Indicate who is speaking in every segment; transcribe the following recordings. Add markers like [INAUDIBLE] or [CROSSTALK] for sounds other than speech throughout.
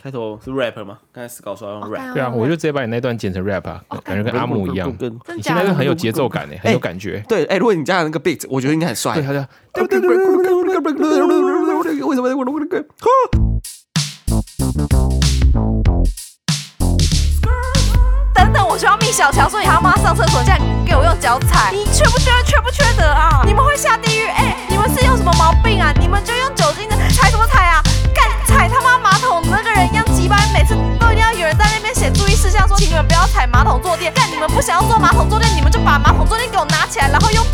Speaker 1: 开头是 rap 吗？刚才思考说要用 rap，
Speaker 2: 对
Speaker 3: 对啊，我就直接把你那段剪成 rap 啊，感觉跟阿姆一样。
Speaker 1: 跟
Speaker 2: 真
Speaker 3: 你现
Speaker 2: 假
Speaker 3: 在是
Speaker 2: 的？
Speaker 3: 很有节奏感诶，很有感觉。
Speaker 1: 对，哎，如果你加了那个 beat，我觉得应该很帅
Speaker 3: 对，。他就
Speaker 1: 为什么我那个？
Speaker 2: 等等，我就要命小乔说你他妈上厕所，这样给我用脚踩，你缺不缺？缺不缺德啊？你们会下地狱？哎、你们是有什么毛病啊？你们就用酒精的踩什么踩啊？干踩他妈马桶那个人一样急掰，每次都一定要有人在那边写注意事项，说请你们不要踩马桶坐垫。干你们不想要坐马桶坐垫，你们就把马桶坐垫给我拿起来，然后用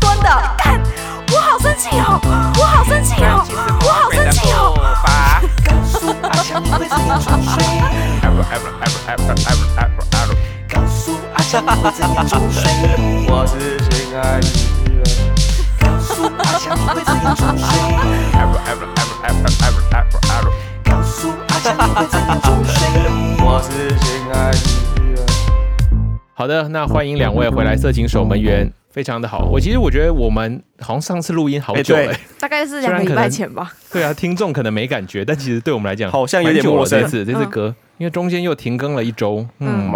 Speaker 2: 蹲的。 [LAUGHS] 干，我好生气哦！我好生气哦！我好生气哦！
Speaker 4: 发。
Speaker 5: 阿强会怎样装睡？告诉阿强会怎样装睡？
Speaker 4: 我是亲爱的
Speaker 5: 告诉阿强会怎样装睡？告诉阿强会怎样装睡？
Speaker 4: 我是亲爱的
Speaker 3: 好的，那欢迎两位回来，色情守门员，非常的好。我其实我觉得我们好像上次录音好久
Speaker 1: 哎
Speaker 3: 了
Speaker 1: 对。
Speaker 2: 大概是
Speaker 3: 两个礼拜前
Speaker 2: 吧。
Speaker 3: 对啊，听众可能没感觉，但其实对我们来讲
Speaker 1: 好像有点陌生
Speaker 3: 蛮久了这次这次
Speaker 2: 嗯
Speaker 3: 歌，因为中间又停更了一周，嗯，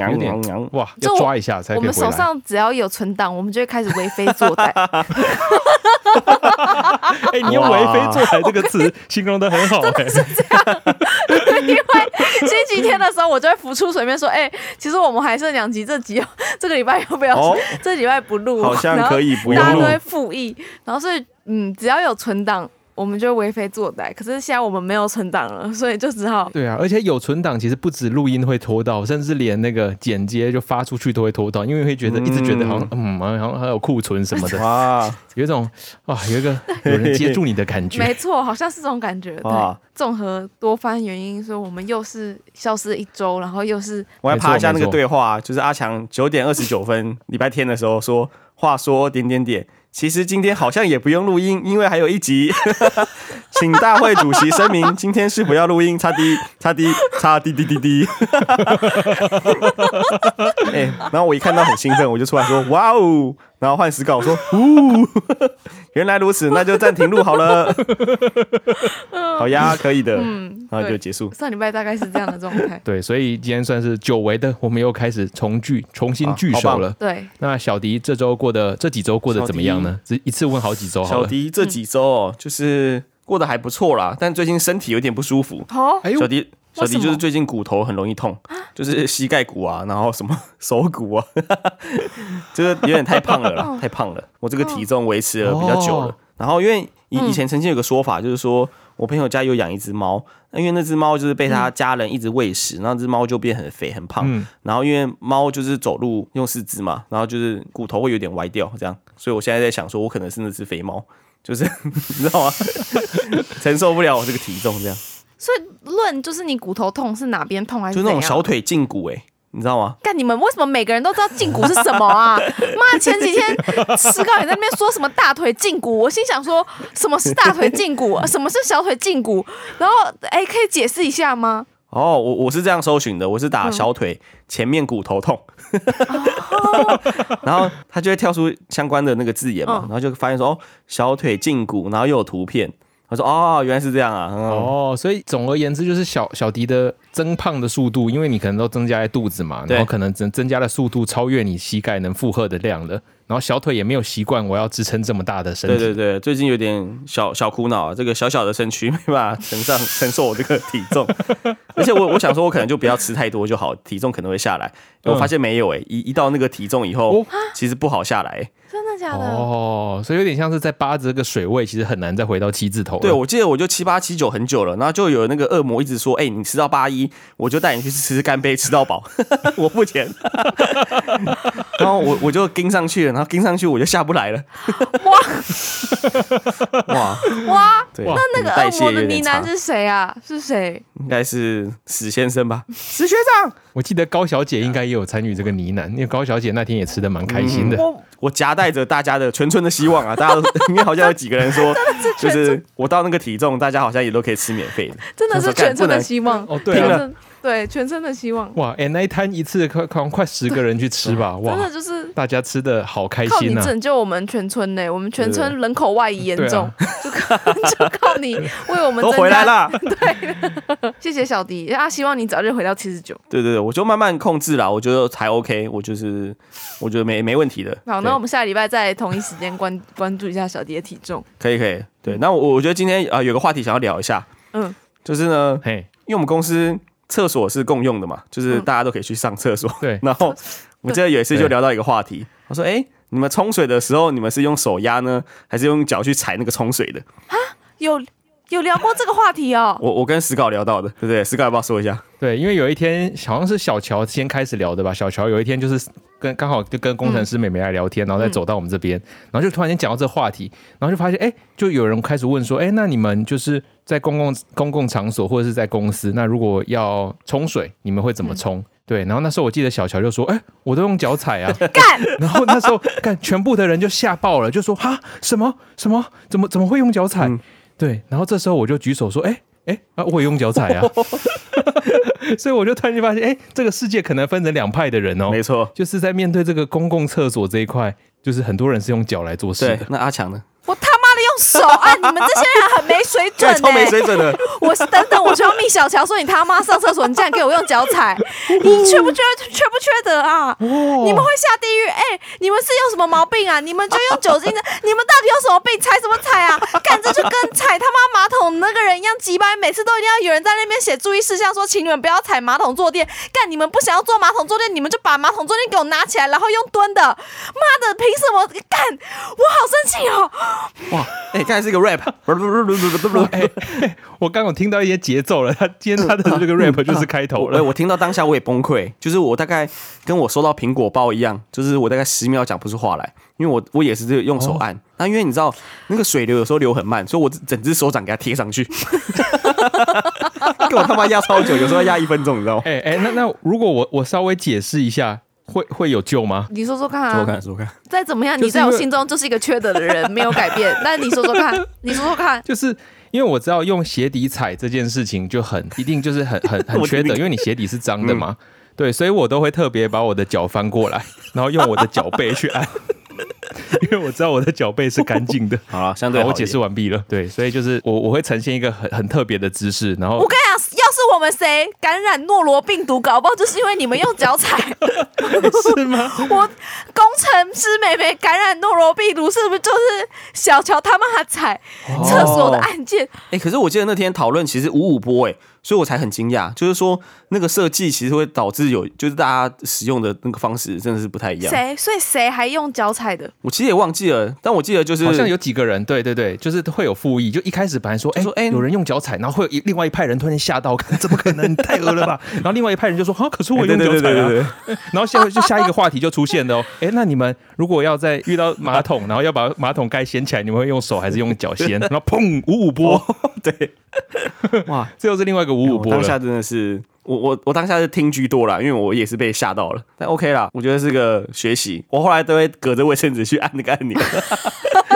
Speaker 3: 有点哇，
Speaker 2: 就
Speaker 3: 要
Speaker 2: 我
Speaker 3: 抓一下才
Speaker 2: 我
Speaker 3: 可以
Speaker 2: 们
Speaker 3: 回
Speaker 2: 手
Speaker 3: 来。
Speaker 2: 上只要哦有存档，我们就会开始为非作歹。
Speaker 3: 哎，你用“为非作歹”这个词形容的很好，哎，
Speaker 2: [LAUGHS] 因为星期天的时候，我就会浮出水面说：“哎、其实我们还剩两集，这集 [LAUGHS] 这个礼拜要不要？
Speaker 1: 哦
Speaker 2: [LAUGHS] 这礼拜不录，
Speaker 1: 好像可
Speaker 2: 以
Speaker 1: 以不
Speaker 2: 大
Speaker 1: 用
Speaker 2: 家都
Speaker 1: 录，
Speaker 2: 会复议，然后所以嗯，只要有存档，我们就为非作歹。可是现在我们没有存档了， [LAUGHS] 所以就只好
Speaker 3: 对啊，而且有存档，其实不止录音会拖到，甚至连那个剪接就发出去都会拖到，因为会觉得一直觉得好像嗯，好像还有库存什么的，
Speaker 1: 哇
Speaker 3: 有一种啊，有一个有人接住你
Speaker 1: [LAUGHS]
Speaker 3: 的感
Speaker 2: 没
Speaker 3: 觉。
Speaker 2: 错，好像是这种感觉。对
Speaker 1: 哇，！
Speaker 2: 综合多番原因，所以我们又是消失一周，然后又是
Speaker 1: 我还爬一下那
Speaker 3: 没
Speaker 1: 个
Speaker 3: 错。
Speaker 1: 对话，啊就是阿强九点二十九分礼拜天的时候说，话说点点点，其实今天好像也不用录音，因为还有一集， [LAUGHS] 请大会主席声明，今天是不要录音，擦滴擦滴擦滴滴滴滴。 [LAUGHS] 哎、然后我一看到很兴奋，我就出来说哇哦，然后换死稿说 [LAUGHS] 呜，原来如此，那就暂停录好
Speaker 2: [LAUGHS]
Speaker 1: 了。好呀，可以的，
Speaker 2: 嗯，
Speaker 1: 然后就
Speaker 2: 对，
Speaker 1: 结束。
Speaker 2: 上礼拜大概是这样的状态
Speaker 3: 对，所以今天算是久违的，我们又开始重聚，重新
Speaker 1: 啊
Speaker 3: 聚
Speaker 1: 好
Speaker 3: 首
Speaker 1: 棒
Speaker 3: 了。
Speaker 2: 对，
Speaker 3: 那小迪这周过得这几周过得怎么样呢？只一次问好几周好
Speaker 1: 小
Speaker 3: 了。
Speaker 1: 迪这几周哦，就是过得还不错啦，但最近身体有点不舒服。
Speaker 2: 好、
Speaker 3: 哎呦
Speaker 1: 小，迪，小
Speaker 2: 为
Speaker 1: 迪
Speaker 2: 什么啊
Speaker 1: 就是最近骨头很容易痛，就是膝盖骨啊，然后什么 [LAUGHS] 手骨啊，就是有点太胖了啦
Speaker 2: 哦，
Speaker 1: 太胖了。我这个体重维持了比较久
Speaker 3: 哦
Speaker 1: 了。然后因为以
Speaker 2: 嗯
Speaker 1: 以前曾经有个说法，就是说我朋友家有养一只猫，那因为那只猫就是被
Speaker 2: 嗯
Speaker 1: 他家人一直喂食，那只猫就变很肥很胖。
Speaker 3: 嗯，
Speaker 1: 然后因为猫就是走路用四肢嘛，然后就是骨头会有点歪掉，这样，所以我现在在想说，我可能是那只肥猫，就是 [LAUGHS] 你知道吗？承受不了我这个体重，这样，
Speaker 2: 所以论就是你骨头痛是哪边痛还是
Speaker 1: 就那种
Speaker 2: 怎样
Speaker 1: 小腿胫骨、欸，你知道吗？
Speaker 2: 干你们为什么每个人都知道胫骨是什么
Speaker 1: [LAUGHS]
Speaker 2: 啊？妈，前几天石膏也在那边说什么大腿胫骨，我心想说什么是大腿胫骨，
Speaker 1: [LAUGHS]
Speaker 2: 什么是小腿胫骨？然后哎、可以解释一下吗？
Speaker 1: 哦，我我是这样搜寻的，我是
Speaker 2: 嗯
Speaker 1: 打小腿前面骨头痛， [LAUGHS] 然后它就会跳出相关的那个字眼嘛，
Speaker 2: 嗯
Speaker 1: 然后就发现说哦，小腿胫骨，然后又有图片，他说哦，原来是这样啊，嗯、
Speaker 3: 哦，所以总而言之就是小小迪的增胖的速度，因为你可能都增加在肚子嘛，
Speaker 1: 对
Speaker 3: 然后可能增增加的速度超越你膝盖能负荷的量了，然后小腿也没有习惯我要支撑这么大的身体。
Speaker 1: 对对对，最近有点小小苦恼啊，这个小小的身躯没办法承上承受我这个体
Speaker 2: [LAUGHS]
Speaker 1: 重，而且我我想说，我可能就不要吃太多就好，体重可能会下来。
Speaker 3: 嗯
Speaker 1: 我发现没有诶、欸一一到那个体重以
Speaker 2: 哦
Speaker 1: 后，其实不好下来、欸
Speaker 2: 真的假的？
Speaker 3: 哦，所以有点像是在扒着这个水位，其实很难再回到七字头了。
Speaker 1: 对，我记得我就七八七九很久了，然后就有那个恶魔一直说，哎、你吃到八一，我就带你去吃干杯，吃到饱， [LAUGHS] 我付
Speaker 2: [LAUGHS]
Speaker 1: 钱。然后我我就跟上去了，然后跟上去我就下不来了。哇 [LAUGHS] 哇，
Speaker 2: 哇，
Speaker 1: 对，
Speaker 3: 哇
Speaker 2: 那那个
Speaker 1: 代
Speaker 2: 恶
Speaker 1: 谢
Speaker 2: 魔的
Speaker 1: 有
Speaker 2: 呢
Speaker 1: 点差
Speaker 2: 喃是谁啊？是谁？
Speaker 1: 应该是史先生吧？
Speaker 2: 史学长，
Speaker 3: 我记得高小姐应该也有参与这个呢喃，嗯因为高小姐那天也吃的蛮开心的。
Speaker 2: 我
Speaker 1: 我夹带着大家的纯纯的希望啊，大家都 [LAUGHS] 因为好像有几个人说，就是我到那个体重，大家好像也都可以吃免费的。
Speaker 2: 真的是全村的希望。
Speaker 3: 哦，对
Speaker 1: 拼
Speaker 3: 啊
Speaker 1: 了，
Speaker 2: 真的
Speaker 6: 对，全身的希望，
Speaker 3: 哇，哎、那一摊一次快快快十个人去吃吧，
Speaker 6: 真
Speaker 3: 哇
Speaker 6: 的，就是
Speaker 3: 大家吃的好开
Speaker 6: 靠
Speaker 3: 心啊
Speaker 6: 你
Speaker 3: 呐、
Speaker 6: 拯救我们全村呢、我们全村人口外移严
Speaker 3: 对啊
Speaker 6: 重， [LAUGHS] 就靠就靠你为我们
Speaker 1: 都
Speaker 6: 增
Speaker 1: 回来
Speaker 6: 加。 [LAUGHS]
Speaker 1: 啦。
Speaker 6: 谢谢小迪，啊，希望你早日回到七十九。
Speaker 1: 对对对，我就慢慢控制啦，我觉得才 OK，我就是我觉得没没问题的。
Speaker 6: 好，
Speaker 1: 对
Speaker 6: 那我们下礼拜在同一时间关关注一下小迪的体重。
Speaker 1: 可以可以，对。那我我觉得今天啊、呃有个话题想要聊一下，
Speaker 6: 嗯，
Speaker 1: 就是呢，
Speaker 3: 嘿，
Speaker 1: 因为我们公司厕所是共用的嘛，就是
Speaker 6: 嗯
Speaker 1: 大家都可以去上厕所。
Speaker 3: 对
Speaker 1: [LAUGHS] 然后我记得有一次就聊到一个话题，我说：“哎、你们冲水的时候，你们是用手压呢，还是用脚去踩那个冲水的
Speaker 6: 有有聊过这个话题哦？”，
Speaker 1: 我我跟史稿聊到的，对不对？史稿要不要说一下？
Speaker 3: 对，因为有一天好像是小乔先开始聊的吧，小乔有一天就是跟刚好就跟工程师美美来聊天，然后再走到我们这边，然后就突然间讲到这个话题，然后就发现哎、就有人开始问说，哎、那你们就是在公共公共场所或者是在公司，那如果要冲水，你们会怎么冲？对，然后那时候我记得小乔就说：“哎、我都用脚踩啊。”
Speaker 6: 干，
Speaker 3: [LAUGHS] 然后那时候干，全部的人就吓爆了，就说哈什么什么怎么怎么会用脚踩？
Speaker 1: 嗯
Speaker 3: 对，然后这时候我就举手说，哎、哎、啊，我也用脚踩啊， [LAUGHS] 所以我就突然就发现，哎、这个世界可能分成两派的人哦，
Speaker 1: 没错，
Speaker 3: 就是在面对这个公共厕所这一块，就是很多人是用脚来做事
Speaker 1: 对
Speaker 3: 的。。
Speaker 1: 那阿强呢？
Speaker 6: 我他妈的用手按，你们这些人很没水
Speaker 1: [LAUGHS]
Speaker 6: 准
Speaker 2: [LAUGHS]
Speaker 1: 对，
Speaker 6: 呢、
Speaker 1: 超
Speaker 2: 欸
Speaker 1: 没水准的。
Speaker 6: 我是等等，我就要密小乔说你他妈上厕所，你竟然给我用脚 [LAUGHS] 踩，你缺不缺缺不缺德啊？你们会下地狱？哎、你们是有什么毛病啊？你们就用酒精的， [LAUGHS] 你们到底有什么病？踩什么踩啊？干这就跟踩他妈马桶那个人一样鸡掰，每次都一定要有人在那边写注意事项，说请你们不要踩马桶坐垫。干你们不想要坐马桶坐垫，你们就把马桶坐垫给我拿起来，然后用蹲的。妈的，凭什么干？我好生气哦！
Speaker 1: 哇，哎、刚才是一个 [LAUGHS] rap，
Speaker 3: 哎、嘿 [LAUGHS] 我刚有听到一些节奏了，他今天他的
Speaker 1: [LAUGHS]
Speaker 3: 这个 rap 就是开头
Speaker 1: 哎我
Speaker 3: 了。
Speaker 1: 我听到当下我也崩溃，就是我大概跟我收到苹果包一样，就是我大概十秒讲不出话来，因为我我也是这个用手按，那、因为你知道那个水流有时候流很慢，所以我整只手掌给它贴上 [LAUGHS] 去，给我他妈压超久，有时候要压一分钟，你知道吗？
Speaker 3: 哎哎、那那如果我我稍微解释一下，会会有救吗？
Speaker 6: 你说说看
Speaker 1: 说
Speaker 6: 啊
Speaker 1: 我。看，说我看，
Speaker 6: 再怎么样，
Speaker 3: 就是
Speaker 6: 你在我
Speaker 3: 因为
Speaker 6: 心中就是一个缺德的人，没有改
Speaker 3: [LAUGHS]
Speaker 6: 变。那你说说看，你说说看，
Speaker 3: 就是因为我知道用鞋底踩这件事情就很一定就是很 [LAUGHS] 很很
Speaker 1: 我
Speaker 3: 缺
Speaker 1: 听嗯
Speaker 3: 德，
Speaker 1: 你
Speaker 3: 因为你鞋底是脏的嘛。对，所以我都会特别把我的脚翻过来，然后用我的脚背去按， [LAUGHS] 因为我知道我的脚背是干净的。
Speaker 1: 好了，相对
Speaker 3: 对，
Speaker 1: 好
Speaker 3: 我
Speaker 1: 一点
Speaker 3: 解释完毕了。对，所以就是我我会呈现一个很很特别的姿势，然
Speaker 6: 我
Speaker 3: 后
Speaker 6: 跟你讲，要是我们谁感染诺罗病毒，搞不好就是因为你们用脚踩。
Speaker 3: 是 [LAUGHS] 吗？
Speaker 6: 我工程师妹妹感染诺罗病毒，是不是就是小乔他妈踩
Speaker 3: 哦
Speaker 6: 厕所的按键？
Speaker 1: 哎、可是我记得那天讨论其实五五波哎、所以我才很惊讶，就是说那个设计其实会导致有，就是大家使用的那个方式真的是不太一样。
Speaker 6: 谁？所以谁还用脚踩的？
Speaker 1: 我其实也忘记了，但我记得就是
Speaker 3: 好像有几个人，对对对，就是会有附议。就一开始本来说，哎、
Speaker 1: 说哎
Speaker 3: 有人用脚踩，然后会有一另外一派人突然吓到， [LAUGHS] 怎么可能？你太恶了 [LAUGHS] 吧！然后另外一派人就说，哈，可是我
Speaker 1: 哎
Speaker 3: 用
Speaker 1: 对
Speaker 3: 脚踩
Speaker 1: 对
Speaker 3: 啊。
Speaker 1: 对对对对
Speaker 3: [LAUGHS] 然后下就下一个话题就出现了哦，哎，那你们如果要在遇到马桶，然后要把马桶盖掀起来，你们会用手还是用脚 [LAUGHS] 掀？然后砰，五五波，
Speaker 1: [LAUGHS] 哇，
Speaker 3: 这又是另外一个五五
Speaker 1: 哎我
Speaker 3: 波
Speaker 1: 当下
Speaker 3: 了。
Speaker 1: 真的是，我我我当下是听居多啦，因为我也是被吓到了。但 OK 啦，我觉得是个学习。我后来都会隔着卫生纸去 [LAUGHS] 按那个按钮。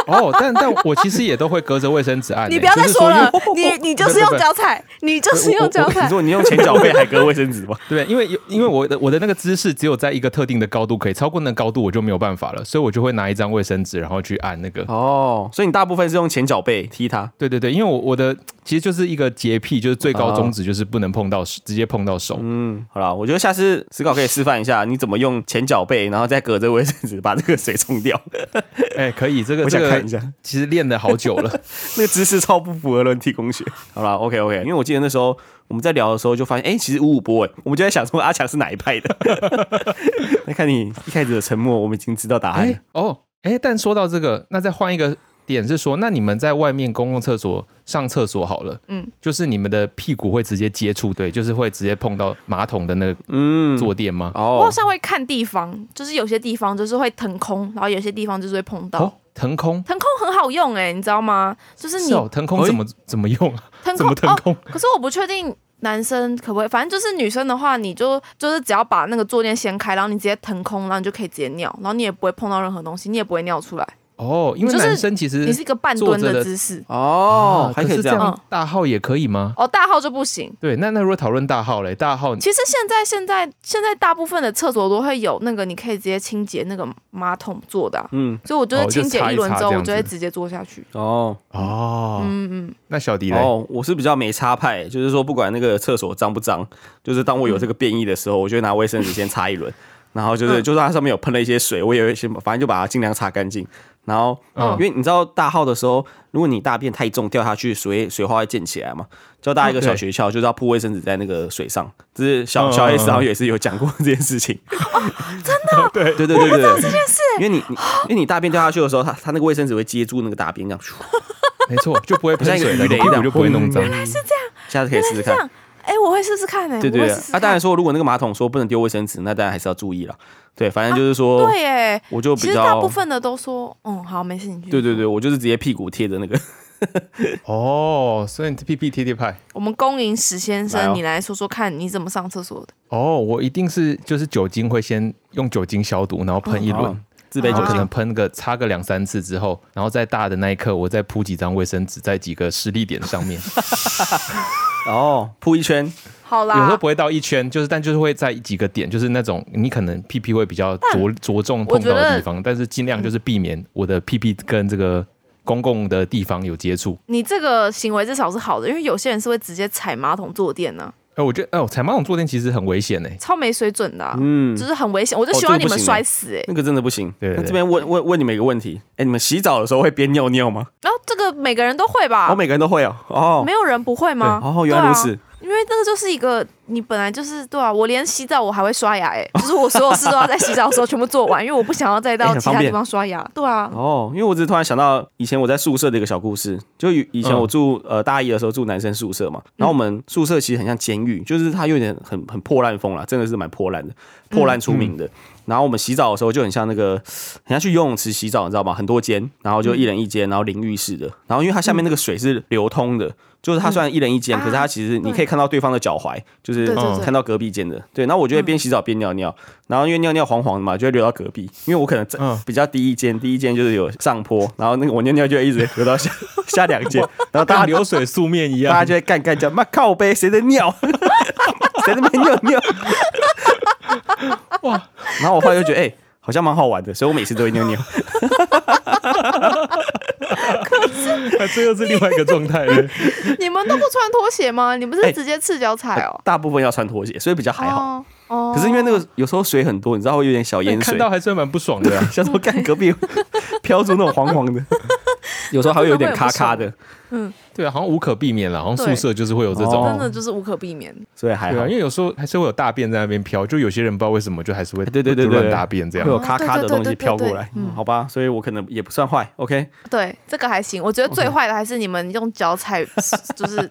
Speaker 3: 哦，但 [LAUGHS] 但我其实也都会隔着卫生纸按欸，
Speaker 6: 你不要再
Speaker 3: 就是
Speaker 6: 说了
Speaker 3: 因为，
Speaker 6: 你你就是用脚踩，你 [LAUGHS] 就是用脚
Speaker 1: 你
Speaker 6: 踩。
Speaker 1: 说你用前脚背还隔卫生纸
Speaker 6: [LAUGHS]
Speaker 1: 吗？
Speaker 3: 对，因为有因为我的我的那个姿势只有在一个特定的高度可以，超过那个高度我就没有办法了，所以我就会拿一张卫生纸，然后去按那个。
Speaker 1: 哦，所以你大部分是用前脚背踢它。
Speaker 3: 对对对，因为我我的其实就是一个洁癖，就是最高
Speaker 1: 哦
Speaker 3: 宗旨就是不能碰到手，直接碰到手。
Speaker 1: 嗯，好啦，我觉得下次思考可以示范一下，你怎么用前脚背，然后再隔着卫生纸把这个水冲掉。
Speaker 3: 哎、可以，这个
Speaker 1: 我
Speaker 3: 这
Speaker 1: 想
Speaker 3: 个
Speaker 1: 看一下，
Speaker 3: 其实练了好
Speaker 1: [LAUGHS]
Speaker 3: 久了。
Speaker 1: 那个姿势超不符合人体工学。好啦 o k OK，因为我记得那时候我们在聊的时候就发现，哎、其实五五波哎，我们就在想说阿强是哪一派的。 [LAUGHS] 那看你一开始的沉默，我们已经知道答
Speaker 3: 哎、
Speaker 1: 案了。
Speaker 3: 哦，哎、但说到这个，那再换一个点是说，那你们在外面公共厕所上厕所好了，
Speaker 6: 嗯
Speaker 3: 嗯，就是你们的屁股会直接接触，对，就是会直接碰到马桶的那个
Speaker 1: 嗯，
Speaker 3: 坐垫吗？
Speaker 6: 我好
Speaker 1: 哦，
Speaker 6: 像会看地方，就是有些地方就是会腾空，然后有些地方就是会碰到。
Speaker 3: 哦，腾空。
Speaker 6: 腾空很好用哎、你知道吗？就是你
Speaker 3: 是哦，腾空
Speaker 1: 哎
Speaker 3: 怎么、怎么用啊？
Speaker 6: [LAUGHS] 腾
Speaker 3: 怎
Speaker 6: 空
Speaker 3: 么腾空？
Speaker 6: 哦，可是我不确定男生可不可以，反正就是女生的话，你就就是只要把那个坐垫掀开，然后你直接腾空，然后你就可以直接尿，然后你也不会碰到任何东西，你也不会尿出来。
Speaker 3: 哦，因为
Speaker 6: 就是
Speaker 3: 男生其实
Speaker 6: 你是一个半
Speaker 3: 坐
Speaker 6: 蹲
Speaker 3: 着
Speaker 6: 的
Speaker 3: 的
Speaker 6: 姿势。嗯
Speaker 1: 哦
Speaker 3: 啊，
Speaker 1: 还可以
Speaker 3: 是
Speaker 1: 这
Speaker 3: 这
Speaker 1: 样，
Speaker 3: 样，大号也可以吗？
Speaker 6: 哦，大号就不行。
Speaker 3: 对，那那如果讨论大号嘞，大号
Speaker 6: 其实现在现在现在大部分的厕所都会有那个，你可以直接清洁那个马桶做的啊、
Speaker 1: 嗯，
Speaker 6: 所以我就
Speaker 3: 哦
Speaker 6: 是
Speaker 3: 就
Speaker 6: 清洁
Speaker 3: 擦一
Speaker 6: 一轮
Speaker 3: 擦
Speaker 6: 之后，
Speaker 3: 这
Speaker 6: 我
Speaker 3: 样
Speaker 6: 就会
Speaker 3: 子
Speaker 6: 直接坐下去。
Speaker 1: 哦
Speaker 3: 哦，
Speaker 6: 嗯嗯，
Speaker 3: 那小迪嘞，
Speaker 1: 哦，我是比较没差派，就是说不管那个厕所脏不脏，就是当我有这个便意的时候，我就会拿卫生纸先擦一轮， [LAUGHS] 然后就是就算它上面有喷了一些水，我也会先把反正就把它尽量擦干净。然后，
Speaker 3: 嗯
Speaker 1: 因为你知道大号的时候，如果你大便太重掉下去，水水花会溅起来嘛。教大家一个
Speaker 3: 对
Speaker 1: 小诀窍，就是要铺卫生纸在那个水上。这是小
Speaker 3: 嗯
Speaker 1: 小
Speaker 3: 嗯
Speaker 1: S
Speaker 3: 嗯
Speaker 1: 好像也是有讲过这件事情。嗯 [LAUGHS] 哦，真的？对对对对对，这件事。因为你你因为你大便掉下去的时候，它它那个卫生纸会接住那个大便，这样咻
Speaker 3: 没错， [LAUGHS] 就不会喷
Speaker 1: 像一个
Speaker 3: 水
Speaker 1: 鱼
Speaker 3: 了，
Speaker 1: 雷
Speaker 3: 屁
Speaker 1: 这
Speaker 3: 股
Speaker 1: 样
Speaker 3: 就不会弄脏。
Speaker 1: 下次可以试试看
Speaker 6: 这。样，哎、我会试试看哎、
Speaker 1: 对
Speaker 6: 我
Speaker 1: 对
Speaker 6: 会
Speaker 1: 对
Speaker 6: 试试看。
Speaker 1: 啊，当然说，如果那个马桶说不能丢卫生纸，那当然还是要注意了。对，反正就是说，
Speaker 6: 对哎，
Speaker 1: 我就
Speaker 6: 其
Speaker 1: 比
Speaker 6: 实大
Speaker 1: 较
Speaker 6: 部，分的都说，嗯，好，没事，你去。
Speaker 1: 对对，对，我就是直接屁股贴着
Speaker 6: 啊
Speaker 1: 那个，
Speaker 3: 哦，所以你屁屁贴贴派。
Speaker 6: 我们恭迎史先
Speaker 1: 来哦
Speaker 6: 生，你来说说看，你怎么上厕所的？
Speaker 3: 哦，我一定是就是酒精会先用酒精消毒，然后
Speaker 6: 嗯
Speaker 3: 喷一轮，
Speaker 1: 哦自备
Speaker 3: 然
Speaker 1: 酒
Speaker 3: 后可
Speaker 1: 精
Speaker 3: 能喷个擦个两三次之后，然后在大的那一刻，我再铺几张卫生纸在几个实力点上面，
Speaker 1: 哦，铺一圈，
Speaker 6: 好
Speaker 3: 有时候
Speaker 6: 啦，
Speaker 3: 不会到一圈，就是但就是会在几个点，就是那种你可能屁屁会比较着着重碰到
Speaker 6: 我觉
Speaker 3: 的
Speaker 6: 得
Speaker 3: 地方，但是尽量就是避免我的屁屁跟这个公共的地方有接触。
Speaker 6: 你这个行为至少是好的，因为有些人是会直接踩马桶坐垫呢、
Speaker 3: 哎、我觉得哦，踩马桶坐垫其实很危险呢、
Speaker 6: 超没水准的啊、
Speaker 1: 嗯
Speaker 6: 就，是很危险。我就
Speaker 1: 哦
Speaker 6: 希
Speaker 1: 这
Speaker 6: 望
Speaker 1: 个
Speaker 6: 你
Speaker 1: 不
Speaker 6: 们
Speaker 1: 行
Speaker 6: 摔
Speaker 1: 欸
Speaker 6: 死哎、
Speaker 1: 那个真的不行。
Speaker 3: 对对
Speaker 1: 那这边问问问你们一个问题，哎，你们洗澡的时候会边尿尿吗？
Speaker 6: 然后这个每个人都会吧？
Speaker 1: 哦，每个人都会哦。哦
Speaker 6: 啊没，有人不会吗？
Speaker 1: 哦，原来如
Speaker 6: 对
Speaker 1: 此
Speaker 6: 啊。。因为那个就是一个，你本来就是对啊，我连洗澡我还会刷牙哎、 [LAUGHS] 就是我所有事都要在洗澡的时候全部做完，因为我不想要再
Speaker 1: 哎
Speaker 6: 到
Speaker 1: 很
Speaker 6: 其
Speaker 1: 方
Speaker 6: 他地
Speaker 1: 便
Speaker 6: 方刷牙。对啊，
Speaker 1: 哦，因为我只是突然想到以前我在宿舍的一个小故事，就以以
Speaker 6: 嗯
Speaker 1: 前我住、呃大一的时候住男生宿舍嘛，然后我们宿舍其实很像监狱，就是它有点很很破烂风啦，真的是蛮破烂的，
Speaker 6: 嗯
Speaker 1: 破烂出名的。然后我们洗澡的时候就很像那个，很像去游泳池洗澡，你知道吗？很多间，然后就
Speaker 6: 嗯
Speaker 1: 一人一间，然后淋浴室的。然后因为它下面那个水是流通的，就是它虽然一人一间，
Speaker 6: 啊
Speaker 1: 可是它其实你可以看到对方的脚踝，就是
Speaker 6: 对对嗯对
Speaker 1: 看到隔壁间的。对，然后我就会边洗澡边尿尿，然后因为尿尿黄黄的嘛，就会流到隔壁，因为我可能在
Speaker 3: 嗯
Speaker 1: 比较低一间，第一间就是有上坡，然后那个我尿尿就会一直流到下 [LAUGHS] 下两
Speaker 3: [LAUGHS]
Speaker 1: 间，然后大
Speaker 3: 跟
Speaker 1: 家
Speaker 3: 流水素面一
Speaker 1: 大家
Speaker 3: 样
Speaker 1: 就，会干干叫，妈靠呗，谁在尿？ [LAUGHS] 谁在那边尿尿？
Speaker 3: 哇！
Speaker 1: 然后我后来就觉得，哎、好像蛮好玩的，所以我每次都会尿尿。
Speaker 3: 这又是另外一个状态了。
Speaker 6: 你们都不穿拖鞋吗？你不
Speaker 1: 哎
Speaker 6: 是直接赤脚踩哦？
Speaker 1: 大部分要穿拖鞋，所以比较还好。
Speaker 6: 哦。哦
Speaker 1: 可是因为那个有时候水很多，你知道会有点小淹
Speaker 3: 看
Speaker 1: 水， [LAUGHS]
Speaker 3: 到还是蛮不爽的、啊。
Speaker 1: 像说干隔壁 [LAUGHS] 飘出那种黄黄的，有时候还会有点咔咔的，
Speaker 3: 对啊，好像无可避免了，好像宿舍就是会有这种。
Speaker 1: 哦
Speaker 6: 真的就是无可避免。
Speaker 1: 所以还
Speaker 3: 对
Speaker 1: 好
Speaker 3: 啊，因。为有时候还是会有大便在那边飘，就有些人不知道为什么就还是会
Speaker 1: 对对对
Speaker 3: 就
Speaker 1: 对，
Speaker 3: 乱大便这
Speaker 1: 会有
Speaker 3: 样。
Speaker 1: 咔咔的东西
Speaker 6: 哦对对对对对
Speaker 1: 飘过来，
Speaker 6: 嗯
Speaker 1: 好吧，所以我可能也不算坏，OK，
Speaker 6: 对，这个还行。我觉得最坏的还是你们用脚踩， [LAUGHS] 就是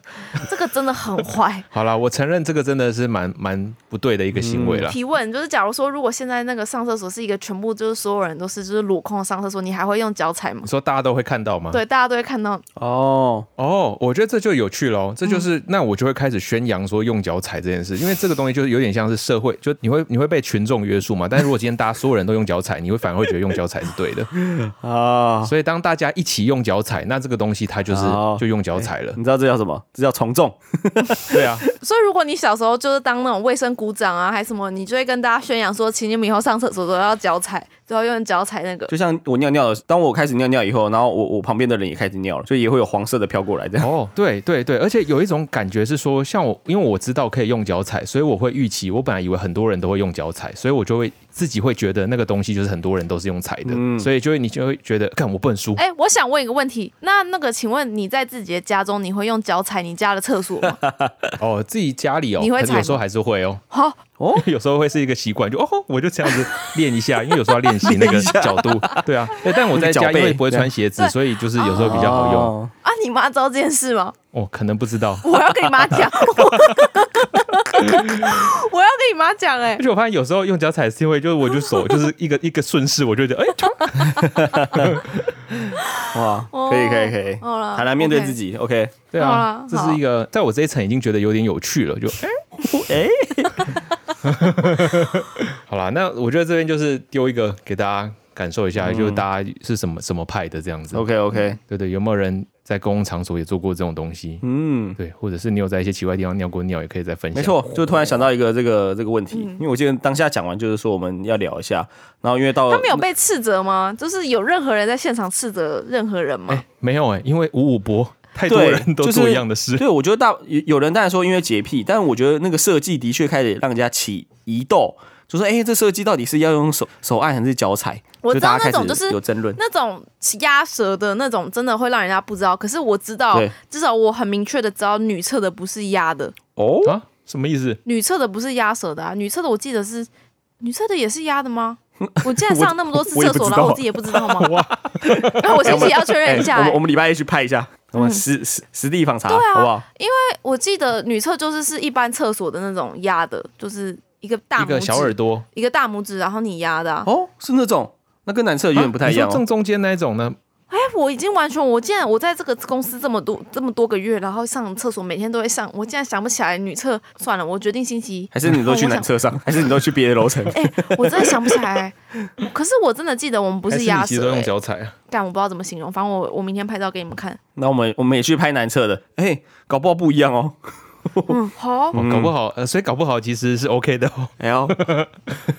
Speaker 6: 这个真的很坏。
Speaker 3: 好啦，我承认这个真的是蛮蛮不对的一个行为了。
Speaker 6: 提问就是，假如说如果现在那个上厕所是一个全部就是所有人都是就是裸空的上厕所，你还会用脚踩吗
Speaker 3: 你？说大家都会看到吗？。
Speaker 6: 对，大家都会看到。
Speaker 1: 哦，
Speaker 3: 哦，我觉得这就有趣喽，这
Speaker 1: 嗯
Speaker 3: 就是、那我就会开始宣扬说用脚踩这件事，因为这个东西就是有点像是社会，就你会你会被群众约束嘛。但是如果今天大家所有人都用脚踩，你会反而会觉得用脚踩是
Speaker 1: [LAUGHS]
Speaker 3: 对的。
Speaker 1: 啊，
Speaker 3: 所以当大家一起用脚踩，那这个东西它就是、
Speaker 1: 哦
Speaker 3: 就用脚踩了。
Speaker 1: 你知道这叫什么？这叫从众，
Speaker 3: [LAUGHS] 对啊，
Speaker 6: 所以如果你小时候就是当那种卫生股长啊，还什么，你就会跟大家宣扬说，请你们以后上厕所都要脚踩，都要用脚踩那个。
Speaker 1: 就像我尿尿的，当我开始尿尿以后，然后我我旁边的人也开始尿了，所以也会有黄色的飘过来，这样。
Speaker 3: 哦，对对对，而且有一种感觉是说，像我，因为我知道可以用脚踩，所以我会预期，我本来以为很多人都会用脚踩，所以我就会自己会觉得那个东西就是很多人都是用踩的，
Speaker 1: 嗯
Speaker 3: 所以就会你就会觉得，看我笨输。
Speaker 6: 哎、我想问一个问题，那那个，请问你在自己的家中，你会用脚踩你家的厕所吗？ [LAUGHS]
Speaker 3: 哦，自己家里哦，
Speaker 6: 你会
Speaker 3: 可能有
Speaker 6: 踩
Speaker 3: 时候
Speaker 6: 吗
Speaker 3: 还是会哦，
Speaker 6: 好、
Speaker 3: 哦， [LAUGHS] 有时候会是一个习惯，就哦，我就这样子练一下，因为有时候要练习那个角
Speaker 6: [LAUGHS]
Speaker 3: 度，对啊，对但我在
Speaker 1: 那
Speaker 3: 家
Speaker 1: 个脚背
Speaker 3: 因为不会
Speaker 1: 对啊
Speaker 3: 穿鞋子，
Speaker 6: 对
Speaker 3: 所以就是有时候比较好用。
Speaker 1: 哦
Speaker 6: 啊，你妈知道这件事吗？
Speaker 3: 哦，可能不知道，
Speaker 6: 我要跟你妈讲， [LAUGHS] 我我要跟你妈讲、哎
Speaker 3: 而，且我发现有时候用脚踩是因为就是我就手就是一个一个顺势，我就觉得哎，就
Speaker 6: 啊
Speaker 1: 哇，
Speaker 6: 哦
Speaker 1: 可以可以可以，
Speaker 6: 好了
Speaker 1: 坦然面对
Speaker 6: OK
Speaker 1: 自己，OK，
Speaker 3: 对
Speaker 6: 好
Speaker 3: 啊
Speaker 6: 啦，
Speaker 3: 这是一个在我这一层已经觉得有点有趣了，就哎
Speaker 1: 哎，
Speaker 3: 好啦，那我觉得这边就是丢一个给大家感受一下，
Speaker 6: 嗯
Speaker 3: 就是大家是什么什么派的这样子。
Speaker 1: OK OK，
Speaker 3: 对对，有没有人在公共场所也做过这种东西？
Speaker 1: 嗯，
Speaker 3: 对，或者是你有在一些奇怪地方尿过尿，也可以再分享。
Speaker 1: 没错，就突然想到一个这个这个问
Speaker 6: 嗯
Speaker 1: 题，因为我记得当下讲完就是说我们要聊一下，然后因为到
Speaker 6: 他们有被斥责吗？就是有任何人在现场斥责任何人吗？
Speaker 3: 哎，没有哎、因为五五波太多
Speaker 1: 对
Speaker 3: 人都
Speaker 1: 就是
Speaker 3: 做一样的事，
Speaker 1: 对，我觉得大有有人当然说因为洁癖，但我觉得那个设计的确开始让人家起疑窦，就说哎、这设计到底是要用手手按还是脚踩？
Speaker 6: 我知道
Speaker 1: 大家开始
Speaker 6: 那种就是
Speaker 1: 有争论。
Speaker 6: 那种压舌的那种，真的会让人家不知道。可是我知道
Speaker 1: 对，
Speaker 6: 至少我很明确的知道，女厕的不是压的，
Speaker 1: 哦
Speaker 3: 啊，什么意思？
Speaker 6: 女厕的不是压舌的啊，女厕的我记得是女厕的也是压的吗？我竟然上那么多
Speaker 1: [LAUGHS]
Speaker 6: 次
Speaker 1: 我也
Speaker 6: 厕
Speaker 1: 不
Speaker 6: 所，
Speaker 1: 知道
Speaker 6: 然后我自己也不知
Speaker 1: [LAUGHS]
Speaker 6: 道吗？然后我自己也要确认一下、
Speaker 1: 我
Speaker 6: 哎
Speaker 1: 们我们礼拜一去拍一下，我们实实实地访查，
Speaker 6: 对啊
Speaker 1: 好不好？
Speaker 6: 我记得女厕就是是一般厕所的那种压的，就是一个大
Speaker 3: 一
Speaker 6: 拇指，
Speaker 3: 个小耳朵，
Speaker 6: 一个大拇指，然后你压的、啊。
Speaker 1: 哦，是那种，那跟男厕有点不太一样
Speaker 3: 啊你
Speaker 1: 哦
Speaker 3: 说正。中间那一种呢？
Speaker 6: 我已经完全，我竟然我在这个公司这么多这么多个月，然后上厕所每天都会上，我竟然想不起来女厕。算了，我决定星期一。
Speaker 1: 还是你都去
Speaker 6: 哦我
Speaker 1: 男
Speaker 6: 想
Speaker 1: 厕上，还是你都去别的楼层？
Speaker 6: 哎、我真的想不起来、可是我真的记得我们不
Speaker 3: 还
Speaker 6: 是
Speaker 3: 是
Speaker 6: 压
Speaker 3: 你其实都
Speaker 6: 舌、
Speaker 3: 用
Speaker 6: 欸，
Speaker 3: 脚踩啊？
Speaker 6: 但我不知道怎么形容。反正我我明天拍照给你们看。
Speaker 1: 那我们我们也去拍男厕的，哎、搞不好不一样哦。
Speaker 6: 嗯，好，
Speaker 3: 哦搞不好，呃，所以搞不好其实是 OK 的哦。
Speaker 1: 哎呦，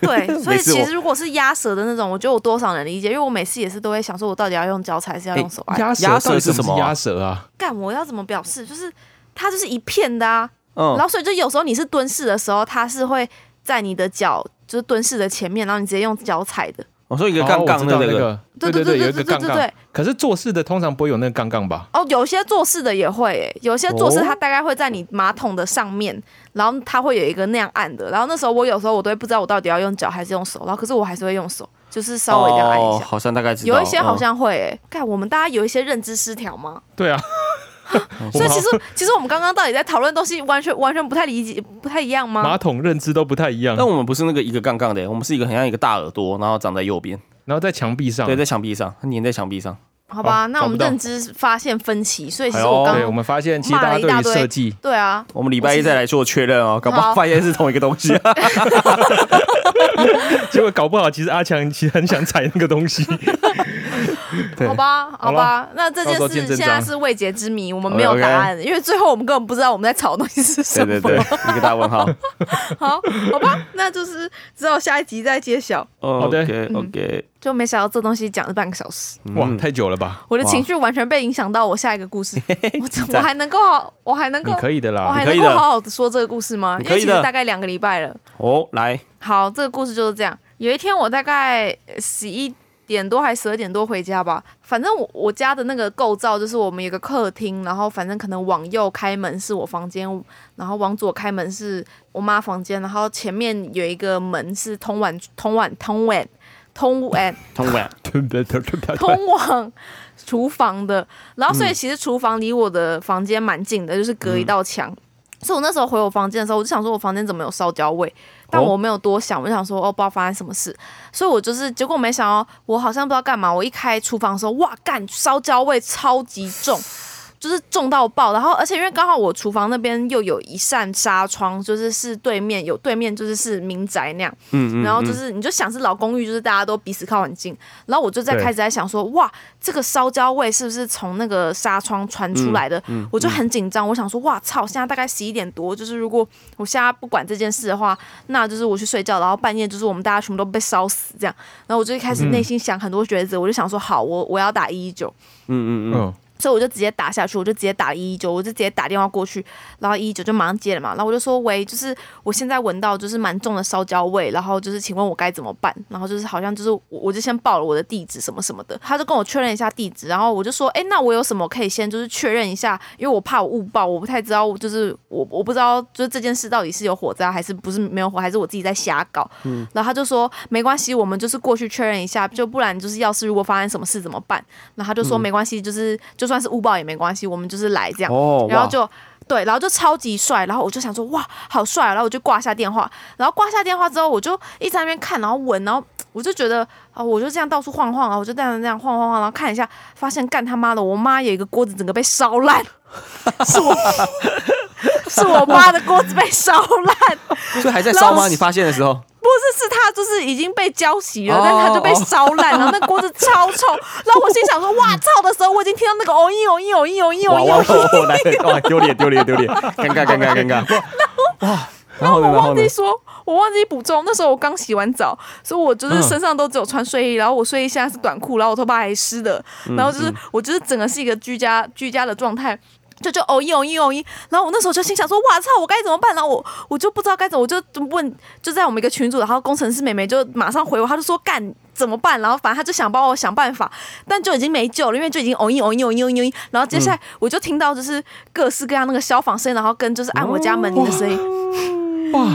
Speaker 6: 对，
Speaker 1: [LAUGHS]
Speaker 6: 所以
Speaker 1: 没事我
Speaker 6: 其实如果是压舌的那种，我觉得我多少能理解，因为我每次也是都会想说，我到底要用脚踩还是要用手按？
Speaker 3: 鸭
Speaker 1: 鸭
Speaker 3: 舌
Speaker 1: 舌
Speaker 3: 到底
Speaker 1: 是
Speaker 3: 什
Speaker 1: 什么
Speaker 3: 么？
Speaker 1: 啊
Speaker 3: 鸭舌啊？
Speaker 6: 干、我要怎么表示？就是它就是一片的啊。然
Speaker 1: 嗯，
Speaker 6: 后所以就有时候你是蹲式的时候，它是会在你的脚就是蹲式的前面，然后你直接用脚踩的。
Speaker 1: 我说一个
Speaker 3: 哦
Speaker 1: 杠
Speaker 3: 我
Speaker 1: 杠
Speaker 3: 知
Speaker 1: 的
Speaker 3: 道
Speaker 1: 那
Speaker 3: 那
Speaker 1: 个，
Speaker 3: 个，
Speaker 6: 对
Speaker 3: 对
Speaker 6: 对对
Speaker 3: 有一
Speaker 6: 对
Speaker 3: 个
Speaker 6: 对
Speaker 3: 杠
Speaker 6: 对
Speaker 3: 杠
Speaker 6: 对。
Speaker 3: 可是做事的通常不会有那个杠杠吧？
Speaker 6: 哦，有些做事的也会、欸，有些做事
Speaker 3: 哦
Speaker 6: 它大概会在你马桶的上面，然后它会有一个那样按的。然后那时候我有时候我都会不知道我到底要用脚还是用手，然后可是我还是会用手，就是稍微这样按一
Speaker 1: 哦，
Speaker 6: 下。
Speaker 1: 好像大概知道。
Speaker 6: 有一些好
Speaker 1: 嗯
Speaker 6: 像会、欸，看、我们大家有一些认知失调
Speaker 3: [LAUGHS]
Speaker 6: 吗？
Speaker 3: 对啊，
Speaker 6: 所以
Speaker 3: 我
Speaker 6: 其
Speaker 3: 们
Speaker 6: 实其实我们刚刚到底在讨论东西，完全完全不太理解，不太一样吗？
Speaker 3: 马桶认知都不太一样，
Speaker 1: 但我们不是那个一个杠杠的，我们是一个很像一个大耳朵，然后长在右边，
Speaker 3: 然后在墙壁上。
Speaker 1: 对，在墙壁上，它粘在墙壁上。
Speaker 6: 好吧，
Speaker 3: 哦
Speaker 6: 那我们
Speaker 3: 找不到
Speaker 6: 认知发现分歧，所以其
Speaker 1: 哎
Speaker 6: 实
Speaker 1: 呦
Speaker 6: 我刚
Speaker 3: 对，我们发现其实大家对
Speaker 6: 骂了一大
Speaker 3: 于
Speaker 6: 堆
Speaker 3: 设计
Speaker 6: 对啊，
Speaker 1: 我们礼拜一再来做确认哦，搞不好
Speaker 6: 好
Speaker 1: 发现是同一个东西、啊。
Speaker 3: 结果搞不好，其实阿强其实很想踩那个东西。
Speaker 1: 对
Speaker 6: 好吧，好
Speaker 3: 好
Speaker 6: 吧，那这件
Speaker 3: 到时候
Speaker 6: 事
Speaker 3: 见
Speaker 6: 现
Speaker 3: 真章
Speaker 6: 在是未解之谜，我们没有答案，因为最后我们根本不知道我们在吵的东西是
Speaker 1: [LAUGHS]
Speaker 6: 什
Speaker 1: 对
Speaker 6: 么。
Speaker 1: 对对， [LAUGHS] 一个大问号。
Speaker 6: 好，好吧，那就是只有下一集再揭晓。
Speaker 1: 好
Speaker 3: 的
Speaker 1: OK
Speaker 6: 嗯
Speaker 1: OK，
Speaker 6: 就没想到这东西讲了半个小时，
Speaker 3: 哇，太久了吧？
Speaker 6: 我的
Speaker 1: 哇
Speaker 6: 情绪完全被影响到我下一个故事。我怎
Speaker 1: [LAUGHS]
Speaker 6: 我还能够好，我还能够
Speaker 3: 你，嗯可以的
Speaker 6: 我
Speaker 3: 啦 [LAUGHS]
Speaker 6: 还，
Speaker 1: 你可
Speaker 6: 能
Speaker 1: 以
Speaker 6: 够
Speaker 1: 的
Speaker 6: 好好的说这个故事吗？
Speaker 1: 你
Speaker 6: 因
Speaker 1: 可
Speaker 6: 为
Speaker 1: 以
Speaker 6: 其实
Speaker 1: 的
Speaker 6: 大概两个礼拜了。
Speaker 1: 哦，来，
Speaker 6: 好，这个故事就是这样。有一天，我大概十一点多还十二点多回家吧，反正我我家的那个构造就是我们有个客厅，然后反正可能往右开门是我房间，然后往左开门是我妈房间，然后前面有一个门是通往通往通往通往
Speaker 1: 通关。
Speaker 3: [LAUGHS]
Speaker 6: 通往厨房的。然后所以其实厨房离我的房间蛮近的，就是隔一道墙。所以我那时候回我房间的时候，我就想说我房间怎么有烧焦味，但我没有多想，我就想说哦，不知道发生什么事。所以我就是结果没想到，我好像不知道干嘛，我一开厨房的时候，哇干，烧焦味超级重。就是重到爆，然后而且因为刚好我厨房那边又有一扇纱窗，就是是对面有对面就是是民宅那样，
Speaker 1: 嗯嗯。
Speaker 6: 然后就是你就想是老公寓，就是大家都彼此靠很近。然后我就在
Speaker 3: 对
Speaker 6: 开始在想说，哇，这个烧焦味是不是从那个纱窗传出来的？
Speaker 1: 嗯
Speaker 6: 我就很紧张，我想说，哇操，现在大概十一点多，就是如果我现在不管这件事的话，那就是我去睡觉，然后半夜就是我们大家全部都被烧死这样。然后我就一开始内心想很多抉择，我就想说，好，我我要打一一九。
Speaker 1: 嗯嗯嗯。
Speaker 3: 嗯，
Speaker 6: 所以我就直接打下去，我就直接打一一九，我就直接打电话过去，然后一一九就马上接了嘛，然后我就说喂，就是我现在闻到就是蛮重的烧焦味，然后就是请问我该怎么办？然后就是好像就是我我就先报了我的地址什么什么的，他就跟我确认一下地址，然后我就说哎，那我有什么可以先就是确认一下，因为我怕我误报，我不太知道就是我我不知道就是这件事到底是有火灾还是不是没有火，还是我自己在瞎搞。然后他就说没关系，我们就是过去确认一下，就不然就是要是如果发生什么事怎么办？然后他就说没关系，就是就算是误报也没关系，我们就是来这样。
Speaker 1: 哦，
Speaker 6: 嗯然后
Speaker 1: 哇
Speaker 6: 就对，然后就超级帅，然后我就想说哇，好帅啊，然后我就挂下电话，然后挂下电话之后，我就一直在那边看，然后闻，然后我就觉得啊、我就这样到处晃晃啊，我就这样这样晃晃晃，然后看一下，发现干他妈的，我妈有一个锅子整个被烧烂，是我是我妈的锅子被烧烂，
Speaker 1: 所以还在烧
Speaker 6: 然
Speaker 1: 吗？
Speaker 6: 后 [LAUGHS]
Speaker 1: 你发现的时候，
Speaker 6: 不子是他就是已经被浇熄了，
Speaker 3: 哦
Speaker 6: 但他就被烧烂，然后那锅子超臭。然后我心想说，哇操的时候，我已经听到那个哦咦哦咦哦咦哦咦
Speaker 1: 哇哇
Speaker 6: 哦
Speaker 1: 哇
Speaker 6: 咦，
Speaker 1: 哇！来哇，丢脸丢脸丢脸，尴
Speaker 6: [LAUGHS]
Speaker 1: 尬尴尬尴尬！
Speaker 6: 然后
Speaker 1: 呢 [LAUGHS] 然
Speaker 6: 我
Speaker 1: 后
Speaker 6: 忘
Speaker 1: 呢
Speaker 6: 记说，我忘记补妆。那时候我刚洗完澡，所以我
Speaker 1: 嗯
Speaker 6: 就是身上都只有穿睡衣，然后我睡衣现在是短裤，然后我头发还湿的，
Speaker 1: 嗯
Speaker 6: 然后就是、我就是整个是一个居家居家的状态。就就哦一哦一哦一，然后我那时候就心想说，哇操，我该怎么办？然后我我就不知道该怎么，我就问，就在我们一个群组，然后工程师妹妹就马上回我，她就说干怎么办？然后反正她就想帮我想办法，但就已经没救了，因为就已经哦一哦一哦一哦一哦一，然后接
Speaker 3: 嗯
Speaker 6: 下来我就听到就是各式各样那个消防声，然后跟就是按我家门铃的声音， [LAUGHS]
Speaker 3: 哇，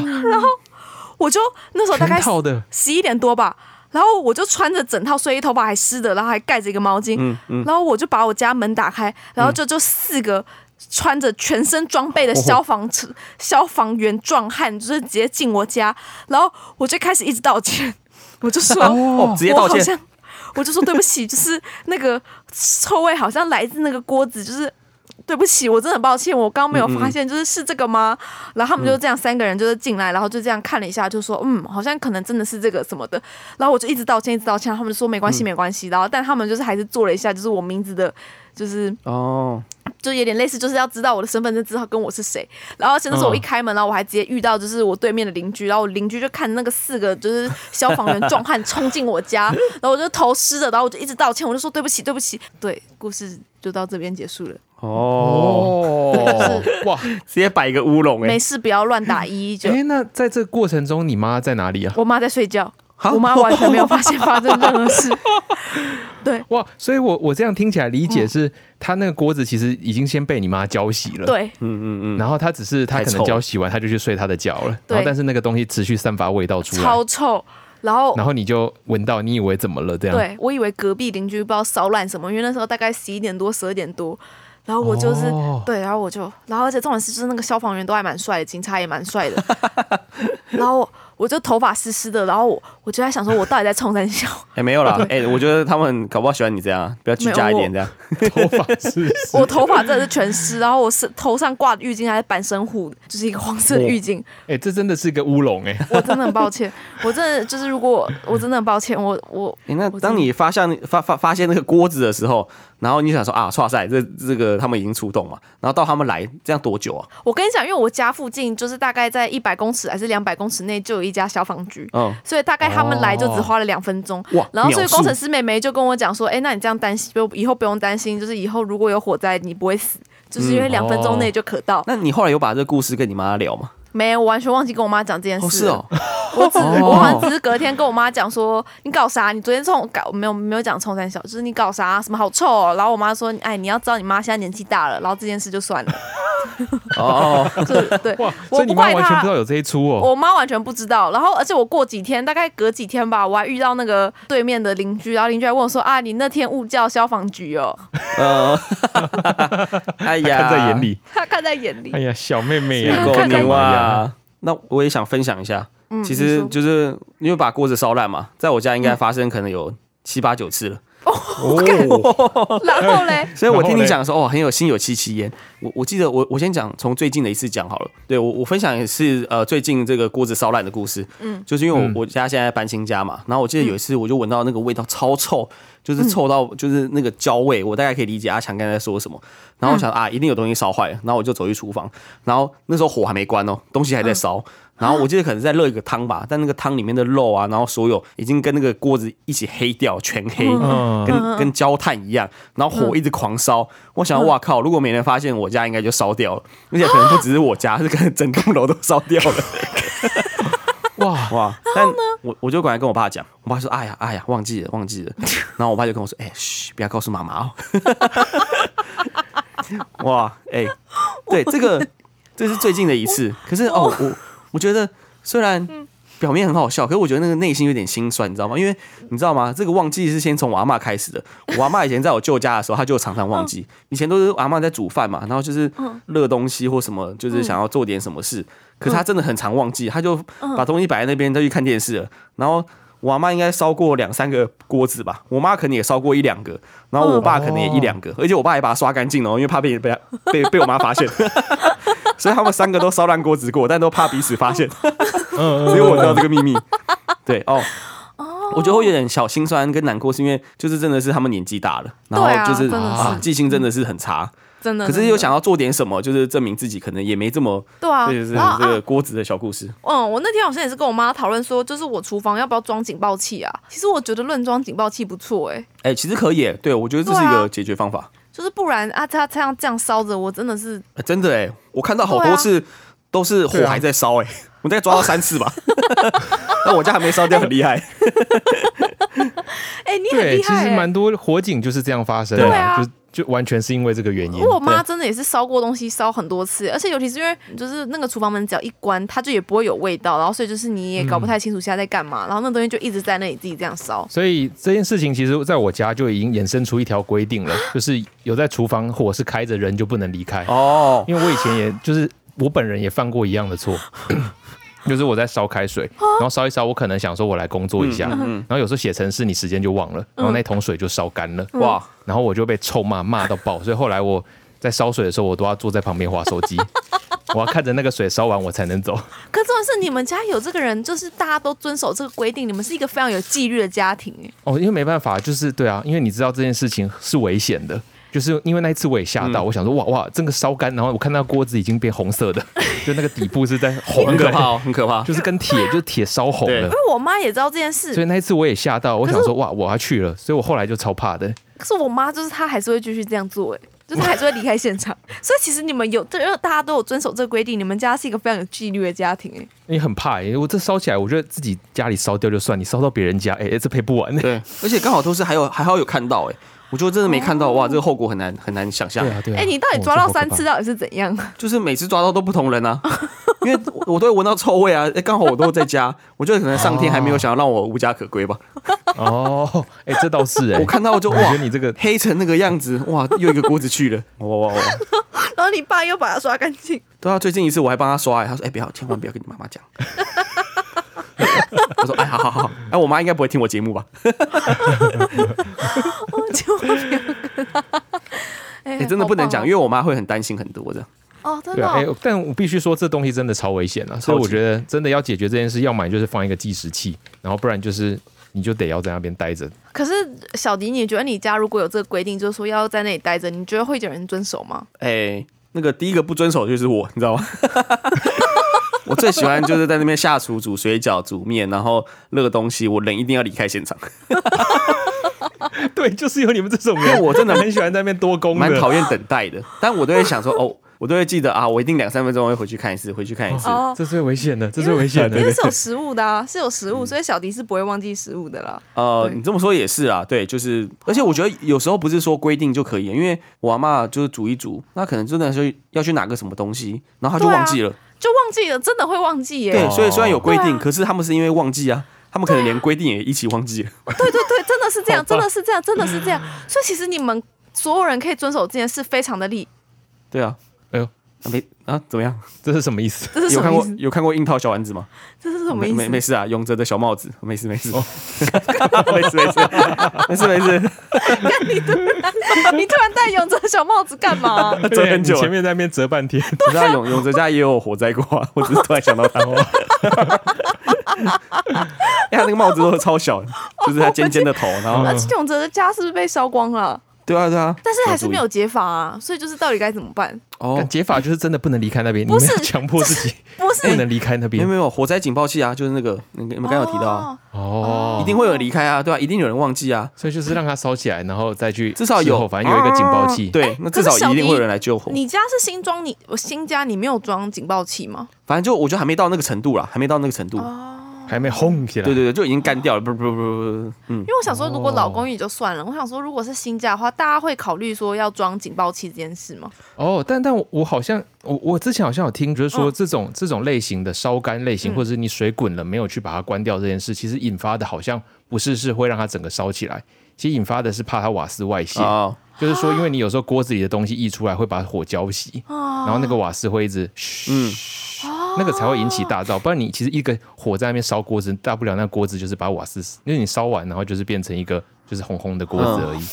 Speaker 6: 我就那时候大概
Speaker 3: 全套的
Speaker 6: 十一点多吧，然后我就穿着整套睡衣，头发还湿的，然后还盖着一个毛巾，
Speaker 1: 嗯
Speaker 6: 然后我就把我家门打开，然后就就四个。穿着全身装
Speaker 1: 哦
Speaker 6: 备的消防车、消防员壮汉，就是直接进我家，然后我就开始一直道歉，我就
Speaker 1: [LAUGHS]
Speaker 6: 说，
Speaker 1: 哦直接道歉
Speaker 6: 我好像，我就说对不起，就是那个臭味好像来自那个锅子，就是对不起，我真的很抱歉，我刚没
Speaker 1: 嗯
Speaker 6: 有发现，就是是这个吗？然后他们就这样三个人就是进来，然后就这样看了一下，就说嗯，好像可能真的是这个什么的。然后我就一直道歉，一直道歉，他们就说没关系，没关系。然后但他们就是还是做了一下，就是我名字的，就是
Speaker 1: 哦，
Speaker 6: 就有点类似，就是要知道我的身份证，知道跟我是谁。然后而且那时候我一开门，然后我还直接遇到就是我对面的邻居，然后我邻居就看那个四个就是消防员壮汉冲进我家， [LAUGHS] 然后我就头湿的，然后我就一直道歉，我就说对不起，对不起。对，故事就到这边结束了。
Speaker 1: 哦，
Speaker 6: [LAUGHS]
Speaker 3: 哦，哇，
Speaker 1: 直接摆一个乌龙哎
Speaker 6: 没，事，不要乱打一一九。
Speaker 3: 哎，那在这个过程中，你妈在哪里啊？
Speaker 6: 我妈在睡觉，我妈完全没有发现发生任何
Speaker 3: [LAUGHS]
Speaker 6: 事。对
Speaker 3: 哇，所以我我这样听起来理
Speaker 6: 嗯
Speaker 3: 解是，他那个锅子其实已经先被你妈浇洗了，，
Speaker 6: 对
Speaker 1: 嗯嗯嗯，
Speaker 3: 然后他只是他
Speaker 1: 太
Speaker 3: 可
Speaker 1: 臭
Speaker 3: 能
Speaker 1: 了
Speaker 3: 浇洗完他就去睡他的觉了，
Speaker 6: 对
Speaker 3: 然后但是那个东西持续散发味道出来，
Speaker 6: 超臭。然后
Speaker 3: 然后你就闻到，你以为怎么了这样？，
Speaker 6: 对我以为隔壁邻居不知道骚乱什么，因为那时候大概十一点多、十二点多。然后我就是、
Speaker 3: 哦
Speaker 6: 对，然后我就，然后而且重点是，就是那个消防员都还蛮帅的，警察也蛮帅的。
Speaker 3: [LAUGHS]
Speaker 6: 然后我就头发湿湿的，然后我我就在想说，我到底在冲三笑？
Speaker 1: 哎没有
Speaker 6: [LAUGHS]
Speaker 1: 啦，哎，我觉得他们搞不好喜欢你这样，啊不要居家一点这样。
Speaker 3: [LAUGHS] 头发是
Speaker 6: 我头发真的是全湿，然后我是头上挂的浴巾还是半身护，就是一个黄色的浴巾。
Speaker 3: 哎、这真的是个乌龙哎、
Speaker 6: 我真的很抱歉，我真的就是如果我真的很抱歉，我我
Speaker 1: 哎，那
Speaker 6: 我真
Speaker 1: 当你发现发发发现那个锅子的时候，然后你想说啊，哇塞，这这个他们已经出动嘛，然后到他们来，这样多久啊？
Speaker 6: 我跟你讲，因为我家附近就是大概在一百公尺还是两百公尺内就有一家消防局。
Speaker 1: 嗯，
Speaker 6: 所以大概他们来就只
Speaker 3: 哦
Speaker 6: 花了两分钟，
Speaker 1: 哇
Speaker 6: 然后所以
Speaker 1: 秒速
Speaker 6: 工程师妹妹就跟我讲说，哎、那你这样担心，不以后不用担心，就是以后如果有火灾，你不会死，就是因
Speaker 3: 嗯
Speaker 6: 为两分钟
Speaker 3: 哦
Speaker 6: 内就可到。
Speaker 1: 那你后来有把这个故事跟你妈聊吗？
Speaker 6: 没有，我完全忘记跟我妈讲这件
Speaker 1: 哦，
Speaker 6: 事
Speaker 1: 是
Speaker 6: 了。
Speaker 1: 哦，
Speaker 6: 我只
Speaker 1: 哦
Speaker 6: 我好像只是隔天跟我妈讲说，你搞啥？你昨天冲搞没有没有讲冲三小，就是你搞啥？什么好臭、哦？然后我妈说，哎，你要知道你妈现在年纪大了，然后这件事就算了，
Speaker 1: 哦，
Speaker 6: 就是对
Speaker 3: 哇，，所
Speaker 6: 我
Speaker 3: 以你
Speaker 6: 不
Speaker 3: 妈
Speaker 6: 怪
Speaker 3: 完全不
Speaker 6: 她
Speaker 3: 知。道有这一出哦。
Speaker 6: 我妈完全不知道，然后而且我过几天，大概隔几天吧，我还遇到那个对面的邻居，然后邻居还问我说：“啊，你那天误叫消防局哦 [LAUGHS]
Speaker 1: 呃，哎呀，
Speaker 3: [LAUGHS] 看在眼，里，？”
Speaker 6: 他看在眼里
Speaker 3: 哎。呀，小妹妹呀、
Speaker 1: 也
Speaker 3: 啊，
Speaker 1: 够
Speaker 6: 啊看在眼
Speaker 1: 牛
Speaker 6: 里嗯
Speaker 1: 啊！那我也想分享一下，其实就是因为把锅子烧烂嘛，在我家应该发生可能有七八九次了，
Speaker 3: 哦，
Speaker 6: 然后嘞，
Speaker 1: 所以我听
Speaker 3: 然后
Speaker 1: 你
Speaker 3: 嘞
Speaker 1: 讲的时候，哦，很有心有戚戚焉。我我记得我我先讲从最近的一次讲好了，对我我分享也是呃最近这个锅子烧烂的故事，嗯，就是因为
Speaker 3: 嗯
Speaker 1: 我我家现在搬新家嘛，然后我记得有一次我就闻到那个味道超臭，就是臭到就是那个焦味，我大概可以理解阿强刚才在说什么。然后我想啊，一定有东西烧坏了，然后我就走去厨房，然后那时候火还没关哦，东西还在烧。然后我记得可能在热一个汤
Speaker 3: [LAUGHS]
Speaker 1: 吧，但那个汤里面的肉啊，然后所有已经跟那个锅子一起黑掉，全黑，
Speaker 3: 嗯
Speaker 1: 跟跟焦炭一样。然后火一直狂烧，我想哇靠，如果没人发现，我家应该就烧掉了，而且可能不只是我家，是可能整栋楼都烧掉了。[LAUGHS]
Speaker 3: 哇，
Speaker 1: 哇！但我我就赶快跟我爸讲，我爸说：“哎呀，哎呀，忘记了，忘记了。”然后我爸就跟我说：“哎、嘘，不要告诉妈妈哦。”哇，哎、对，这个这是最近的一次。可是哦，我我觉得虽然表面很好笑，可是我觉得那个内心有点心酸，你知道吗？因为你知道吗？这个忘记是先从我阿嬷开始的。我阿嬷以前在我舅家的时候，她就常常忘记。以前都是我阿嬷在煮饭嘛，然后就是热东西或什么，就是想要做点什么事。可是她真的很常忘记，她就把东西摆在那边，再去看电视了。然后我阿妈应该烧过两三个锅子吧，我妈可能也烧过一两个，然后我爸可能也一两个，而且我爸也把它刷干净了哦，因为怕被被
Speaker 6: [LAUGHS]
Speaker 1: 被被我妈发现，所以他们三个都烧烂锅子过，但都怕彼此发现。
Speaker 3: 嗯
Speaker 1: 只有我知道这个秘密。对哦。我觉得会有点小心酸跟难过，是因为就是真的是他们年纪大了，然后
Speaker 6: 对啊
Speaker 1: 就是
Speaker 6: 真的是嗯
Speaker 1: 记性真的是很差，
Speaker 6: 真的。
Speaker 1: 可是
Speaker 6: 真的
Speaker 1: 又想要做点什么，就是证明自己可能也没这么，
Speaker 6: 对啊
Speaker 1: 这就是
Speaker 6: 然后
Speaker 1: 这个
Speaker 6: 啊
Speaker 1: 郭子的小故事。
Speaker 6: 嗯，我那天好像也是跟我妈讨论说，就是我厨房要不要装警报器啊？其实我觉得论装警报器不错哎、
Speaker 1: 哎，其实可以耶，对我觉得这是一
Speaker 6: 对
Speaker 1: 个
Speaker 6: 啊
Speaker 1: 解决方法。
Speaker 6: 就是不然啊，它这样这样烧着，我真的是
Speaker 1: 哎真的哎，我看到好
Speaker 6: 对
Speaker 1: 多
Speaker 6: 啊
Speaker 1: 次都是火还在烧哎，我大概抓到三次
Speaker 6: [LAUGHS]
Speaker 1: 吧，那我家还没烧掉，很厉害。
Speaker 6: 哎、你很
Speaker 3: 对，
Speaker 6: 厉
Speaker 3: 其
Speaker 6: 害、
Speaker 3: 实
Speaker 6: 欸。
Speaker 3: 蛮多火警就是这样发生的，
Speaker 6: 对啊
Speaker 3: 就就完全是因为这个原因。
Speaker 6: 我妈真的也是烧过东西，烧很多次，而且尤其是因为就是那个厨房门只要一关，它就也不会有味道，然后所以就是你也搞不太清楚现在在干
Speaker 3: 嗯
Speaker 6: 嘛，然后那东西就一直在那里自己这样烧。
Speaker 3: 所以这件事情其实在我家就已经衍生出一条规定了，就是有在厨房火是开着，人就不能离开。
Speaker 1: 哦，
Speaker 3: 因为我以前也就是我本人也犯过一样
Speaker 1: [CLEARS THROAT]
Speaker 3: 的错，就是我在烧开水，
Speaker 6: 哦
Speaker 3: 然后烧一烧，我可能想说我来工作一
Speaker 1: 嗯
Speaker 3: 下，然后有时候写程式你时间就忘了，然后那桶水就烧干了，
Speaker 1: 哇，
Speaker 3: 然后我就被臭骂骂到爆，所以后来我在烧水的时候，我都要坐在旁边划手 [LAUGHS] 机。我要看着那个水烧完，我才能走。
Speaker 6: 可重点是你们家有这个人，就是大家都遵守这个规定，你们是一个非常有纪律的家庭哎、
Speaker 3: [LAUGHS] 哦，因为没办法，就是对啊，因为你知道这件事情是危险的，就是因为那一次我也吓到，我想说哇哇，这个烧干，然后我看到锅子已经变红色 [LAUGHS] 的，就那个底部是在红
Speaker 1: 很可
Speaker 3: [LAUGHS] 的，
Speaker 1: 怕哦，很可怕。
Speaker 3: 就是跟铁，就是铁烧红
Speaker 1: 对
Speaker 3: 了
Speaker 6: 因。为我妈也知道这件事，
Speaker 3: 所以那一次我也吓到，我
Speaker 6: 可是
Speaker 3: 想说哇，我要去了，所以我后来就超怕的。
Speaker 6: 可是我妈就是她还是会继续这样做、欸，哎，就是她还是会离开现场。 [LAUGHS] 所以其实你们有，这大家都有遵守这个规定，你们家是一个非常有纪律的家庭、欸，哎，
Speaker 3: 因为很怕、欸，我这烧起来，我觉得自己家里烧掉就算，你烧到别人家，哎、欸，这赔不完、欸。
Speaker 1: 对，而且刚好都是还有还好有看到哎，我觉得真的没看到哇，这个后果很难很难想象
Speaker 3: 对。啊，对啊。
Speaker 6: 哎、你到底
Speaker 3: 哦
Speaker 6: 抓到三？次
Speaker 3: 这好
Speaker 6: 到
Speaker 3: 可
Speaker 6: 底是怎样？ [LAUGHS]
Speaker 1: 就是每次抓到都不同人啊，因为我我都会闻到臭味啊，诶刚好我都在家，我觉得可能上天还没有想要让我无家可归吧。
Speaker 3: 怕 [LAUGHS] 哦，哎、这倒是哎、
Speaker 1: 我看到就
Speaker 3: 我
Speaker 1: 哇
Speaker 3: 觉得，你这个
Speaker 1: 黑成那个样子，哇，又一个锅子去了，哇哇哇！
Speaker 6: 然后你爸又把它刷干净，
Speaker 1: 对啊，最近一次我还帮他刷、欸，他说：“哎、不要，千万不要跟你妈妈讲。” [LAUGHS] 我说：“哎、好好好，哎、我妈应该不会听我节目吧？
Speaker 6: 就不要跟 [LAUGHS] 他。哎
Speaker 1: 哎、真的不能讲，因
Speaker 6: 为
Speaker 1: 为我妈会很担心很多的。
Speaker 6: 哦，真
Speaker 3: 对
Speaker 6: 的
Speaker 3: 啊，
Speaker 6: 哦、
Speaker 3: 哎、但我必须说，这东西真的超危险了、所以
Speaker 1: 超级
Speaker 3: 我觉得真的要解决这件事，要么你就是放一个计时器，然后不然就是你就得要在那边待着。 [LAUGHS]
Speaker 6: 可是小迪，你觉得你家如果有这个规定，就是说要在那里待着，你觉得会有人遵守吗？
Speaker 1: 哎、那个第一个不遵守就是我，你知道吗？ [LAUGHS] 我最喜欢就是在那边下厨煮水饺、煮面，然后热东西，我人一定要离开现场，
Speaker 3: 对，就是有你们这种
Speaker 1: 因为
Speaker 3: 人，
Speaker 1: 我真的
Speaker 3: 很 [LAUGHS] 喜欢在那边多功的，
Speaker 1: 蛮讨厌等待的。但我都会想说，哦，我都会记得啊，我一定两三分钟会回去看一次，回去看一次。
Speaker 6: 哦，
Speaker 3: 这最危险的，这最危险的
Speaker 6: 因。为是有食物的啊，是有食物，所以小迪是不会忘记食物的啦。
Speaker 1: 呃，
Speaker 6: 对
Speaker 1: 你这么说也是啊，对，就是，而且我觉得有时候不是说规定就可以，因为我阿妈就是煮一煮，那可能真的是要去拿个什么东西，然后她就
Speaker 6: 对啊
Speaker 1: 忘记了，
Speaker 6: 就忘记了，真的会忘记耶、
Speaker 1: 对，所以虽然有规
Speaker 6: 对
Speaker 1: 定，
Speaker 6: 啊
Speaker 1: 可是他们是因为忘记啊，他们可能连规定也一起忘记了，
Speaker 6: 对对对，真的是这样，
Speaker 3: 好吧
Speaker 6: 真的是这样，真的是这样。所以其实你们所有人可以遵守这件事，非常的厉。
Speaker 1: 对啊，
Speaker 3: 哎呦，
Speaker 1: 啊没啊，怎么样？
Speaker 3: 这是什么意思？
Speaker 6: 这是
Speaker 1: 有
Speaker 6: 什
Speaker 1: 看
Speaker 6: 么意
Speaker 1: 过
Speaker 6: 思？
Speaker 1: 有看过樱桃小丸子吗？
Speaker 6: 这是什么
Speaker 1: 没
Speaker 6: 意
Speaker 1: 没没
Speaker 6: 思？
Speaker 1: 事啊，永泽的小帽子，没事没事， [LAUGHS] 没事没事没事没事，
Speaker 6: [LAUGHS] [LAUGHS] 你突然戴永泽小帽子干嘛？
Speaker 3: 嗯
Speaker 1: 这很久
Speaker 3: 你
Speaker 1: 了
Speaker 3: 前面在那边折半天。
Speaker 1: 你知
Speaker 6: 啊
Speaker 1: 道永永泽家也有火灾过啊，我只是突然想到他， [LAUGHS] 哎，他那个帽子都超小，就是他尖尖的头，然后
Speaker 6: 而且啊永泽的家是不是被烧光了？
Speaker 1: 对啊，对啊，
Speaker 6: 哦但是还是没有解法啊，所以就是到底该怎么办？
Speaker 1: 哦
Speaker 3: 但。解法就是真的不能离开那边，你
Speaker 6: 不
Speaker 3: 们
Speaker 6: 是
Speaker 3: 要强迫自己
Speaker 6: 不是
Speaker 3: 不能离开那
Speaker 1: 没
Speaker 3: 边
Speaker 1: 有。没有火灾警报器啊，就是那个你你们哎刚刚有提到啊，
Speaker 6: 哦
Speaker 3: 哦，
Speaker 1: 一定会有人离开啊，对吧、一定有人忘记啊，
Speaker 3: 所以就是让它烧起来，然后再去
Speaker 1: 至少有啊
Speaker 3: 事后反正有一个警报器。，
Speaker 1: 对，那至
Speaker 6: 可
Speaker 1: 少
Speaker 6: 是小
Speaker 1: 一定
Speaker 6: 迪
Speaker 1: 会有人来救火。
Speaker 6: 你家是新装，你我新家你没有装警报器吗？
Speaker 1: 反正就我觉得还没到那个程度啦，还没到那个程度。
Speaker 6: 哦
Speaker 3: 还没轰起来。
Speaker 1: 对对对，就已经干掉了，不不不不不，嗯
Speaker 6: 因，为我想说，如果老公寓就算了，我想说，如果是新家的话，大家会考虑说要装警报器这件事吗？
Speaker 3: 哦，但但我我好像我我之前好像有听，就是说这种、这种类型的烧干类型，或者是你水滚了没有去把它关掉这件事，其实引发的好像不是是会让它整个烧起来，其实引发的是怕它瓦斯外泄，
Speaker 1: 哦，
Speaker 3: 就是说因为你有时候锅子里的东西溢出来会把火浇熄，
Speaker 6: 哦啊
Speaker 3: 然后那个瓦斯会一直嘘。
Speaker 1: 嗯
Speaker 3: 那个才会引起大燥，不然你其实一个火在那边烧锅子，大不了那锅子就是把瓦斯，因为你烧完，然后就是变成一个就是红红的锅子而已。
Speaker 6: 哦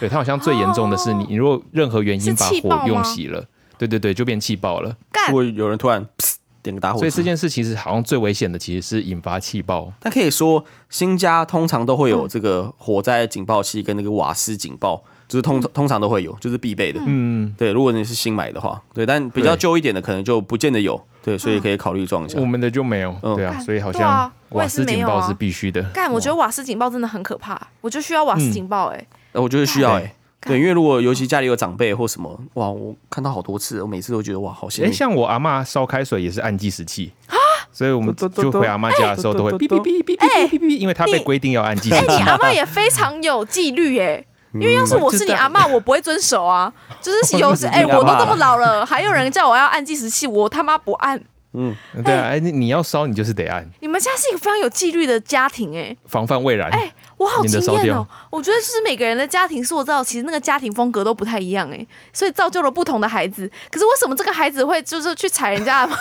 Speaker 3: 对，它好像最严重的是你，你如果任何原因把
Speaker 6: 是气爆
Speaker 3: 火
Speaker 6: 吗
Speaker 3: 用熄了，对对对，就变气爆了。
Speaker 6: 干
Speaker 1: 如果有人突然，噗点个
Speaker 6: 啊
Speaker 1: 打火机。
Speaker 3: 所以这件事其实好像最危险的其实是引发气爆，
Speaker 1: 但可以说，新家通常都会有这个火灾警报器跟那个瓦斯警报，就是通通常都会有，就是必备的。
Speaker 3: 嗯，
Speaker 1: 对，如果你是新买的话，对，但比较
Speaker 3: 对嗯
Speaker 1: 旧一点的可能就不见得有，对，所以可以考虑撞一下
Speaker 3: 我。们的就没有，
Speaker 1: 嗯
Speaker 3: 对啊，所以好
Speaker 6: 对
Speaker 3: 像
Speaker 6: 啊我
Speaker 3: 瓦
Speaker 6: 也是
Speaker 3: 斯
Speaker 6: 没
Speaker 3: 警
Speaker 6: 有
Speaker 3: 报
Speaker 6: 啊
Speaker 3: 是必须的。
Speaker 6: 干，我觉得瓦斯警报真的很可怕，我就需要瓦斯警报哎、
Speaker 1: 呃我觉得需要哎、
Speaker 3: 对
Speaker 1: 对，因为如果尤其家里有长辈或什么，哇，我看到好多次，我每次都觉得哇，好
Speaker 3: 哎、
Speaker 1: 心运。
Speaker 3: 像我阿嬷烧开水也是按计时器所以我们
Speaker 1: 嘟嘟嘟
Speaker 3: 就回阿嬷家的时候都会
Speaker 1: 嘟
Speaker 3: 哔
Speaker 1: 嘟
Speaker 3: 哔
Speaker 1: 嘟
Speaker 3: 哔哔哔哔哔，因为她被
Speaker 6: 你
Speaker 3: 规定要按计时
Speaker 6: 哎、你
Speaker 3: 器。
Speaker 6: 阿嬷也非常有纪律哎、
Speaker 1: [LAUGHS]
Speaker 6: 因为要是我是你阿
Speaker 1: 嗯
Speaker 6: 嬷，我不会遵守啊。就
Speaker 1: [LAUGHS]
Speaker 6: 是有时
Speaker 1: 我
Speaker 6: 哎、
Speaker 1: 是你阿嬷
Speaker 6: 我都这么老了，还有人叫我要按计时器，我他妈不按。
Speaker 3: 对啊，哎、你你要烧你就是得按，
Speaker 6: 你们家是一个非常有纪律的家庭哎、
Speaker 3: 防范未然。
Speaker 6: 哎、我好
Speaker 3: 你的
Speaker 6: 惊
Speaker 3: 烧
Speaker 6: 艳
Speaker 3: 掉
Speaker 6: 哦！我觉得就是每个人的家庭塑造，其实那个家庭风格都不太一样哎，所以造就了不同的孩子。可是为什么这个孩子会就是去踩人家的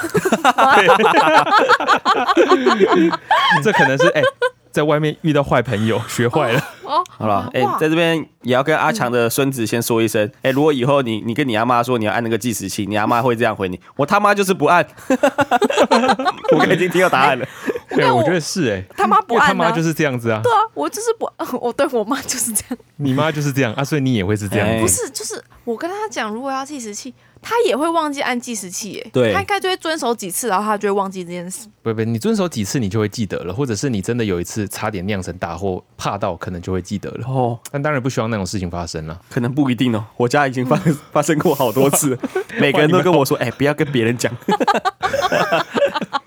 Speaker 3: 这可能是哎、在外面遇到坏朋友学坏了，
Speaker 6: 哦？
Speaker 1: 好了，哎、
Speaker 6: 哇
Speaker 1: 在这边也要跟阿强的孙子先说一声，哎、如果以后你你跟你阿妈说你要按那个计时器，你阿妈会这样回你，我他妈就是不按， [LAUGHS] 我刚已经听到答案了。
Speaker 3: 对，
Speaker 6: 那我
Speaker 3: 我觉得是哎、
Speaker 6: 他妈不
Speaker 3: 因为他
Speaker 6: 按啊
Speaker 3: 妈就是这样子啊，
Speaker 6: 对啊，我就是不， [LAUGHS] 我对我妈就是这样，
Speaker 3: 你妈就是这样啊，所以你也会是这样。
Speaker 1: 哎
Speaker 6: 不是就是我跟她讲，如果要计时器，她也会忘记按计时器耶。
Speaker 1: 对
Speaker 6: 她应该就会遵守几次，然后她就会忘记这件事。
Speaker 3: 不不，你遵守几次你就会记得了，或者是你真的有一次差点酿成大祸，怕到可能就会记得了。
Speaker 1: 哦，
Speaker 3: 但当然不希望那种事情发生了。
Speaker 1: 可能不一定哦，我家已经发 [LAUGHS] 发生过好多次，每个人都跟我说，哎、不要跟别人讲， [LAUGHS]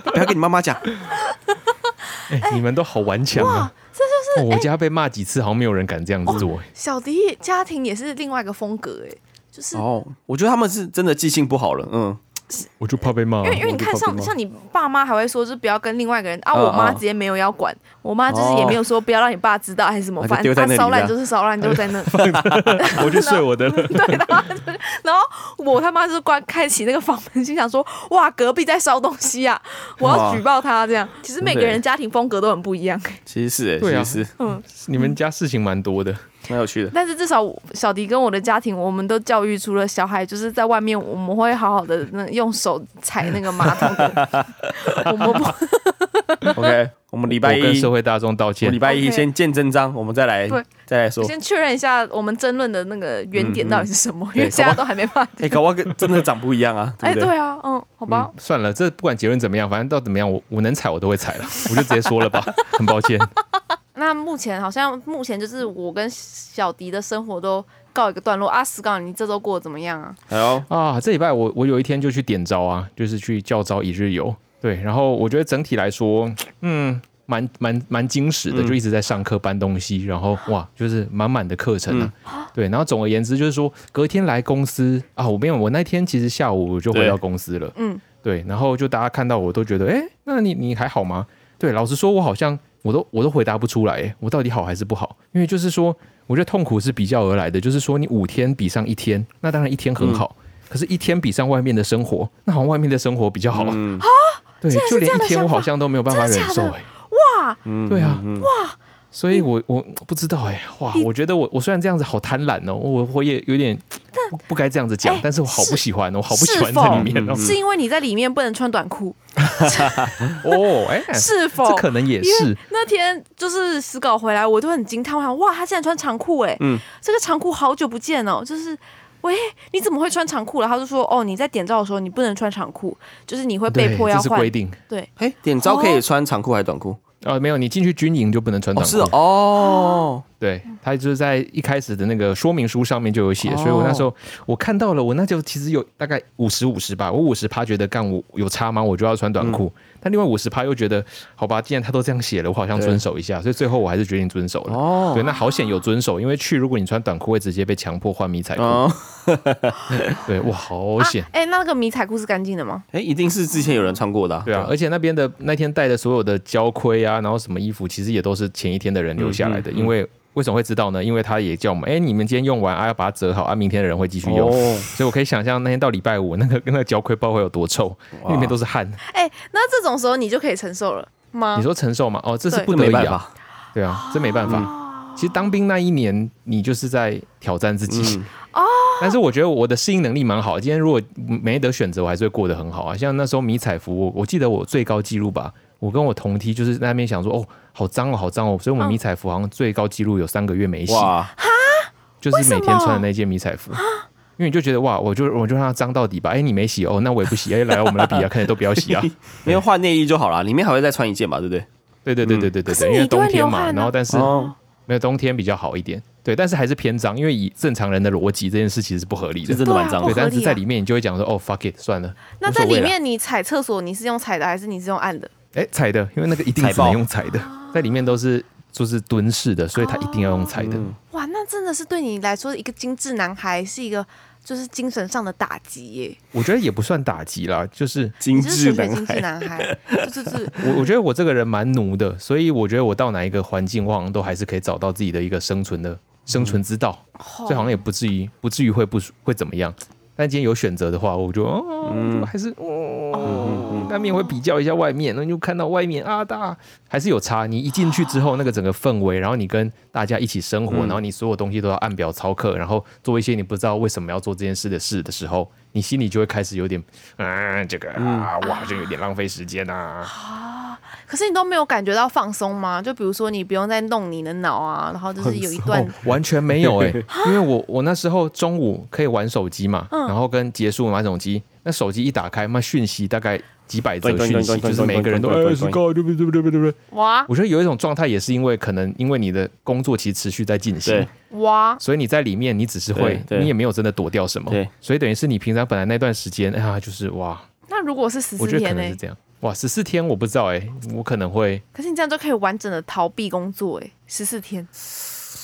Speaker 1: 不要跟你妈妈讲，
Speaker 3: 哎、你们都好顽强啊！ [LAUGHS] 这
Speaker 6: 哎
Speaker 3: 就是、我家被骂几次，好像没有人敢这样子做、哎
Speaker 6: 小迪家庭也是另外一个风格哎，就是
Speaker 1: 哦，我觉得他们是真的记性不好了，嗯，
Speaker 3: 我就怕被骂
Speaker 6: 因为因为你
Speaker 1: 我就
Speaker 6: 看
Speaker 1: 搞不
Speaker 6: 像
Speaker 1: 懂
Speaker 6: 像你爸妈还会说，就是不要跟另外一个人啊，
Speaker 1: 嗯
Speaker 6: 我妈
Speaker 1: 嗯
Speaker 6: 直接没有要管，我妈就是也没有说不要让你爸知道还是什么，
Speaker 1: 啊就
Speaker 6: 反
Speaker 1: 丢
Speaker 6: 正
Speaker 1: 在
Speaker 6: 他
Speaker 1: 那里
Speaker 6: 烧烂
Speaker 1: 这
Speaker 6: 就
Speaker 1: 样
Speaker 6: 是烧烂就在那。
Speaker 1: [LAUGHS]
Speaker 3: 我就睡我的了。
Speaker 6: [LAUGHS] 对的，然后就是然后我他妈就是关开启那个房门，心想说哇，隔壁在烧东西啊，我要
Speaker 1: 哇
Speaker 6: 举报他这样。其实每
Speaker 1: 真
Speaker 6: 个
Speaker 1: 的耶
Speaker 6: 人家庭风格都很不一样，欸
Speaker 1: 其实是、哎，
Speaker 3: 对啊
Speaker 1: 其实是
Speaker 3: 你们家事情蛮多的，
Speaker 1: 蛮有趣的。
Speaker 6: 但是至少我小迪跟我的家庭，我们都教育出了小孩，就是在外面我们会好好的那用手踩那个马桶的， [LAUGHS] 我们不
Speaker 1: OK，我们礼
Speaker 3: 我
Speaker 1: 拜一，
Speaker 3: 跟社
Speaker 1: 我
Speaker 3: 会大众道歉
Speaker 1: 们礼。拜一
Speaker 6: OK
Speaker 1: 先见真章，我们再来
Speaker 6: 对
Speaker 1: 再来说。
Speaker 6: 先确认一下我们争论的那个原点到底是什
Speaker 3: 嗯
Speaker 6: 么，因
Speaker 1: 对
Speaker 6: 为现在都还没办法。
Speaker 1: 哎、搞不好跟真的长不一样啊，对
Speaker 6: 哎，
Speaker 1: 不对？
Speaker 6: 对啊，嗯，好吧，
Speaker 3: 算了，这不管结论怎么样，反正到怎么样，我我能踩我都会踩了，我就直接说了吧，很抱歉。
Speaker 6: 那目前好像目前就是我跟小迪的生活都告一个段落。阿石告你这周过得怎么样啊？
Speaker 1: 哎呦，
Speaker 3: 啊，这礼拜我我有一天就去点招啊，就是去教招一日游。对，然后我觉得整体来说，嗯，蛮蛮蛮精实的，
Speaker 1: 嗯
Speaker 3: 就一直在上课搬东西，然后哇，就是满满的课程啊。
Speaker 1: 嗯
Speaker 3: 对，然后总而言之就是说，隔天来公司啊，我没有，我那天其实下午我就回
Speaker 1: 对
Speaker 3: 到公司了。
Speaker 6: 嗯，
Speaker 3: 对，然后就大家看到我都觉得，哎，那你你还好吗？对，老实说，我好像我都我都回答不出来，诶我到底好还是不好？因为就是说，我觉得痛苦是比较而来的，就是说你五天比上一天，那当然一天很
Speaker 1: 嗯
Speaker 3: 好，可是一天比上外面的生活，那好像外面的生活比较好啊。
Speaker 1: 嗯，
Speaker 3: 对
Speaker 6: 竟然，是
Speaker 3: 就连
Speaker 6: 这样的
Speaker 3: 一天我
Speaker 6: 想法
Speaker 3: 好像都没有办法
Speaker 6: 真的
Speaker 3: 忍
Speaker 6: 假
Speaker 3: 受
Speaker 6: 的
Speaker 3: 哎、
Speaker 1: 嗯
Speaker 3: 对啊
Speaker 1: 嗯嗯
Speaker 3: 所以我我不知道哎、哇，我觉得我我虽然这样子好贪婪哦，我我也有点不不该这样子讲
Speaker 6: 哎，
Speaker 3: 但是我好不
Speaker 6: 是
Speaker 3: 喜欢哦，我好不喜
Speaker 6: 是
Speaker 3: 欢在
Speaker 6: 否
Speaker 3: 里面哦。
Speaker 6: 是因为你在里面不能穿短裤，
Speaker 1: 嗯
Speaker 3: [LAUGHS] 哦，哎，
Speaker 6: 是否？
Speaker 3: 这可能也
Speaker 6: 因为
Speaker 3: 是。
Speaker 6: 那天就是死稿回来，我都很惊叹，我想哇，他竟然穿长裤哎、
Speaker 1: 嗯
Speaker 6: 这个长裤好久不见哦，就是。喂，你怎么会穿长裤了？他就说，哦，你在点照的时候你不能穿长裤，就是你会被
Speaker 3: 对
Speaker 6: 迫要
Speaker 3: 这是
Speaker 6: 换
Speaker 3: 规。定。
Speaker 6: 对，
Speaker 1: 哎、点招可以穿长裤还是短裤？
Speaker 3: 呃，没有，你进去军营就不能
Speaker 1: 哦，
Speaker 3: 穿短裤。
Speaker 1: 是哦哦，
Speaker 3: 对，他就是在一开始的那个说明书上面就有写，所以我那时
Speaker 1: 哦
Speaker 3: 候我看到了，我那就其实有大概五十五十吧，我五十趴觉得干我有差吗？我就要穿短裤，
Speaker 1: 嗯
Speaker 3: 但另外五十趴又觉得好吧，既然他都这样写了，我好像
Speaker 1: 对
Speaker 3: 遵守一下，所以最后我还是决定遵守了。
Speaker 1: 哦
Speaker 3: 对，那好险有遵守，因为去如果你穿短裤会直接被强迫换迷彩裤。
Speaker 1: 哦，
Speaker 3: 对，哇，好
Speaker 6: 啊
Speaker 3: 险！
Speaker 6: 哎、那那个迷彩裤是干净的吗？
Speaker 1: 哎、一定是之前有人穿过的、啊，
Speaker 3: 对啊，而且那边的那天带的所有的胶盔啊，然后什么衣服，其实也都是前一天的人留下来的。因为为什么会知道呢？因为他也叫我们，哎、你们今天用完啊，要把它折好啊，明天的人会继续用。
Speaker 1: 哦
Speaker 3: 所以我可以想象那天到礼拜五，那个那个胶盔包会有多臭，因为里面都是汗。
Speaker 6: 哎、那这种时候你就可以承受了吗？
Speaker 3: 你说承受嘛？哦，这是
Speaker 6: 对
Speaker 3: 不
Speaker 1: 这
Speaker 3: 得
Speaker 1: 没
Speaker 3: 已
Speaker 1: 办
Speaker 3: 啊，
Speaker 1: 法，
Speaker 3: 对
Speaker 6: 哦哦
Speaker 3: 啊，这没办法。其实当兵那一年，你就是在挑战自己，
Speaker 1: 嗯，
Speaker 3: 但是我觉得我的适应能力蛮好。今天如果没得选择，我还是会过得很好啊。像那时候迷彩服，我我记得我最高纪录吧，我跟我同梯就是在那边想说，哦，好脏哦，好脏哦，
Speaker 6: 嗯
Speaker 3: 所以我们迷彩服好像最高纪录有三个月没洗，
Speaker 1: 哇，
Speaker 3: 就是每天穿的那件迷彩服。因为你就觉得哇，我就我就让它脏到底吧。哎，你没洗哦，那我也不洗。哎，来我们来比啊，看你都不
Speaker 1: [LAUGHS]
Speaker 3: 要洗啊。
Speaker 1: 没有换内衣就好啦，里面还会再穿一件吧，对不对？
Speaker 3: 对对对对对对对，
Speaker 6: 你
Speaker 3: 因为
Speaker 6: 都
Speaker 3: 冬
Speaker 6: 会
Speaker 3: 天
Speaker 6: 流
Speaker 3: 嘛，
Speaker 6: 汗啊
Speaker 3: 然后但是
Speaker 1: 哦，
Speaker 3: 没有冬天比较好一点，对，但是还是偏脏，因为以正常人的逻辑，这件事其实是不合理
Speaker 1: 这
Speaker 3: 的。
Speaker 1: 真的蛮脏
Speaker 6: 不
Speaker 1: 的。
Speaker 3: 对，
Speaker 6: 合
Speaker 3: 但是
Speaker 6: 理啊
Speaker 3: 在里面你就会讲说，哦，fuck it，算了。
Speaker 6: 那
Speaker 3: 无所
Speaker 6: 在
Speaker 3: 谓
Speaker 6: 里
Speaker 3: 啦，
Speaker 6: 面你踩厕所，你是用踩的还是你是用按的？
Speaker 3: 哎，踩的，因为那个一定
Speaker 1: 踩
Speaker 3: 只能
Speaker 1: 爆
Speaker 3: 用踩的，在里面都是就是蹲式的，所以它一定要用踩的。
Speaker 1: 嗯
Speaker 6: 哇，那真的是对你来说一个精致男孩是一个就是精神上的打击耶。
Speaker 3: 我觉得也不算打击啦，就是
Speaker 1: 精
Speaker 6: 你就是
Speaker 1: 致
Speaker 6: 纯粹
Speaker 1: 男
Speaker 6: 精致
Speaker 1: 孩，
Speaker 6: 男孩，就是就是
Speaker 3: 我我觉得我这个人蛮奴的，所以我觉得我到哪一个环境，我好像都还是可以找到自己的一个生存的生存之道，所以好像也不至于不至于会不舒会怎么样。但今天有选择的话，我就哦，我还是哦，难免会比较一下外面，那你就看到外面啊，大家还是有差。你一进去之后，那个整个氛围，然后你跟大家一起生活，然后你所有东西都要按表操课，然后做一些你不知道为什么要做这件事的事的时候，你心里就会开始有点，嗯，这个啊，我好像有点浪费时间啊。
Speaker 6: 可是你都没有感觉到放松吗？就比如说你不用再弄你的脑啊，然后就是有一段
Speaker 3: 哦，完全
Speaker 1: [LAUGHS]
Speaker 3: 没有哎、因为我我那时候中午可以玩手机嘛，
Speaker 6: 嗯
Speaker 3: 然后跟结束玩手机，那手机一打开，妈讯息大概几百则讯息，就是每个人都哎是高对不对对不对对。
Speaker 6: 哇
Speaker 3: 我觉得有一种状态也是因为可能因为你的工作其实持续在进行
Speaker 1: 对，
Speaker 6: 哇，
Speaker 3: 所以你在里面你只是会，
Speaker 1: 对对
Speaker 3: 你也没有真的躲掉什么
Speaker 1: 对，
Speaker 3: 所以等于是你平常本来那段时间，哎呀就是哇，
Speaker 6: 那如果是十
Speaker 3: 我
Speaker 6: 四
Speaker 3: 觉得可
Speaker 6: 天呢、欸
Speaker 3: 能是这样。哇，十四天我不知道哎、我可能会，
Speaker 6: 可是你这样就可以完整的逃避工作哎、十四天，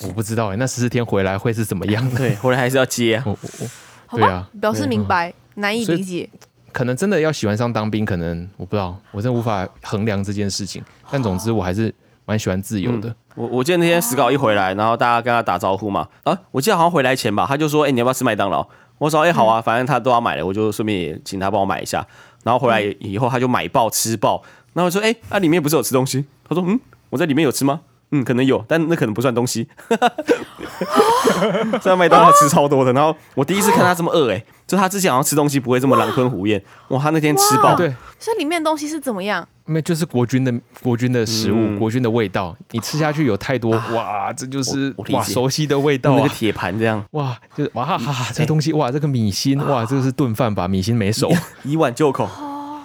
Speaker 3: 我不知道哎、那十四天回来会是怎么样的？
Speaker 1: 对，回来还是要接啊。
Speaker 3: [LAUGHS] 我我我
Speaker 6: 好
Speaker 3: 对
Speaker 6: 吧，
Speaker 3: 啊
Speaker 6: 表示明白，难以
Speaker 3: 所以
Speaker 6: 理解。
Speaker 3: 可能真的要喜欢上当兵，可能我不知道，我真的无法衡量这件事情。
Speaker 1: 哦
Speaker 3: 但总之，我还是蛮喜欢自由的。
Speaker 1: 我我记得那天史搞一回来，然后大家跟他打招呼嘛，啊，我记得好像回来前吧，他就说，哎、你要不要吃麦当劳？我说，哎、好啊，反正他都要买了，我就顺便也请他帮我买一下。然后回
Speaker 3: 嗯
Speaker 1: 来以后，他就买爆吃爆。然后我说，哎、那、里面不是有吃东西？他说，嗯，我在里面有吃吗？嗯，可能有，但那可能不算东西。 [LAUGHS] 在麦当劳吃超多的，然后我第一次看他这么饿，哎，就他之前好像吃东西不会这么狼吞虎咽，哇，他那天吃
Speaker 6: 哇
Speaker 1: 爆，
Speaker 3: 对，
Speaker 6: 所以里面的东西是怎么样？
Speaker 3: 没就是国军的国军的食物，
Speaker 1: 嗯
Speaker 3: 国军的味道，你吃下去有太多哇，这就是
Speaker 1: 啊我我理解
Speaker 3: 哇熟悉的味道
Speaker 1: 用那
Speaker 3: 啊
Speaker 1: 个。哎铁盘这样
Speaker 3: 哇，就是哇哈哈，这东西哇，这个米心
Speaker 1: 啊
Speaker 3: 哇，这个是炖饭吧？米心没熟，
Speaker 1: 以碗就口，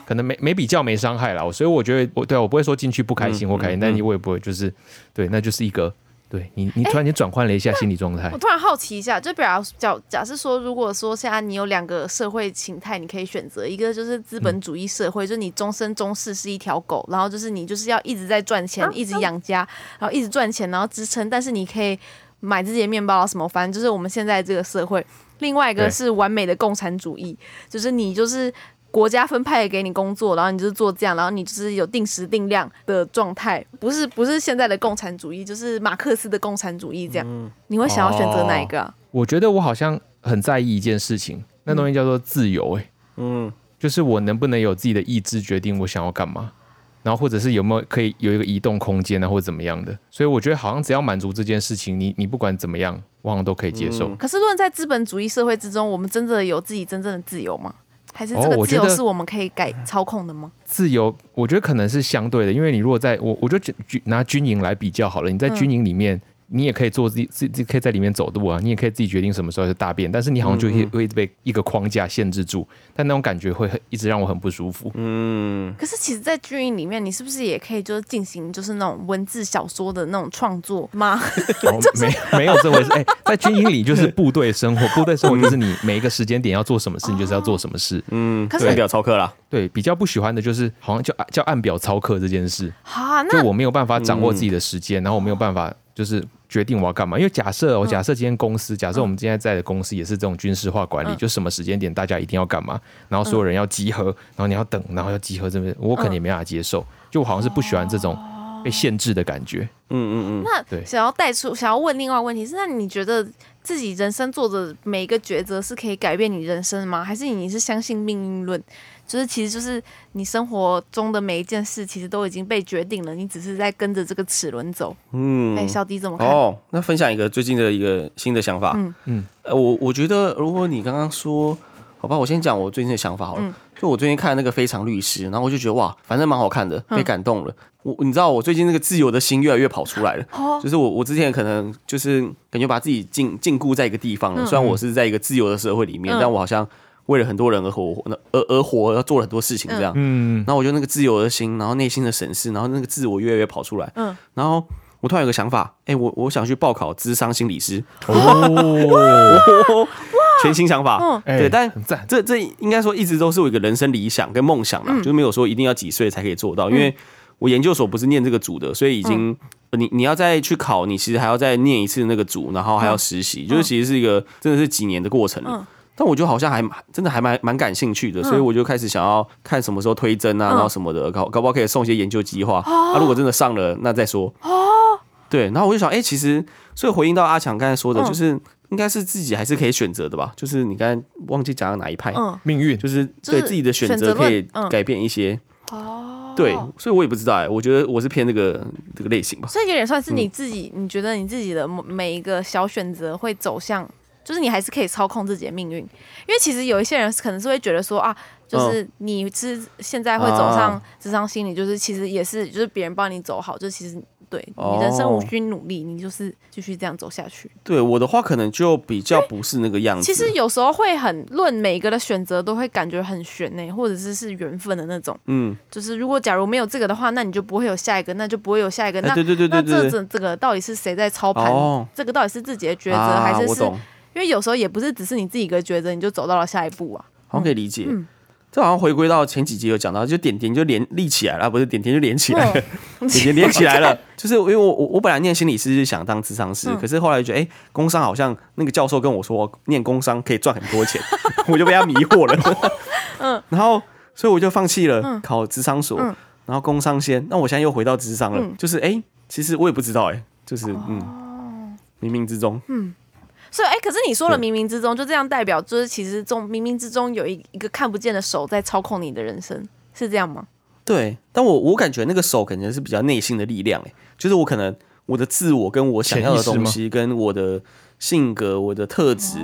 Speaker 3: 可能没没比较没伤害啦。所以我觉得我对啊、我不会说进去不开心或开
Speaker 1: 嗯
Speaker 3: 心，但我也不会就是对，那就是一个对你
Speaker 1: 哎
Speaker 3: 你突然间转换了一下心理状态
Speaker 6: 我。突然好奇一下，就比如假假设说，如果说现在你有两个社会形态，你可以选择，一个就是资本主义社会，就是你终身终世是一条狗，然后就是你就是要一直在赚钱，一直养家，然后一直赚钱，然后支撑，但是你可以买自己的面包啊什么，反正就是我们现在这个社会。另外一个
Speaker 3: 对
Speaker 6: 是完美的共产主义，就是你就是国家分派给你工作，然后你就是做这样，然后你就是有定时定量的状态，不是不是现在的共产主义，就是马克思的共产主义这样。
Speaker 3: 嗯
Speaker 6: 你会想要选择哪一个、啊？
Speaker 3: 我觉得我好像很在意一件事情，那东西叫做自由、欸，
Speaker 1: 嗯，
Speaker 3: 就是我能不能有自己的意志决定我想要干嘛，然后或者是有没有可以有一个移动空间啊，或者怎么样的。所以我觉得好像只要满足这件事情，你你不管怎么样，我好像都可以接受。
Speaker 6: 可是论在资本主义社会之中，我们真的有自己真正的自由吗？还是这
Speaker 3: 哦
Speaker 6: 个
Speaker 3: 我
Speaker 6: 自
Speaker 3: 觉
Speaker 6: 由
Speaker 3: 得
Speaker 6: 是我们可以改操控的吗？
Speaker 3: 自由，我觉得可能是相对的，因为你如果在我我就举举拿军营来比较好了，你在军营里面。你也可以做自己，自己自己可以在里面走路啊，你也可以自己决定什么时候是大便，但是你好像就会会被一个框架限制住，但那种感觉会很一直让我很不舒服。
Speaker 1: 嗯
Speaker 6: 可是其实，在军营里面，你是不是也可以就是进行就是那种文字小说的那种创作
Speaker 3: [LAUGHS]
Speaker 6: 吗？
Speaker 3: 哦，没没有这回事。哎、在军营里就是部队生活，部队生活就是你每一个时间点要做什么事，你就是要做什么事。
Speaker 1: 嗯，
Speaker 6: 可是
Speaker 1: 代表超课啦，
Speaker 3: 对，比较不喜欢的就是好像叫叫按表操课这件事，
Speaker 6: 啊，
Speaker 3: 就
Speaker 6: 那嗯
Speaker 3: 我没有办法掌握自己的时间，然后我没有办法就是决定我要干嘛。因为假设
Speaker 6: 嗯
Speaker 3: 哦我假设今天公司，假设我们今天在的公司也是这种军事化
Speaker 6: 嗯
Speaker 3: 管理，就什么时间点大家一定要干嘛，然后所有
Speaker 6: 嗯
Speaker 3: 人要集合，然后你要等，然后要集合这边，我可能也没办法接受。就我好像是不喜欢这种被限制的感觉。
Speaker 6: 哦
Speaker 1: 嗯嗯嗯，
Speaker 6: 那
Speaker 3: 对
Speaker 6: 想要带出，想要问另外一个问题是：那你觉得自己人生做的每一个抉择是可以改变你人生的吗？还是你是相信命运论？就是其实就是你生活中的每一件事，其实都已经被决定了，你只是在跟着这个齿轮走。
Speaker 1: 嗯
Speaker 6: 哎、小迪怎么看？
Speaker 1: 哦，那分享一个最近的一个新的想法。
Speaker 6: 嗯
Speaker 1: 嗯
Speaker 3: 嗯
Speaker 1: 嗯，呃，我我觉得如果你刚刚说，好吧，我先讲我最近的想法好了。
Speaker 6: 嗯
Speaker 1: 就我最近看那个《非常律师》，然后我就觉得哇，反正蛮好看的，
Speaker 6: 嗯
Speaker 1: 被感动了。我你知道，我最近那个自由的心越来越跑出来了。
Speaker 6: 哦
Speaker 1: 就是我我之前可能就是感觉把自己禁禁锢在一个地方了，
Speaker 6: 嗯
Speaker 1: 虽然我是在一个自由的社会里面，
Speaker 6: 嗯
Speaker 1: 但我好像为了很多人而活，而而活，而做了很多事情这样。
Speaker 3: 嗯
Speaker 6: [LAUGHS]
Speaker 1: 然后我就那个自由的心，然后内心的审视，然后那个自我越来越跑出来。
Speaker 6: 嗯
Speaker 1: 嗯，然后我突然有个想法，哎、我我想去报考智商心理师，
Speaker 3: 哦，
Speaker 1: 全新想法。
Speaker 6: 嗯
Speaker 3: 哎
Speaker 1: 对，但
Speaker 3: 很赞
Speaker 1: 这这应该说一直都是我一个人生理想跟梦想啦，
Speaker 6: 嗯
Speaker 1: 就是没有说一定要几岁才可以做到，因为我研究所不是念这个组的，所以已经、
Speaker 6: 嗯
Speaker 1: 呃你你要再去考，你其实还要再念一次那个组，然后还要实习，就是其实是一个真的是几年的过程了。
Speaker 6: 嗯
Speaker 1: 但我就好像还蛮真的还蛮蛮感兴趣的，所以我就开始想要看什么时候推甄啊，
Speaker 6: 嗯哦
Speaker 1: 然后什么的，搞搞不好可以送一些研究计划。啊，如果真的上了，那再说。哦，对，然后我就想，哎、其实所以回应到阿强刚才说的，
Speaker 6: 嗯
Speaker 1: 就是应该是自己还是可以选择的吧？就是你刚才忘记讲到哪一派，
Speaker 6: 嗯，
Speaker 3: 命运
Speaker 1: 就是
Speaker 6: 就是
Speaker 1: 对自己的选择
Speaker 6: 选择
Speaker 1: 可以
Speaker 6: 论嗯
Speaker 1: 改变一些。
Speaker 6: 哦，
Speaker 1: 对，所以我也不知道哎、我觉得我是偏这个这个类型吧。
Speaker 6: 所以有点算是
Speaker 1: 嗯
Speaker 6: 你自己，你觉得你自己的每一个小选择会走向，就是你还是可以操控自己的命运。因为其实有一些人可能是会觉得说啊，就是你是现在会走上
Speaker 1: 嗯啊
Speaker 6: 智商心理，就是其实也是就是别人帮你走好，就其实对
Speaker 1: 哦
Speaker 6: 你人生无需努力，你就是继续这样走下去。
Speaker 1: 对我的话，可能就比较不是那个样子。
Speaker 6: 其实，有时候会很论每个的选择都会感觉很悬呢、或者是是缘分的那种。
Speaker 1: 嗯，
Speaker 6: 就是如果假如没有这个的话，那你就不会有下一个，那就不会有下一个。
Speaker 1: 哎
Speaker 6: 那
Speaker 1: 对对对对
Speaker 6: 那这
Speaker 1: 对
Speaker 6: 这这个到底是谁在操盘？
Speaker 1: 哦
Speaker 6: 这个到底是自己的抉择，
Speaker 1: 啊
Speaker 6: 还是
Speaker 1: 我
Speaker 6: 是？
Speaker 1: 懂，
Speaker 6: 因为有时候也不是只是你自己一个抉择，你就走到了下一步啊。
Speaker 1: 好像可以理解。
Speaker 6: 嗯
Speaker 1: 这好像回归到前几集有讲到，就点点就连立起来了，啊不是点点就连起来
Speaker 6: 嗯
Speaker 1: 了，点 [LAUGHS] 点
Speaker 6: [LAUGHS]
Speaker 1: 连起来了。就是因为我我我本来念心理师是想当智商师，
Speaker 6: 嗯
Speaker 1: 可是后来觉得，哎、工商好像那个教授跟我说，念工商可以赚很多钱， [LAUGHS] 我就被他迷惑了。 [LAUGHS] 嗯，然后所以我就放弃了、考智商所，
Speaker 6: 嗯
Speaker 1: 然后工商先。那我现在又回到智商了，
Speaker 6: 嗯
Speaker 1: 就是哎、其实我也不知道、哎，就是嗯，冥冥之中，
Speaker 6: 所以，哎、可是你说了
Speaker 1: 对
Speaker 6: 冥冥之中，就这样代表，就是其实中冥冥之中有一一个看不见的手在操控你的人生，是这样吗？
Speaker 1: 对，但我我感觉那个手感觉是比较内心的力量、欸，就是我可能我的自我跟我想要的东
Speaker 3: 潜
Speaker 1: 西，跟我的性格、我的特质，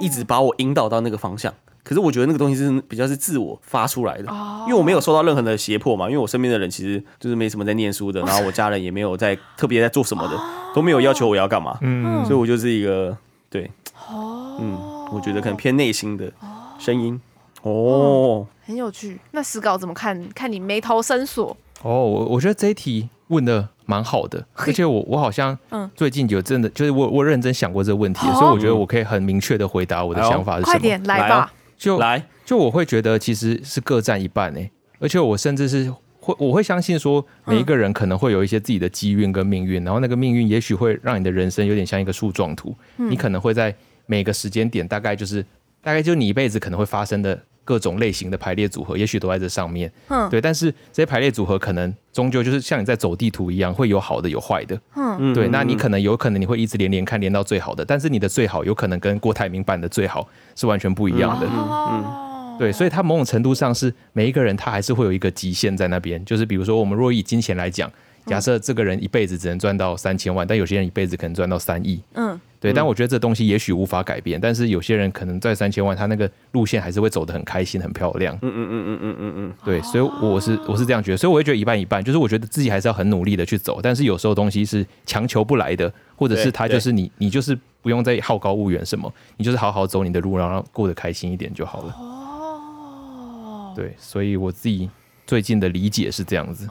Speaker 1: 一直把我引导到那个方向。可是我觉得那个东西是比较是自我发出来的，因为我没有受到任何的胁迫嘛，因为我身边的人其实就是没什么在念书的，然后我家人也没有在特别在做什么的，都没有要求我要干嘛，
Speaker 3: 嗯
Speaker 1: 所以我就是一个对，嗯，我觉得可能偏内心的声音。哦，
Speaker 6: 很有趣。那史稿怎么看？看你眉头深锁，
Speaker 3: 哦，我我觉得这一题问的蛮好的，而且我我好像
Speaker 6: 嗯
Speaker 3: 最近有真的就是我我认真想过这个问题，
Speaker 6: 好
Speaker 3: 所以我觉得我可以很明确的回答我的想法是什么。
Speaker 6: 快点来
Speaker 1: 啊
Speaker 6: 吧。
Speaker 3: 就
Speaker 1: 哦来，
Speaker 3: 就我会觉得其实是各占一半诶、欸而且我甚至是会我会相信说每一个人可能会有一些自己的机运跟命运，然后那个命运也许会让你的人生有点像一个树状图，你可能会在每个时间点大概就是大概就你一辈子可能会发生的各种类型的排列组合，也许都在这上面。
Speaker 6: 嗯
Speaker 3: 对，但是这些排列组合可能终究就是像你在走地图一样，会有好的有坏的。
Speaker 1: 嗯
Speaker 3: 对，那
Speaker 1: 嗯
Speaker 3: 你
Speaker 1: 嗯
Speaker 3: 可能有可能你会一直连连看，连到最好的，但是你的最好有可能跟郭台铭版的最好是完全不一
Speaker 1: 嗯
Speaker 3: 样的。
Speaker 6: 哦，
Speaker 3: 对，所以它某种程度上是每一个人他还是会有一个极限在那边。就是比如说，我们若以金钱来讲，假设这个人一辈子只能赚到三千万，但有些人一辈子可能赚到三亿。
Speaker 6: 嗯，
Speaker 3: 对，但我觉得这东西也许无法改变，但是有些人可能在三千万，他那个路线还是会走得很开心、很漂亮。
Speaker 1: 嗯嗯嗯嗯嗯嗯嗯。
Speaker 3: 对，所以我是我是这样觉得，所以我会觉得一半一半，就是我觉得自己还是要很努力的去走，但是有时候东西是强求不来的，或者是
Speaker 1: 对
Speaker 3: 他就是你，你就是不用再好高骛远什么，你就是好好走你的路，然后过得开心一点就好了。
Speaker 6: 哦，
Speaker 3: 对，所以我自己最近的理解是这样子，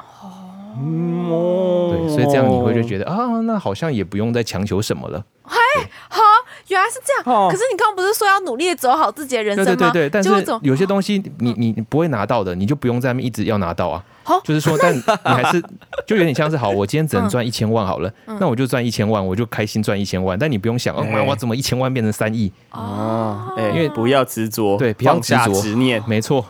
Speaker 3: 对
Speaker 1: 对，
Speaker 3: 所以这样你会就
Speaker 1: 哦
Speaker 3: 觉得啊，那好像也不用再强求什么了。
Speaker 6: 好，原来是这样。
Speaker 1: 哦
Speaker 6: 可是你刚刚不是说要努力的走好自己的人
Speaker 3: 对
Speaker 6: 生
Speaker 3: 对
Speaker 6: 吗？
Speaker 3: 对对，但是
Speaker 6: 结果怎么
Speaker 3: 有些东西
Speaker 6: 嗯
Speaker 3: 你你你不会拿到的，你就不用在那边一直要拿到啊。就是说，但你
Speaker 6: [LAUGHS]
Speaker 3: 还是就有点像是好，我今天
Speaker 6: 嗯
Speaker 3: 只能赚一千万好了，那我就赚一千万，我就开心赚一千万。但你不用想，哦，
Speaker 1: 哎
Speaker 3: 我怎么一千万变成三亿？
Speaker 6: 哦
Speaker 1: 啊，哎，
Speaker 3: 因为
Speaker 1: 不要执着，
Speaker 3: 对不要
Speaker 1: 放下
Speaker 3: 执着 [LAUGHS]
Speaker 1: 执念，
Speaker 3: 没错，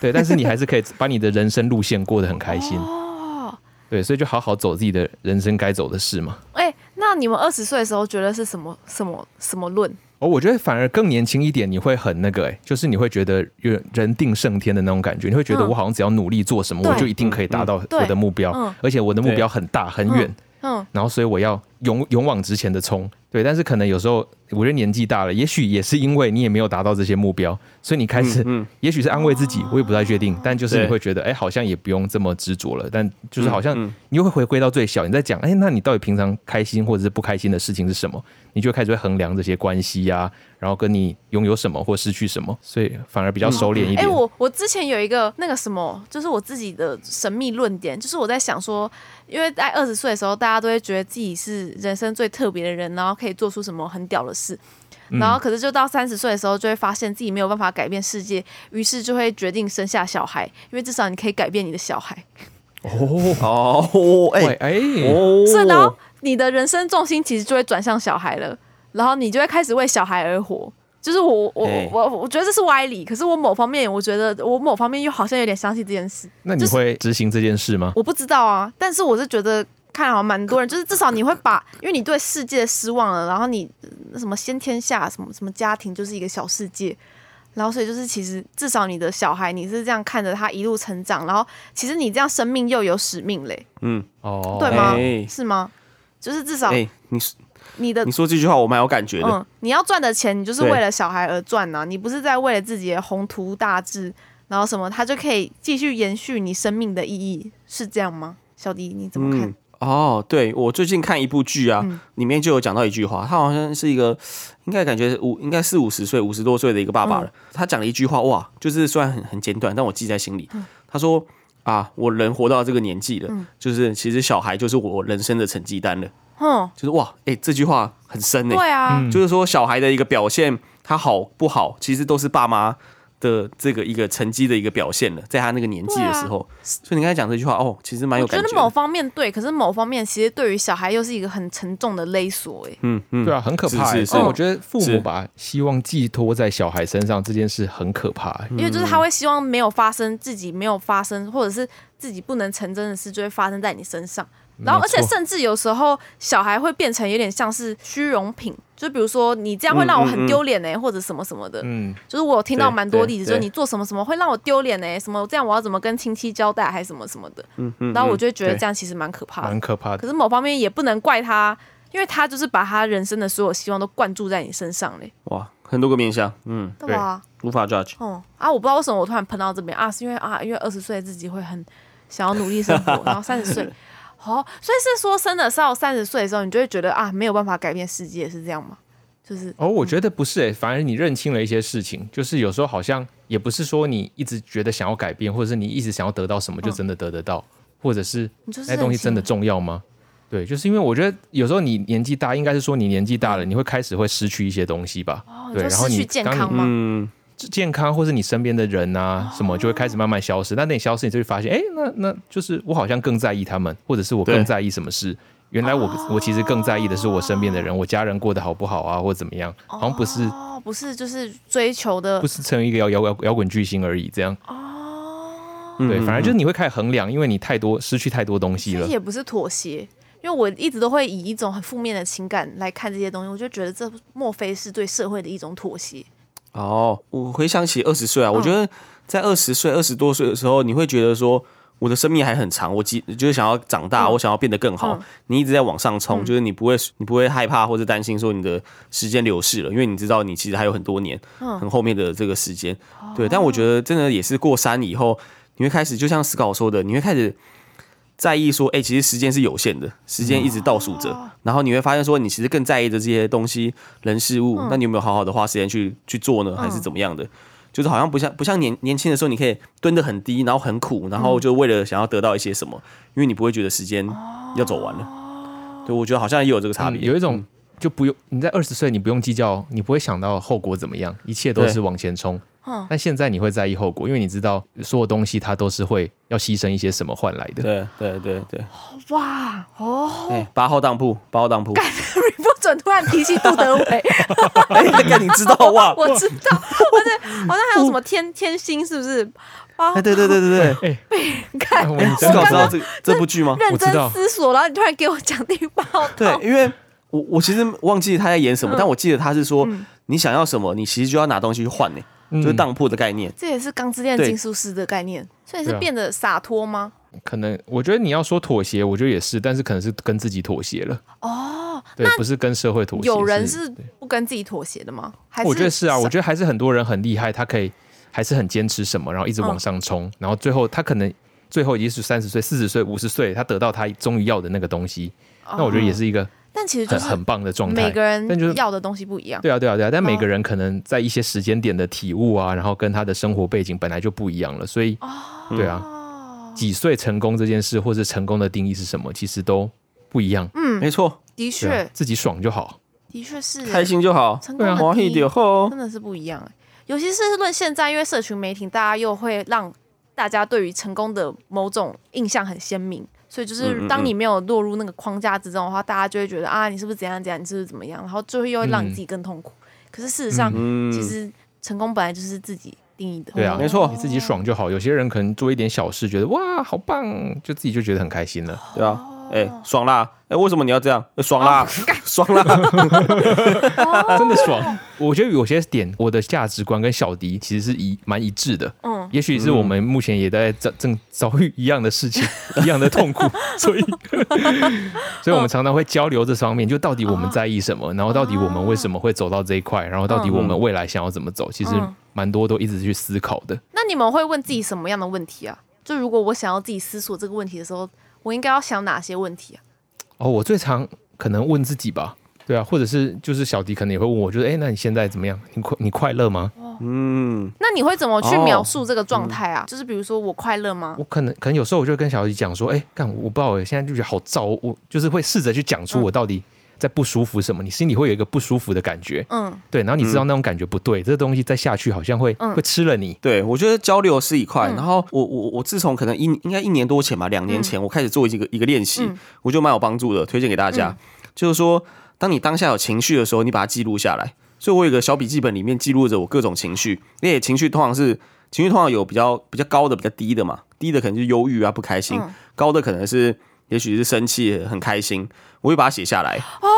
Speaker 3: 对，但是你还是可以把你的人生路线过得很开心。
Speaker 6: 哦，
Speaker 3: 对，所以就好好走自己的人生该走的事嘛。
Speaker 6: 哎、那你们二十岁的时候觉得是什么什么什么论？
Speaker 3: 哦，我觉得反而更年轻一点，你会很那个、欸，就是你会觉得人人定胜天的那种感觉，你会觉得
Speaker 6: 嗯
Speaker 3: 我好像只要努力做什么，
Speaker 6: 对
Speaker 3: 我就一定可以达到
Speaker 6: 对
Speaker 3: 我的目标，
Speaker 6: 嗯
Speaker 3: 而且我的目标很大很远，
Speaker 6: 嗯，
Speaker 3: 然后所以我要勇勇往直前的冲。对，但是可能有时候我觉得年纪大了，也许也是因为你也没有达到这些目标，所以你开始，
Speaker 1: 嗯嗯
Speaker 3: 也许是安慰自己，我也不太确定，但就是
Speaker 1: 对
Speaker 3: 你会觉得，哎、好像也不用这么执着了，但就是好像
Speaker 1: 嗯嗯
Speaker 3: 你又会回归到最小，你在讲，哎、那你到底平常开心或者是不开心的事情是什么？你就开始会衡量这些关系呀、然后跟你拥有什么或失去什么，所以反而比较收敛一
Speaker 6: 哎、
Speaker 3: 点。
Speaker 6: 我我之前有一个那个什么，就是我自己的神秘论点，就是我在想说，因为在二十岁的时候，大家都会觉得自己是人生最特别的人，然后可以做出什么很屌的事，
Speaker 3: 嗯
Speaker 6: 然后可是就到三十岁的时候，就会发现自己没有办法改变世界，于是就会决定生下小孩，因为至少你可以改变你的小孩。
Speaker 3: 哦，
Speaker 1: 哦，
Speaker 3: 哎
Speaker 1: 哎，
Speaker 3: 哎、
Speaker 1: 哦，
Speaker 6: 所以然后你的人生重心其实就会转向小孩了，然后你就会开始为小孩而活。就是我我
Speaker 1: 对
Speaker 6: 我我觉得这是歪理，可是我某方面我觉得我某方面又好像有点相信这件事。
Speaker 3: 那你
Speaker 6: 就是
Speaker 3: 会执行这件事吗？
Speaker 6: 我不知道啊，但是我是觉得看好像蛮多人，就是至少你会把，因为你对世界失望了，然后你呃什么先天下什么什么家庭就是一个小世界，然后所以就是其实至少你的小孩你是这样看着他一路成长，然后其实你这样生命又有使命嘞，
Speaker 1: 嗯，
Speaker 3: 哦，
Speaker 6: 对吗？
Speaker 1: 哎
Speaker 6: 是吗？就是至少
Speaker 1: 哎，你说
Speaker 6: 你的
Speaker 1: 你说这句话我蛮有感觉的，
Speaker 6: 嗯，你要赚的钱，你就是
Speaker 1: 对
Speaker 6: 为了小孩而赚啊呐、你不是在为了自己的宏图大志，然后什么，他就可以继续延续你生命的意义，是这样吗？小迪，你怎么看？
Speaker 1: 嗯。哦，对，我最近看一部剧啊，
Speaker 6: 嗯
Speaker 1: 里面就有讲到一句话，他好像是一个，应该感觉五应该四五十岁、五十多岁的一个爸
Speaker 6: 嗯
Speaker 1: 爸了。他讲了一句话，哇，就是虽然很很简短，但我记在心
Speaker 6: 嗯
Speaker 1: 里。他说啊，我人活到这个年纪了，就是其实小孩就是我人生的成绩单了。
Speaker 6: 哼、
Speaker 1: 就是哇，哎、这句话很深呢、
Speaker 6: 对啊，
Speaker 3: 嗯
Speaker 1: 就是说小孩的一个表现，他好不好，其实都是爸妈的这个一个成绩的一个表现了，在他那个年纪的时候。所以你刚才讲这句话，哦，其实蛮有
Speaker 6: 啊我
Speaker 1: 感
Speaker 6: 觉
Speaker 1: 觉
Speaker 6: 得
Speaker 1: 的
Speaker 6: 某方面对，可是某方面其实对于小孩又是一个很沉重的勒索、欸，
Speaker 1: 嗯嗯，
Speaker 3: 对啊，很可怕、欸。
Speaker 1: 是是
Speaker 3: 所以
Speaker 1: 是
Speaker 3: 我觉得父
Speaker 1: 是
Speaker 3: 母把希望寄托在小孩身上这件事很可怕、
Speaker 1: 嗯
Speaker 3: 欸。
Speaker 6: 因为就是他会希望没有发生，自己没有发生，或者是自己不能成真的事，就会发生在你身上。然后，
Speaker 3: 没
Speaker 6: 而且
Speaker 3: 错
Speaker 6: 甚至有时候小孩会变成有点像是虚荣品，就比如说你这样会让我
Speaker 1: 嗯嗯嗯
Speaker 6: 很丢脸哎，或者什么什么的。
Speaker 3: 嗯，
Speaker 6: 就是我有听到
Speaker 1: 对
Speaker 6: 蛮多
Speaker 1: 对
Speaker 6: 例子，就是
Speaker 1: 对
Speaker 6: 你做什么什么会让我丢脸哎，什么这样我要怎么跟亲戚交代，还是什么什么的。
Speaker 1: 嗯嗯
Speaker 6: 然后我就会觉得
Speaker 1: 对
Speaker 6: 这样其实蛮可怕
Speaker 3: 蛮
Speaker 6: 的。
Speaker 3: 可怕
Speaker 6: 可
Speaker 3: 的。
Speaker 6: 是某方面也不能怪他，因为他就是把他人生的所有希望都灌注在你身上嘞，
Speaker 1: 哇，很多个面向，嗯，
Speaker 6: 对吧？
Speaker 1: 无法 judge。
Speaker 6: 哦、啊，我不知道为什么我突然喷到这边啊，是因为啊，因为二十岁自己会很想要努力生活，然后三十岁，哦，所以是说真的是到三十岁的时候，你就会觉得啊，没有办法改变世界，是这样吗？就是嗯
Speaker 3: 哦，我觉得不是诶、反而你认清了一些事情，就是有时候好像也不是说你一直觉得想要改变，或者是你一直想要得到什么就真的得得到，或者是
Speaker 6: 嗯你就是
Speaker 3: 那东西真的
Speaker 6: 认清啊
Speaker 3: 重要吗？对，就是因为我觉得有时候你年纪大，应该是说你年纪大了，你会开始会失去一些东西吧。
Speaker 6: 哦，你
Speaker 3: 对，
Speaker 6: 就
Speaker 3: 然后
Speaker 6: 失
Speaker 3: 你
Speaker 6: 去健
Speaker 3: 当你
Speaker 6: 康吗？
Speaker 1: 嗯，
Speaker 3: 健康或是你身边的人
Speaker 6: 哦
Speaker 3: 啊，什么就会开始慢慢消失。但等你消失，你就会发现，哎、那那就是我好像更在意他们，或者是我
Speaker 1: 对
Speaker 3: 更在意什么事。原来我、
Speaker 6: 哦
Speaker 3: 我其实更在意的是我身边的人，我家人过得好不好啊，或怎么样，好像不是、
Speaker 6: 哦，不是，就是追求的
Speaker 3: 不是成为一个摇摇摇摇滚巨星而已，这样
Speaker 6: 哦，
Speaker 3: 对，
Speaker 1: 嗯
Speaker 3: 反而就是你会开始衡量，因为你太多失去太多东西
Speaker 6: 所
Speaker 3: 了
Speaker 6: 以。也不是妥协。因为我一直都会以一种很负面的情感来看这些东西，我就觉得这莫非是对社会的一种妥协？
Speaker 1: 哦，我回想起二十
Speaker 6: 嗯
Speaker 1: 岁啊，我觉得在二十岁、二十多岁的时候，你会觉得说。我的生命还很长，我急就是想要长大，
Speaker 6: 嗯
Speaker 1: 我想要变得更好。
Speaker 6: 嗯
Speaker 1: 你一直在往上冲，
Speaker 6: 嗯
Speaker 1: 就是你不会你不会害怕或者担心说你的时间流逝了，因为你知道你其实还有很多年，
Speaker 6: 嗯
Speaker 1: 很后面的这个时间。对，但我觉得真的也是过三以后，你会开始就像思考说的，你会开始在意说，哎、其实时间是有限的，时间一直倒数着，然后你会发现说，你其实更在意的这些东西、人、事物，那你有没有好好的花时间去去做呢，还是怎么样的？就是好像不像不像年年轻的时候，你可以蹲得很低，然后很苦，然后就为了想要得到一些什么，因为你不会觉得时间要走完了。对，我觉得好像也有这个差别。
Speaker 3: 嗯有一种就不用你在二十岁，你不用计较，你不会想到后果怎么样，一切都
Speaker 1: 对
Speaker 3: 是往前冲
Speaker 6: 嗯。
Speaker 3: 但现在你会在意后果，因为你知道所有东西它都是会要牺牲一些什么换来的。
Speaker 1: 对对对对，
Speaker 6: 哇哦， [LAUGHS]
Speaker 1: 哎、八号当铺，八号当铺，
Speaker 6: 你不准准突然提起杜德
Speaker 3: [LAUGHS]
Speaker 6: 伟，哦
Speaker 1: 哎，那你知道哇？
Speaker 6: 我知道，而且好像还有什么天天星，是不是？啊
Speaker 1: 哎，，对对对对对，
Speaker 6: 看
Speaker 3: 哎我
Speaker 1: 哎，
Speaker 3: 你
Speaker 1: 思
Speaker 3: 真
Speaker 1: 考
Speaker 3: 的
Speaker 1: 知道这这部剧吗？
Speaker 6: 认
Speaker 3: 我知
Speaker 6: 真
Speaker 3: 道
Speaker 6: 思索，然后你突然给我讲第
Speaker 3: [LAUGHS]
Speaker 6: 八道，
Speaker 1: 对，因为我我其实忘记他在演什么，但我记得他是说，你想要什么，你其实就要拿东西去换呢，就是当铺的概念。
Speaker 6: 这也是《钢之炼
Speaker 1: 对
Speaker 6: 金术师》的概念，所以
Speaker 3: 对
Speaker 6: 是
Speaker 3: 啊
Speaker 6: 变得洒脱吗？
Speaker 3: 可能我觉得你要说妥协，我觉得也是，但是可能是跟自己妥协了。
Speaker 6: 哦，
Speaker 3: 对，不是跟社会妥协。
Speaker 6: 有人是不跟自己妥协的吗？还是
Speaker 3: 我觉得是啊，
Speaker 6: 少
Speaker 3: 我觉得还是很多人很厉害，他可以还是很坚持什么，然后一直往上
Speaker 6: 哦
Speaker 3: 冲，然后最后他可能最后也许三十岁、四十岁、五十岁，他得到他终于要的那个东西，那我觉得也是一个
Speaker 6: 但其实哦就
Speaker 3: 很
Speaker 6: 是
Speaker 3: 很棒的状态。
Speaker 6: 每个人
Speaker 3: 但就是
Speaker 6: 要哦的东西不一样。
Speaker 3: 对啊，对啊，对啊，但每个人可能在一些时间点的体悟啊，然后跟他的生活背景本来就不一样了，所以，对啊，
Speaker 6: 哦，
Speaker 3: 几岁成功这件事，或是成功的定义是什么，其实都不一样。
Speaker 6: 嗯，
Speaker 1: 没错，
Speaker 6: 的
Speaker 3: 对啊
Speaker 6: 确，，
Speaker 3: 自己爽就好。
Speaker 6: 的确是
Speaker 1: 开心就好，
Speaker 6: 成功的
Speaker 1: 欢喜
Speaker 6: 定义
Speaker 1: 就好
Speaker 6: 真。的是不一样欸。尤其是论现在，因为社群媒体，大家又会让大家对于成功的某种印象很鲜明，所以
Speaker 1: 嗯
Speaker 6: 就
Speaker 1: 嗯
Speaker 6: 是
Speaker 1: 嗯
Speaker 6: 当你没有落入那个框架之中的话，大家就会觉得啊，你是不是怎样怎样，你是不是怎么样，然后就会又会让你自己更痛苦。可是事实上，
Speaker 1: 嗯，
Speaker 6: 其实成功本来就是自己定义的。
Speaker 3: 对啊，
Speaker 1: 没错
Speaker 3: 你自己爽就好。有些人可能做一点小事，觉得哇好棒，就自己就觉得很开心了。
Speaker 6: 哦
Speaker 1: 对啊，哎，爽啦！哎，为什么你要这样？哎爽啦， [LAUGHS] 爽啦！
Speaker 3: 真的爽。我觉得有些点，我的价值观跟小迪其实是一蛮一致的。
Speaker 6: 嗯，
Speaker 3: 也许是我们目前也在正正遭遇一样的事情，一样的
Speaker 6: [LAUGHS]
Speaker 3: 痛苦，所以，所以
Speaker 6: 嗯
Speaker 3: 我们常常会交流这方面，就到底我
Speaker 6: 哦
Speaker 3: 们在意什么，然后到底我们为什么会走到这一块，然后到底我们未来想要怎么走，其实
Speaker 6: 嗯
Speaker 3: 蛮多都一直去思考的。
Speaker 6: 那你们会问自己什么样的问题啊？就如果我想要自己思索这个问题的时候，我应该要想哪些问题啊？
Speaker 3: 哦，我最常可能问自己吧，对啊，或者是就是小迪可能也会问我，就是哎、诶那你现在怎么样？你快你快乐吗？
Speaker 1: 嗯，
Speaker 6: 那你会怎么去
Speaker 1: 哦嗯
Speaker 6: 描述这个状态啊？就是比如说，我快乐吗？
Speaker 3: 我可能可能有时候我就会跟小迪讲说，哎、干我不知道，我现在就觉得好燥，我就是会试着去讲出我到底在不舒服什么，你心里会有一个不舒服的感觉，
Speaker 6: 嗯，
Speaker 3: 对，然后你知道那种感觉不对，这个东西再下去好像会、
Speaker 6: 嗯
Speaker 3: 会吃了你。
Speaker 1: 对，我觉得交流是一块。
Speaker 6: 嗯
Speaker 1: 然后我我我自从可能一应该一年多前吧，两年前我开始做一个一个练习
Speaker 6: 嗯，
Speaker 1: 我觉得蛮有帮助的，推荐给大家。就是说，当你当下有情绪的时候，你把它记录下来。所以我有一个小笔记本，里面记录着我各种情绪。那些情绪通常是情绪通常有比较比较高的、比较低的嘛，低的可能就是忧郁啊、不开心，
Speaker 6: 嗯
Speaker 1: 高的可能是也许是生气、很开心，我会把它写下来。
Speaker 6: 哦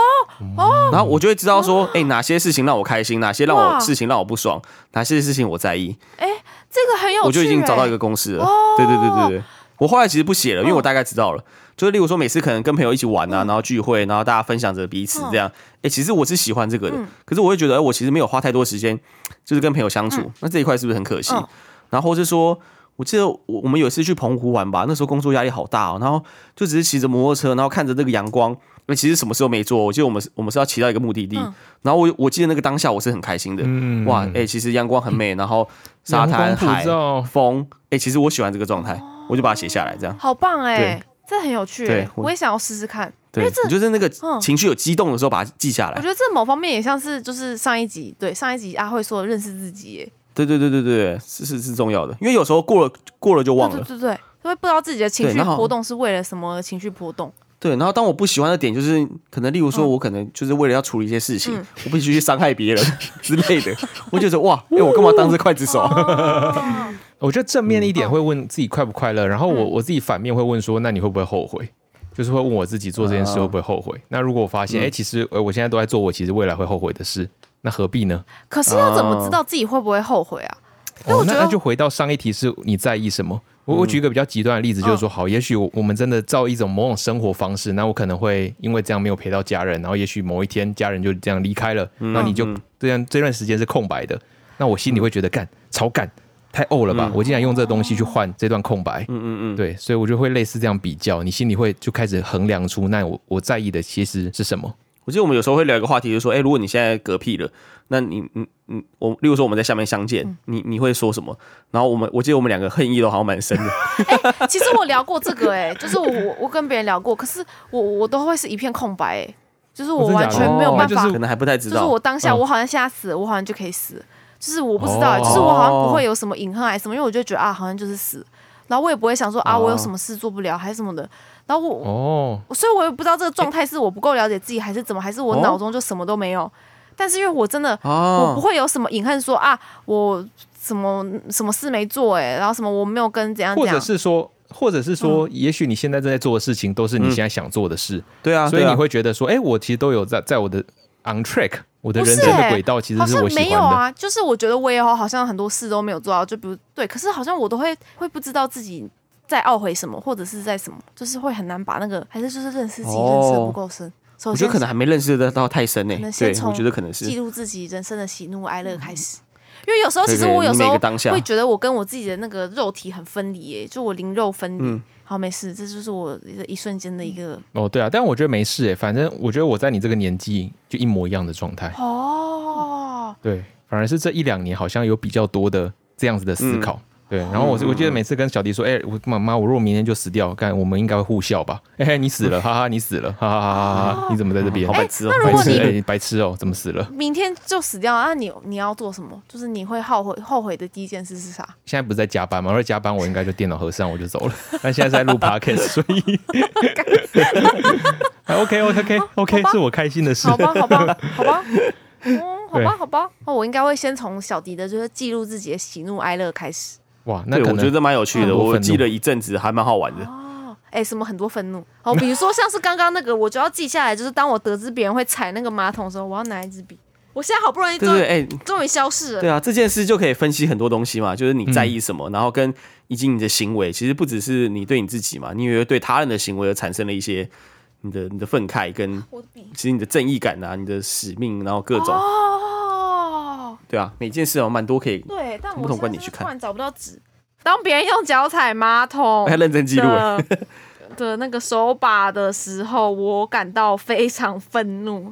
Speaker 1: 然后我就会知道说，哎、哪些事情让我开心，哪些让我
Speaker 6: 哇
Speaker 1: 事情让我不爽，哪些事情我在意，
Speaker 6: 这个很有趣、欸，欸哦
Speaker 1: 我就已经找到一个公式了。对对对对对，我后来其实不写了，因
Speaker 6: 嗯
Speaker 1: 为我大概知道了。就是例如说，每次可能跟朋友一起玩啊，然后聚会，然后大家分享着彼
Speaker 6: 嗯
Speaker 1: 此这样。哎、其实我是喜欢这个的，可是我会觉得，哎、我其实没有花太多时间，就是跟朋友相处。那这一块是不是很可惜？
Speaker 6: 嗯
Speaker 1: 然后或是说。我记得我我们有一次去澎湖玩吧，那时候工作压力好大哦，然后就只是骑着摩托车，然后看着那个阳光，那其实什么事都没做。我记得我们是我们是要骑到一个目的地，
Speaker 6: 嗯
Speaker 1: 然后我我记得那个当下我是很开心的，
Speaker 3: 嗯
Speaker 1: 哇，哎、其实阳光很美，然后沙滩、
Speaker 3: 阳光
Speaker 1: 海
Speaker 3: 普照、
Speaker 1: 风，哎、其实我喜欢这个状态，我就把它写下来，这样，
Speaker 6: 好棒哎、
Speaker 1: 对
Speaker 6: 这很有趣、
Speaker 1: 对
Speaker 6: 欸，
Speaker 1: 我
Speaker 6: 我也想要试试看。因
Speaker 1: 对
Speaker 6: 为这，
Speaker 1: 你就是那个
Speaker 6: 嗯
Speaker 1: 情绪有激动的时候把它记下
Speaker 6: 我
Speaker 1: 来
Speaker 6: 觉，得这某方面也像是就是上一集对上一集阿慧说的认识自己、欸，
Speaker 1: 对对对对对，是是是重要的，因为有时候过了过了就忘
Speaker 6: 对
Speaker 1: 了，
Speaker 6: 对对对，因为不知道自己的情
Speaker 1: 对
Speaker 6: 绪
Speaker 1: 然后
Speaker 6: 波动是为了什么情绪波动，
Speaker 1: 对，然后当我不喜欢的点就是，可能例如说，
Speaker 6: 嗯
Speaker 1: 我可能就是为了要处理一些事情，我必须去伤害别
Speaker 6: [LAUGHS]
Speaker 1: 人之类的，我就觉得哇，哎、我干嘛当这刽子手？
Speaker 6: 哦
Speaker 3: 我觉得
Speaker 6: 嗯
Speaker 3: 正面一点会问自己快不快乐，然后我我自己反面会问说，那你会不会后悔？就是会问我自己做这件事
Speaker 6: 啊
Speaker 3: 会不会后悔？那如果我发
Speaker 6: 嗯
Speaker 3: 现，哎、其实呃我现在都在做我其实未来会后悔的事，那何必呢？
Speaker 6: 可是要怎么知道自己会不会后悔
Speaker 1: [LAUGHS]
Speaker 6: 啊？但
Speaker 3: 哦
Speaker 6: 我，
Speaker 3: 那
Speaker 6: 觉得嗯
Speaker 3: 那就回到上一题，是你在意什么？我我举一个比较极端的例子，就是说，好，也许我我们真的照一种某种生活方式，那我可能会因为这样没有陪到家人，然后也许某一天家人就这样离开了，
Speaker 6: 嗯
Speaker 3: 那你就这样这段时间是空白的，那我心里会觉得干超干太呕了
Speaker 6: 嗯
Speaker 3: 吧？我竟然用这东西去换这段空白，
Speaker 1: 嗯嗯嗯，
Speaker 3: 对，所以我就会类似这样比较，你心里会就开始衡量出，那我我在意的其实是什么？
Speaker 1: 我记得我们有时候会聊一个话题，就是说，哎、如果你现在嗝屁了，那你你你我，例如说我们在下面相
Speaker 6: 嗯
Speaker 1: 见，你你会说什么？然后我们我记得我们两个恨意都好像蛮深的，
Speaker 6: 其实我聊过这个哎、就是我我我跟别人聊过，可是我我都会是一片空白哎、就是我
Speaker 3: 哦真的
Speaker 6: 完
Speaker 3: 假的
Speaker 6: 全没有
Speaker 3: 哦
Speaker 6: 办
Speaker 3: 那
Speaker 6: 法
Speaker 3: 就是
Speaker 1: 可能还不太知
Speaker 6: 就
Speaker 1: 道。
Speaker 6: 是我当下，
Speaker 3: 嗯
Speaker 6: 我好像吓死了，我好像就可以死了，就是我不知道、
Speaker 3: 哦
Speaker 6: 就是我好像不会有什么隐恨还是什么，因为我就觉得啊，好像就是死。然后我也不会想说啊，
Speaker 3: 哦
Speaker 6: 我有什么事做不了还是什么的。然后我，
Speaker 3: 哦，
Speaker 6: 所以我也不知道这个状态是我不够了解自己，还是怎么，还是我
Speaker 3: 哦
Speaker 6: 脑中就什么都没有。但是因为我真的，我不
Speaker 1: 哦，
Speaker 6: 会有什么隐恨说啊，我什么什么事没做哎、然后什么我没有跟怎样怎
Speaker 3: 或
Speaker 6: 样嗯
Speaker 3: 者。是说，或者是说，也许你现在正在做的事情都是你现在想做的事，
Speaker 1: 对啊，
Speaker 3: 所以
Speaker 1: 对啊
Speaker 3: 你会觉得说，哎、我其实都有在在我的 on track，我的
Speaker 6: 不
Speaker 3: 人
Speaker 6: 是
Speaker 3: 生的
Speaker 6: 欸
Speaker 3: 轨道其实
Speaker 6: 好
Speaker 3: 是
Speaker 6: 像
Speaker 3: 我喜欢
Speaker 6: 没
Speaker 3: 的。
Speaker 6: 有啊，就是我觉得我也好，好像很多事都没有做到，就比如对，可是好像我都会会不知道自己在懊悔什么，或者是在什么，就是会很难把那个，还是就是认识自己、
Speaker 1: 哦
Speaker 6: 认识的不够深。首
Speaker 1: 我觉
Speaker 6: 先
Speaker 1: 得可能还没认识得到太深呢、欸
Speaker 6: 可能先
Speaker 1: 对，
Speaker 6: 从
Speaker 1: 我觉得可能
Speaker 6: 记
Speaker 1: 是嗯
Speaker 6: 录自己人生的喜怒哀乐开始。因为有时候，
Speaker 1: 对
Speaker 6: 其实
Speaker 1: 对
Speaker 6: 我有
Speaker 1: 你
Speaker 6: 时
Speaker 1: 每
Speaker 6: 候
Speaker 1: 个当下
Speaker 6: 会觉得我跟我自己的那个肉体很分离，耶，就我灵肉分离。
Speaker 1: 嗯
Speaker 6: 好，没事，这就是我的一瞬间的一个
Speaker 3: 哦，对啊，但我觉得没事哎、反正我觉得我在你这个年纪就一模一样的状态。
Speaker 6: 哦，
Speaker 3: 对，反而是这一两年好像有比较多的这样子的思考。对，然后我是我记得每次跟小迪说，哎、我妈妈，我如果明天就死掉，干我们应该会互笑吧？哎、你死了，哈哈，你死了，哈哈哈哈哈哈，你怎么在这边？
Speaker 1: 好白
Speaker 6: 哎
Speaker 1: 痴哦、
Speaker 6: 那如
Speaker 3: 白
Speaker 6: 果
Speaker 3: 痴，
Speaker 6: 你
Speaker 3: 哎、白痴哦，怎么死了？
Speaker 6: 明天就死掉啊！你你要做什么？就是你会后悔后悔的第一件事是啥？
Speaker 3: 现在不是在加班吗？如果加班，我应该就电脑合上我就走了。但现在是在录 podcast，所以还 OK OK OK
Speaker 6: 好
Speaker 3: OK，
Speaker 6: 吧
Speaker 3: 是我开心的事
Speaker 6: [LAUGHS] 好。吧，好吧，好
Speaker 1: [LAUGHS]
Speaker 6: 吧，嗯，好
Speaker 3: 对
Speaker 6: 吧，好吧。哦，我应该会先从小迪的就是记录自己的喜怒哀乐开始。
Speaker 3: 哇，那
Speaker 1: 对，
Speaker 3: 可
Speaker 1: 我觉
Speaker 3: 能
Speaker 1: 得蛮有趣
Speaker 3: 很
Speaker 1: 的，
Speaker 3: 多
Speaker 1: 我
Speaker 3: 愤怒
Speaker 1: 记了一阵子，还蛮好玩的。
Speaker 6: 哎，什么很多愤怒哦，比如说像是刚刚那个，我就要记下来，就是当我得知别人会踩那个马桶的时候，我要拿一支笔。我现在好不容易
Speaker 1: 对
Speaker 6: 终
Speaker 1: 对，
Speaker 6: 于
Speaker 1: 哎、
Speaker 6: 终于消失了
Speaker 1: 对，啊，这件事就可以分析很多东西嘛，就是你在意
Speaker 3: 嗯
Speaker 1: 什么，然后跟以及你的行为，其实不只是你对你自己嘛，你也会对他人的行为而产生了一些你的你的愤慨跟
Speaker 6: 我的笔。
Speaker 1: 其实你的正义感啊，你的使命，然后各种，
Speaker 6: 哦，
Speaker 1: 对啊，每件事好像蛮多可以，
Speaker 6: 对，但
Speaker 1: 不
Speaker 6: 我
Speaker 1: 同
Speaker 6: 现
Speaker 1: 观
Speaker 6: 在
Speaker 1: 点去
Speaker 6: 就是
Speaker 1: 看
Speaker 6: 突然找不到纸。当别人用脚踩马桶，
Speaker 1: 还认真记录欸，
Speaker 6: 的的那个手把的时候，我感到非常愤怒，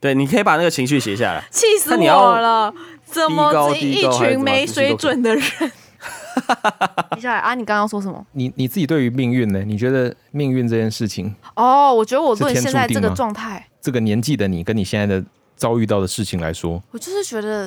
Speaker 1: 对，你可以把那个情绪写下来。
Speaker 6: 气死
Speaker 1: 那你
Speaker 6: 我
Speaker 1: 要
Speaker 6: 了！怎
Speaker 1: 低高
Speaker 6: 么这
Speaker 1: 低
Speaker 6: 一
Speaker 1: 高还是
Speaker 6: 群
Speaker 1: 怎么
Speaker 6: 没
Speaker 1: 继续
Speaker 6: 水
Speaker 1: 都可以
Speaker 6: 准的 [LAUGHS] 人？接下来啊，你刚刚说什么？
Speaker 3: 你你自己对于命运呢？你觉得命运这件事情，
Speaker 6: 哦，我觉得我
Speaker 3: 是
Speaker 6: 论
Speaker 3: 天
Speaker 6: 现
Speaker 3: 注
Speaker 6: 在这
Speaker 3: 定
Speaker 6: 个
Speaker 3: 吗
Speaker 6: 状态，
Speaker 3: 这个年纪的你跟你现在的遭遇到的事情来说，
Speaker 6: 我就是觉得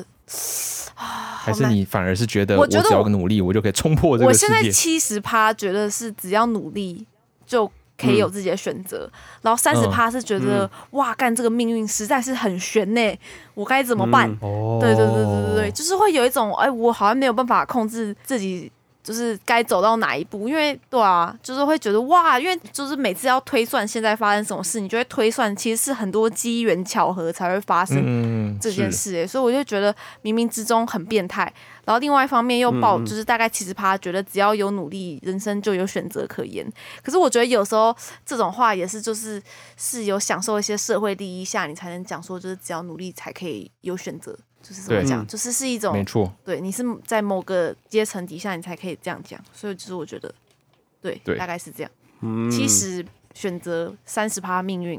Speaker 6: 啊，
Speaker 3: 还
Speaker 6: 好
Speaker 3: 是
Speaker 6: 难。
Speaker 3: 你反而是觉得
Speaker 6: 我
Speaker 3: 我
Speaker 6: 觉得
Speaker 3: 只要
Speaker 6: 我
Speaker 3: 努力，我就可以冲破这
Speaker 6: 我
Speaker 3: 个世
Speaker 6: 现在
Speaker 3: 界？
Speaker 6: 七十趴觉得是只要努力就可以有自己的选择，
Speaker 1: 嗯
Speaker 6: 然后三十趴是觉得、哇，干这个命运实在是很悬呢、我该怎么办？
Speaker 1: 嗯
Speaker 3: 哦
Speaker 6: 对对对对对对，就是会有一种哎，我好像没有办法控制自己，就是该走到哪一步，因为对啊，就是会觉得哇，因为就是每次要推算现在发生什么事，你就会推算其实是很多机缘巧合才会发生。
Speaker 3: 嗯，
Speaker 6: 这件
Speaker 3: 是
Speaker 6: 事、欸，所以我就觉得冥冥之中很变态。然后另外一方面又抱，就是大概七十趴，觉得只要有努力，人生就有选择可言。可是我觉得有时候这种话也是，就是是有享受一些社会利益下，你才能讲说，就是只要努力才可以有选择，就是怎么
Speaker 3: 对
Speaker 6: 讲，
Speaker 1: 嗯
Speaker 6: 就是是一
Speaker 3: 没
Speaker 6: 种
Speaker 3: 错，
Speaker 6: 对你是在某个阶层底下，你才可以这样讲。所以就是我觉得，对，
Speaker 3: 对
Speaker 6: 大概是这样。
Speaker 1: 嗯，
Speaker 6: 七十选择三十趴命运，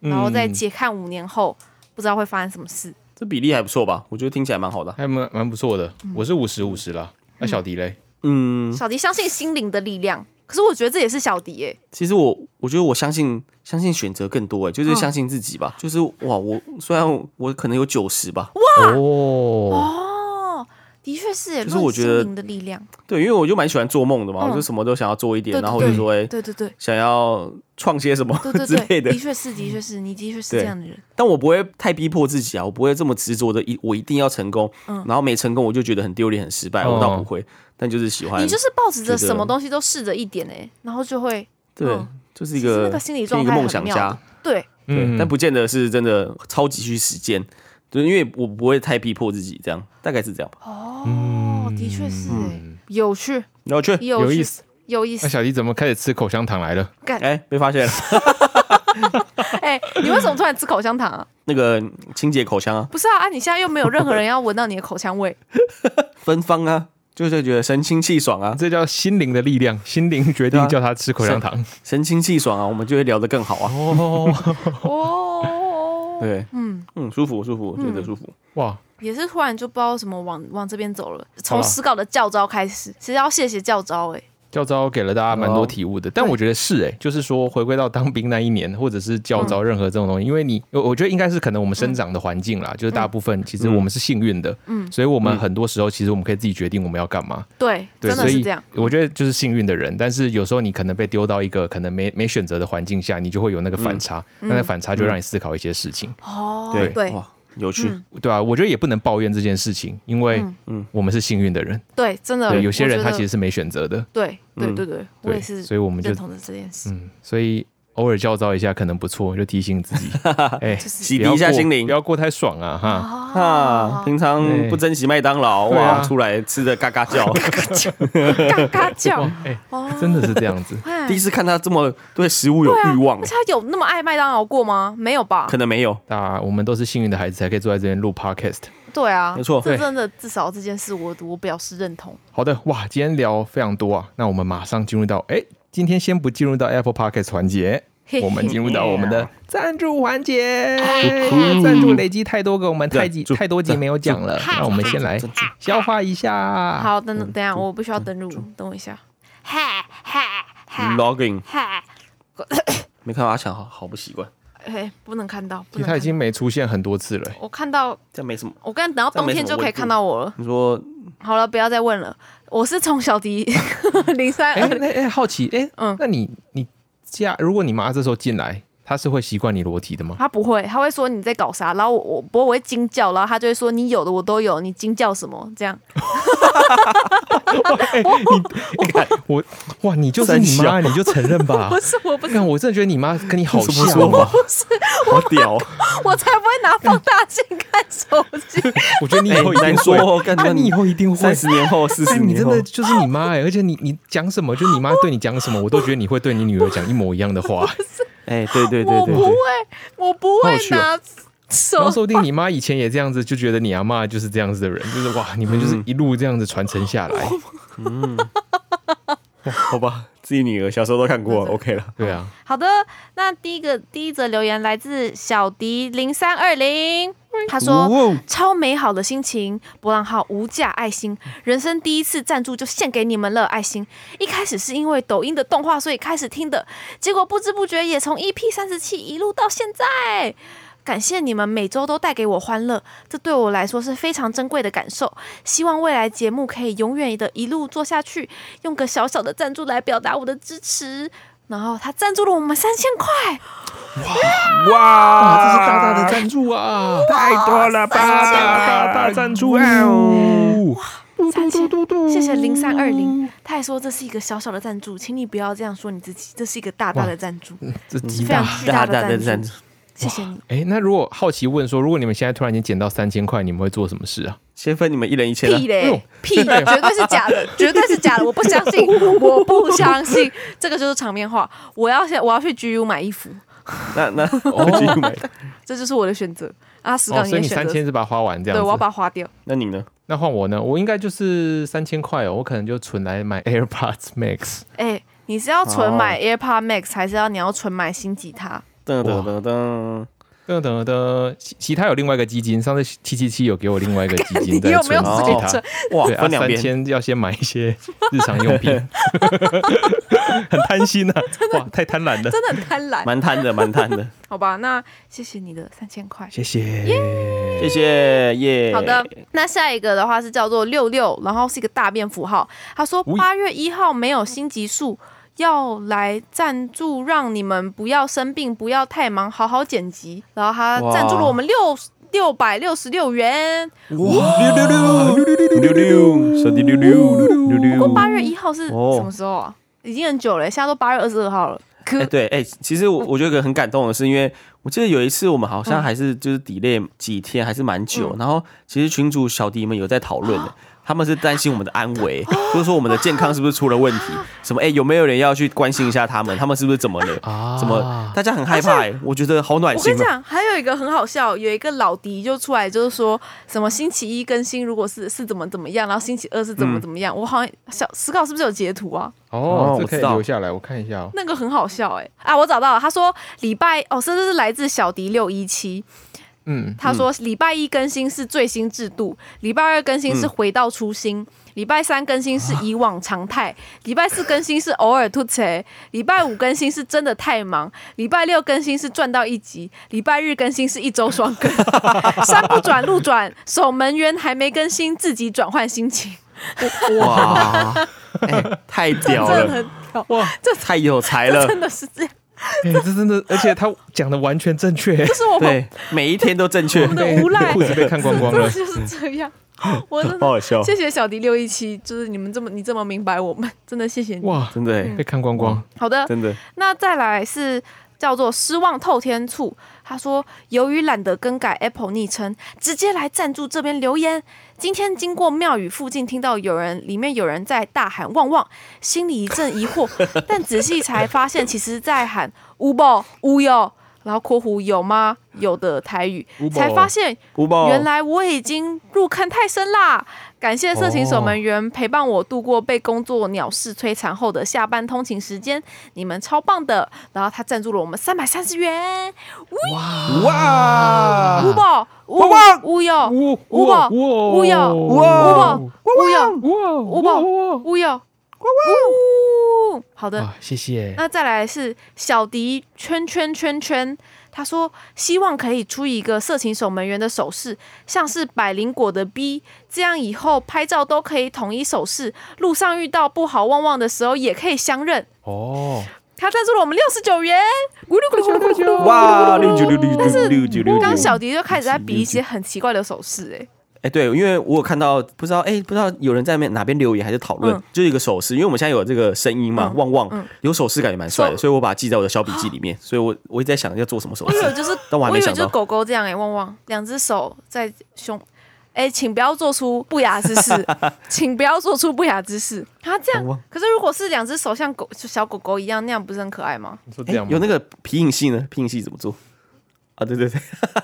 Speaker 3: 嗯
Speaker 6: 然后再解看五年后，不知道会发生什么事。
Speaker 1: 这比例还不错吧？我觉得听起来蛮好的。啊
Speaker 3: 还蛮蛮不错的。
Speaker 6: 嗯
Speaker 3: 我是五十五十啦，那小迪嘞？
Speaker 1: 嗯，
Speaker 6: 小迪相信心灵的力量，可是我觉得这也是小迪耶、
Speaker 1: 其实我我觉得我相信相信选择更多哎，
Speaker 6: 嗯
Speaker 1: 就是相信自己吧。就是哇，我虽然我我可能有九十吧，
Speaker 3: 哦，
Speaker 6: 哦，的确是耶、
Speaker 1: 可
Speaker 6: 论
Speaker 1: 是我觉得
Speaker 6: 心灵的力量，
Speaker 1: 对，因为我就蛮喜欢做梦的嘛，
Speaker 6: 嗯
Speaker 1: 我就什么都想要做一点，
Speaker 6: 对
Speaker 1: 然后我就说哎、
Speaker 6: 对对对
Speaker 1: 想要创些什么
Speaker 6: 对
Speaker 1: [LAUGHS] 之
Speaker 6: 对
Speaker 1: 类
Speaker 6: 对，
Speaker 1: 的
Speaker 6: 的，确是的确是你的确是
Speaker 1: 对
Speaker 6: 这样的人，
Speaker 1: 但我不会太逼迫自己啊，我不会这么执着的一我一定要成功，
Speaker 6: 嗯
Speaker 1: 然后没成功我就觉得很丢脸很失败，
Speaker 3: 哦
Speaker 1: 我倒不会，但就是喜欢，
Speaker 6: 你就是抱持着
Speaker 1: 觉得
Speaker 6: 什么东西都试着一点哎、然后就会
Speaker 1: 对，
Speaker 6: 嗯
Speaker 1: 就是一
Speaker 6: 其实
Speaker 1: 个
Speaker 6: 那个心理
Speaker 1: 变
Speaker 6: 状
Speaker 1: 一
Speaker 6: 态
Speaker 1: 个
Speaker 6: 很
Speaker 1: 梦想
Speaker 6: 妙
Speaker 1: 家
Speaker 6: 的，对，
Speaker 1: 对，
Speaker 3: 嗯
Speaker 1: 但不见得是真的超级去实践，就是因为我不会太逼迫自己，这样大概是这样吧。
Speaker 6: 哦，的确是哎、
Speaker 3: 嗯
Speaker 6: 有趣
Speaker 1: 然后去，
Speaker 6: 有
Speaker 3: 有
Speaker 6: 趣
Speaker 3: 意思
Speaker 6: 有意思
Speaker 3: 那，小迪怎么开始吃口香糖来了？
Speaker 6: 干
Speaker 1: 哎、被发现
Speaker 3: [LAUGHS]
Speaker 1: 了，
Speaker 6: 哎、你为什么突然吃口香糖啊？
Speaker 1: 那个清洁口腔啊，
Speaker 6: 不是啊，啊，你现在又没有任何人要闻到你的口香
Speaker 3: [LAUGHS]
Speaker 6: 味，
Speaker 1: 芬芳啊，就是觉得神清气爽啊，
Speaker 3: 这叫心灵的力量，心灵决
Speaker 1: 对啊
Speaker 3: 定叫他吃口香糖。
Speaker 1: 神清气爽啊，我们就会聊得更好啊。
Speaker 3: 哦，
Speaker 6: 哦，
Speaker 1: 对，
Speaker 6: 嗯，
Speaker 1: 嗯，舒服舒服，觉得舒服。
Speaker 3: 哇，
Speaker 6: 也是突然就不知道什么往往这边走了，
Speaker 3: 好
Speaker 6: 从
Speaker 3: 吧
Speaker 6: 思考的教招开始，其实要谢谢教招哎、
Speaker 3: 教招给了大家蛮多体
Speaker 6: 哦
Speaker 3: 悟的，但我觉得是哎、就是说回归到当兵那一年，或者是教招任何这种东西，因为你我我觉得应该是可能我们生长的环
Speaker 6: 嗯
Speaker 3: 境啦，就是大部分其实我们是幸运的，嗯，所以我们很多时候其实我们可以自己决定我们要干嘛，
Speaker 6: 对，
Speaker 3: 对，
Speaker 6: 真
Speaker 3: 所
Speaker 6: 的是
Speaker 3: 以
Speaker 6: 这样。嗯
Speaker 3: 我觉得就是幸运的人，但是有时候你可能被丢到一个可能没没选择的环境下，你就会有那个反差，
Speaker 6: 嗯
Speaker 3: 那个反差就让你思考一些事情，
Speaker 6: 哦，
Speaker 3: 对
Speaker 6: 对
Speaker 1: 哇，有趣，
Speaker 3: 对啊，我觉得也不能抱怨这件事情，因为我们是幸运的人，
Speaker 6: 嗯对，真的，
Speaker 3: 对，有些人
Speaker 6: 我
Speaker 3: 他
Speaker 6: 觉得
Speaker 3: 其实是没选择的，
Speaker 6: 对对
Speaker 1: 嗯
Speaker 6: 对对，我
Speaker 3: 对，
Speaker 6: 也是
Speaker 3: 所以我们就
Speaker 6: 认同的这件事。
Speaker 3: 嗯，所以偶尔教招一下可能不错，就提醒自
Speaker 1: [LAUGHS]
Speaker 3: 己，哎、
Speaker 1: 洗
Speaker 3: 不
Speaker 1: 涤
Speaker 3: 要
Speaker 1: 一下
Speaker 3: 过
Speaker 1: 心灵
Speaker 3: 不要过太爽啊哈。
Speaker 6: 哦
Speaker 1: 啊！平常不珍惜麦当劳，
Speaker 3: 哦对啊
Speaker 1: 哇，出来吃的嘎嘎
Speaker 3: [LAUGHS]
Speaker 1: 叫。
Speaker 6: 嘎嘎叫
Speaker 3: 哇，哎、
Speaker 6: 哦
Speaker 3: 真的是这样子，
Speaker 1: [LAUGHS]
Speaker 6: [LAUGHS]
Speaker 1: 第一次看他这么对食物有
Speaker 6: 对啊
Speaker 1: 欲
Speaker 3: [LAUGHS]
Speaker 1: 望
Speaker 6: 而，且他有那么爱麦当劳过吗？没有吧
Speaker 1: 可？能没有。
Speaker 3: 那我们都是幸运的孩子，才可以坐在这边录 podcast。
Speaker 6: 对啊，
Speaker 1: 没错
Speaker 6: 这
Speaker 1: 对
Speaker 6: 真的至少这件事我我表示认同。
Speaker 3: 好的，哇，今天聊非常多啊，那我们马上进入到，哎、今天先不进入到 Apple podcast 环节。
Speaker 6: 嘿嘿
Speaker 3: 我们进入到我们的赞助环节，赞助累积太多个，我们太几
Speaker 1: 赞助
Speaker 3: 太多集没有讲了，那我们先来消化一下。
Speaker 6: 好，等等一下，我不需要登录，等我一下。
Speaker 2: 哈哈
Speaker 3: 啊
Speaker 2: 哈
Speaker 1: Logging，
Speaker 2: 哈！
Speaker 1: 没看到阿强，好好不习惯，
Speaker 6: 哎，不能看到，不
Speaker 3: 其实
Speaker 6: 能
Speaker 3: 他已
Speaker 6: 看到。
Speaker 3: 经没出现很多次了、
Speaker 6: 我看到，
Speaker 1: 这样没什么。
Speaker 6: 我刚等到
Speaker 1: 这
Speaker 6: 冬
Speaker 1: 没什么
Speaker 6: 天就可以
Speaker 1: 温度
Speaker 6: 看到我了。
Speaker 1: 你说
Speaker 6: 好了，不要再问了。我是从小迪 [LAUGHS] 零三 [LAUGHS]
Speaker 3: 哎、
Speaker 6: 二
Speaker 3: 那哎、好奇，哎、
Speaker 6: 嗯
Speaker 3: 那你你家，如果你妈这时候进来，她是会习惯你裸体的吗？
Speaker 6: [LAUGHS] 他不会，他会说你在搞啥，然后我我不过我会惊叫，然后他就会说你有的我都有，你惊叫什么？这样
Speaker 3: 哎 [LAUGHS] 你你看我哇，你就是你妈，你就承认吧。
Speaker 6: [LAUGHS] 不是我不
Speaker 3: 你
Speaker 6: 是
Speaker 3: [LAUGHS] 看，我真的觉得你妈跟你好 [LAUGHS]
Speaker 1: 什么
Speaker 3: 像
Speaker 1: 说
Speaker 3: 哦
Speaker 1: 法。？啊好屌！
Speaker 6: 我才不会拿放大镜看手机，
Speaker 3: 我觉得 [LAUGHS] 你以后一
Speaker 1: 哎
Speaker 3: 定
Speaker 1: 难说哦
Speaker 3: 会，
Speaker 1: 干
Speaker 3: 啊你以后一定会
Speaker 1: 三。十年后，四十
Speaker 3: 但 [LAUGHS] 你
Speaker 1: 年
Speaker 3: 真
Speaker 1: 后
Speaker 3: 的，就是你妈哎，而且你你讲什么，就你妈对你讲什么，我都觉得你会对你女儿讲一模一样的话。欸
Speaker 1: 哎，对对对
Speaker 6: 我
Speaker 1: 对
Speaker 6: 不
Speaker 1: 对，
Speaker 6: 会， [LAUGHS] 我不
Speaker 3: 好
Speaker 6: 会
Speaker 3: 有趣哦
Speaker 6: 拿
Speaker 3: 然
Speaker 6: 手
Speaker 3: 后说不定你妈以前也这样子，就觉得你阿妈就是这样子的人，就是哇，你们
Speaker 1: 嗯
Speaker 3: 就是一路这样子传承下来。
Speaker 6: 嗯
Speaker 1: 好吧，自己女儿小时候都看过，OK 了。
Speaker 3: 对啊，
Speaker 6: 好的，那第一个第一则留言来自小迪零三二零，他
Speaker 3: 哦
Speaker 6: 说：“
Speaker 1: 哦
Speaker 6: 超美好的心情，波浪号无价爱心，人生第一次赞助就献给你们了，爱心。一开始是因为抖音的动画，所以开始听的，结果不知不觉也从 EP 三十七一路到现在。”感谢你们每周都带给我欢乐，这对我来说是非常珍贵的感受。希望未来节目可以永远的一路做下去，用个小小的赞助来表达我的支持。然后他赞助了我们三千块，
Speaker 3: 哇，这是大大的赞助啊！太多了吧，
Speaker 1: 哎
Speaker 3: 大大大赞助！哦
Speaker 6: 三千，谢谢零三二零。他还说这是一个小小的赞助，请你不要这样说你自己，这是一个大大的赞助，
Speaker 3: 这
Speaker 6: 非
Speaker 3: 极
Speaker 6: 常
Speaker 3: 嗯大。
Speaker 6: 巨大的
Speaker 1: 的
Speaker 6: 赞
Speaker 1: 赞
Speaker 6: 助
Speaker 1: 助。，
Speaker 6: 谢谢你。
Speaker 3: 哎，那如果好奇问说，如果你们现在突然间捡到三千块，你们会做什么事啊？哎
Speaker 1: 先分你们一人一千啊
Speaker 6: 屁嘞，屁，绝对是假
Speaker 3: [LAUGHS]
Speaker 6: 的，绝对是假的，我不相信，我不相信，这个就是场面话。我要先，我要去 GU 买衣服，
Speaker 1: 那那我继续买。
Speaker 6: 这就是我的选择。啊，石
Speaker 3: 哦，
Speaker 6: 港
Speaker 3: 所
Speaker 6: 也
Speaker 3: 以你
Speaker 6: 选
Speaker 3: 三
Speaker 6: 择，
Speaker 3: 千是把它花完这
Speaker 6: 对，我要
Speaker 3: 样子。
Speaker 6: 把它花掉。
Speaker 1: 那你呢？
Speaker 3: 那换我呢？我应该就是三千块哦，我可能就存来买 AirPods [LAUGHS] Max。
Speaker 6: 哎，你是要纯
Speaker 3: 哦
Speaker 6: 买 AirPod Max，还是要你要纯买新吉他？
Speaker 1: 噔噔噔噔，
Speaker 3: 噔噔噔，其其他有另外一个基金，上次七七七有给我另外一个基
Speaker 6: 你
Speaker 3: [LAUGHS] 金在
Speaker 6: 有没有
Speaker 3: 存
Speaker 1: 哦
Speaker 6: 自
Speaker 3: 吉
Speaker 6: 己
Speaker 3: 他
Speaker 6: 存？
Speaker 1: 哇
Speaker 3: 对，啊，
Speaker 1: 分两
Speaker 3: 三
Speaker 1: 边，
Speaker 3: 千要先买一些日常用品， [LAUGHS] 很贪心啊！哇，太贪婪了，
Speaker 6: 真的很贪婪。
Speaker 1: 蛮贪的，蛮贪 [LAUGHS] 的。
Speaker 6: 好吧，那谢谢你的三千块。
Speaker 3: 谢谢。
Speaker 1: 谢谢耶。
Speaker 6: 好的，那下一个的话是叫做六六，然后是一个大便符号。他说
Speaker 3: 喂
Speaker 6: 八月一号没有新集数，要来赞助，让你们不要生病，不要太忙，好好剪辑。然后他赞助了我们六六百六十六元。
Speaker 1: 溜溜，小弟溜溜溜溜
Speaker 6: 不过
Speaker 1: 溜。
Speaker 6: 八月一号是
Speaker 1: 哦
Speaker 6: 什么时候啊？已经很久了，现在都八月二十二号了。可
Speaker 1: 哎、对，哎、其实
Speaker 6: 嗯
Speaker 1: 我我觉得有个很感动的是，因为我记得有一次我们好像还是就是 delay 几天，还是蛮久。
Speaker 6: 嗯
Speaker 1: 然后其实群主小弟们有在讨论
Speaker 6: 啊
Speaker 1: 的，他们是担心我们的安危，就是说我们的健康是不是出了问
Speaker 6: 啊
Speaker 1: 题？什么？哎、有没有人要去关心一下他们？他们是不是怎么了？
Speaker 3: 啊
Speaker 1: 怎么？大家很害怕、哎，我觉得好暖
Speaker 6: 我
Speaker 1: 心
Speaker 6: 跟你
Speaker 1: 啊！
Speaker 6: 讲，还有一个很好笑，有一个老迪就出来，就是说什么星期一更新，如果是是怎么怎么样，然后星期二是怎么怎么样。我好像小思考是不是有截图啊？
Speaker 1: 哦
Speaker 3: 哦，这
Speaker 1: 我
Speaker 3: 可
Speaker 1: 知
Speaker 3: 以
Speaker 1: 道
Speaker 3: 留下来，我看一下哦。
Speaker 6: 那个欸很好笑哎、啊，我找到了，他说礼拜哦，甚至是来自小迪六一七。
Speaker 3: 嗯，
Speaker 6: 他说礼拜一更新是最新制度，礼拜二更新是回到初心，礼拜三更新
Speaker 1: 啊
Speaker 6: 是以往常态，礼拜四更新是偶尔突袭，礼拜五更新是真的太忙，礼拜六更新是赚到一集，礼拜日更新是一周双
Speaker 1: [LAUGHS]
Speaker 6: 更，山不转路转，守门员还没更新，自己转换心情，
Speaker 1: 哇，
Speaker 6: [LAUGHS]
Speaker 1: 哎太
Speaker 6: 这
Speaker 1: 屌
Speaker 6: 真的
Speaker 1: 了，
Speaker 6: 很屌，
Speaker 3: 哇，
Speaker 1: 太有才了，
Speaker 6: 真的是这样，
Speaker 3: [LAUGHS] 哎、这真的，而且他讲的完全正确，
Speaker 6: 这是我们
Speaker 1: 对，每一天都正确
Speaker 6: 我，们 [LAUGHS] 的无赖
Speaker 3: [LAUGHS] 裤子被看光光
Speaker 6: 真
Speaker 3: 了
Speaker 6: 的。 [LAUGHS] 就是这
Speaker 3: [LAUGHS]
Speaker 6: 样，我真的
Speaker 1: 好好笑，
Speaker 6: 谢谢小迪六一七，就是你们这么你这么明白我们，真的谢谢你。
Speaker 3: 哇，
Speaker 1: 真的哎
Speaker 6: 嗯
Speaker 3: 被看光光，
Speaker 6: 好的，
Speaker 1: 真的，
Speaker 6: 那再来是叫做失望透天醋，他说由于懒得更改 Apple 昵称，直接来赞助这边留言。今天经过庙宇附近，听到有人里面有人在大喊“旺旺”，心里一阵疑
Speaker 1: [LAUGHS]
Speaker 6: 惑，但仔细才发现，其实在喊“乌宝乌哟”，然后括弧有吗？有的台语
Speaker 3: 乌，宝
Speaker 6: 才发现
Speaker 1: 五宝，
Speaker 6: 原来我已经入坑太深啦！感谢色情守门员陪伴我度过被工作鸟事摧残后的下班通勤时间，你们超棒的！然后他赞助了我们三百三十元，
Speaker 1: 哇
Speaker 6: 五宝五
Speaker 1: 哇
Speaker 6: 五有
Speaker 3: 呜
Speaker 6: 哦五宝五有五宝五有
Speaker 3: 哇
Speaker 6: 五宝五有五，好的，
Speaker 3: 哇，谢谢，
Speaker 6: 那再来是小迪圈圈圈圈，他说希望可以出一个色情守门员的手势，像是百灵果的 B，这样以后拍照都可以统一手势，路上遇到不好旺旺的时候也可以相认。
Speaker 3: 哦，
Speaker 6: 他赞助了我们六十九元，咕噜咕噜咕噜咕噜咕噜
Speaker 1: 哇，六九六六六六九六
Speaker 6: 刚刚
Speaker 1: 九。
Speaker 6: 小迪就开始在比一些很奇怪的手势、哎，
Speaker 1: 哎，对，因为我有看到，不知道哎，不知道有人在那边哪边留言还是讨论
Speaker 6: 嗯，
Speaker 1: 就有一个手势，因为我们现在有这个声音嘛，
Speaker 6: 嗯
Speaker 1: 旺旺
Speaker 6: 嗯
Speaker 1: 有手势感觉蛮帅的，
Speaker 6: 手
Speaker 1: 所以我把它记在我的小笔记里面，所以我我一直在想要做什么手
Speaker 6: [LAUGHS] 我以为
Speaker 1: 势，哎
Speaker 6: 就是，
Speaker 1: [LAUGHS] 但我还
Speaker 6: 我
Speaker 1: 没
Speaker 6: 以为
Speaker 1: 想
Speaker 6: 就是
Speaker 1: 到。
Speaker 6: 狗狗这样、哎，旺旺，两只手在胸。哎、请不要做出不雅之事，
Speaker 1: [LAUGHS]
Speaker 6: 请不要做出不雅之事。他、这样
Speaker 1: 旺旺，
Speaker 6: 可是如果是两只手像狗就小狗狗一样，那样不是很可爱
Speaker 1: [LAUGHS]
Speaker 6: 吗？
Speaker 3: 你说这
Speaker 1: 哎
Speaker 3: 样，
Speaker 1: 有
Speaker 3: 吗？
Speaker 1: 那个皮影戏呢？皮影戏怎么做？啊，对对对，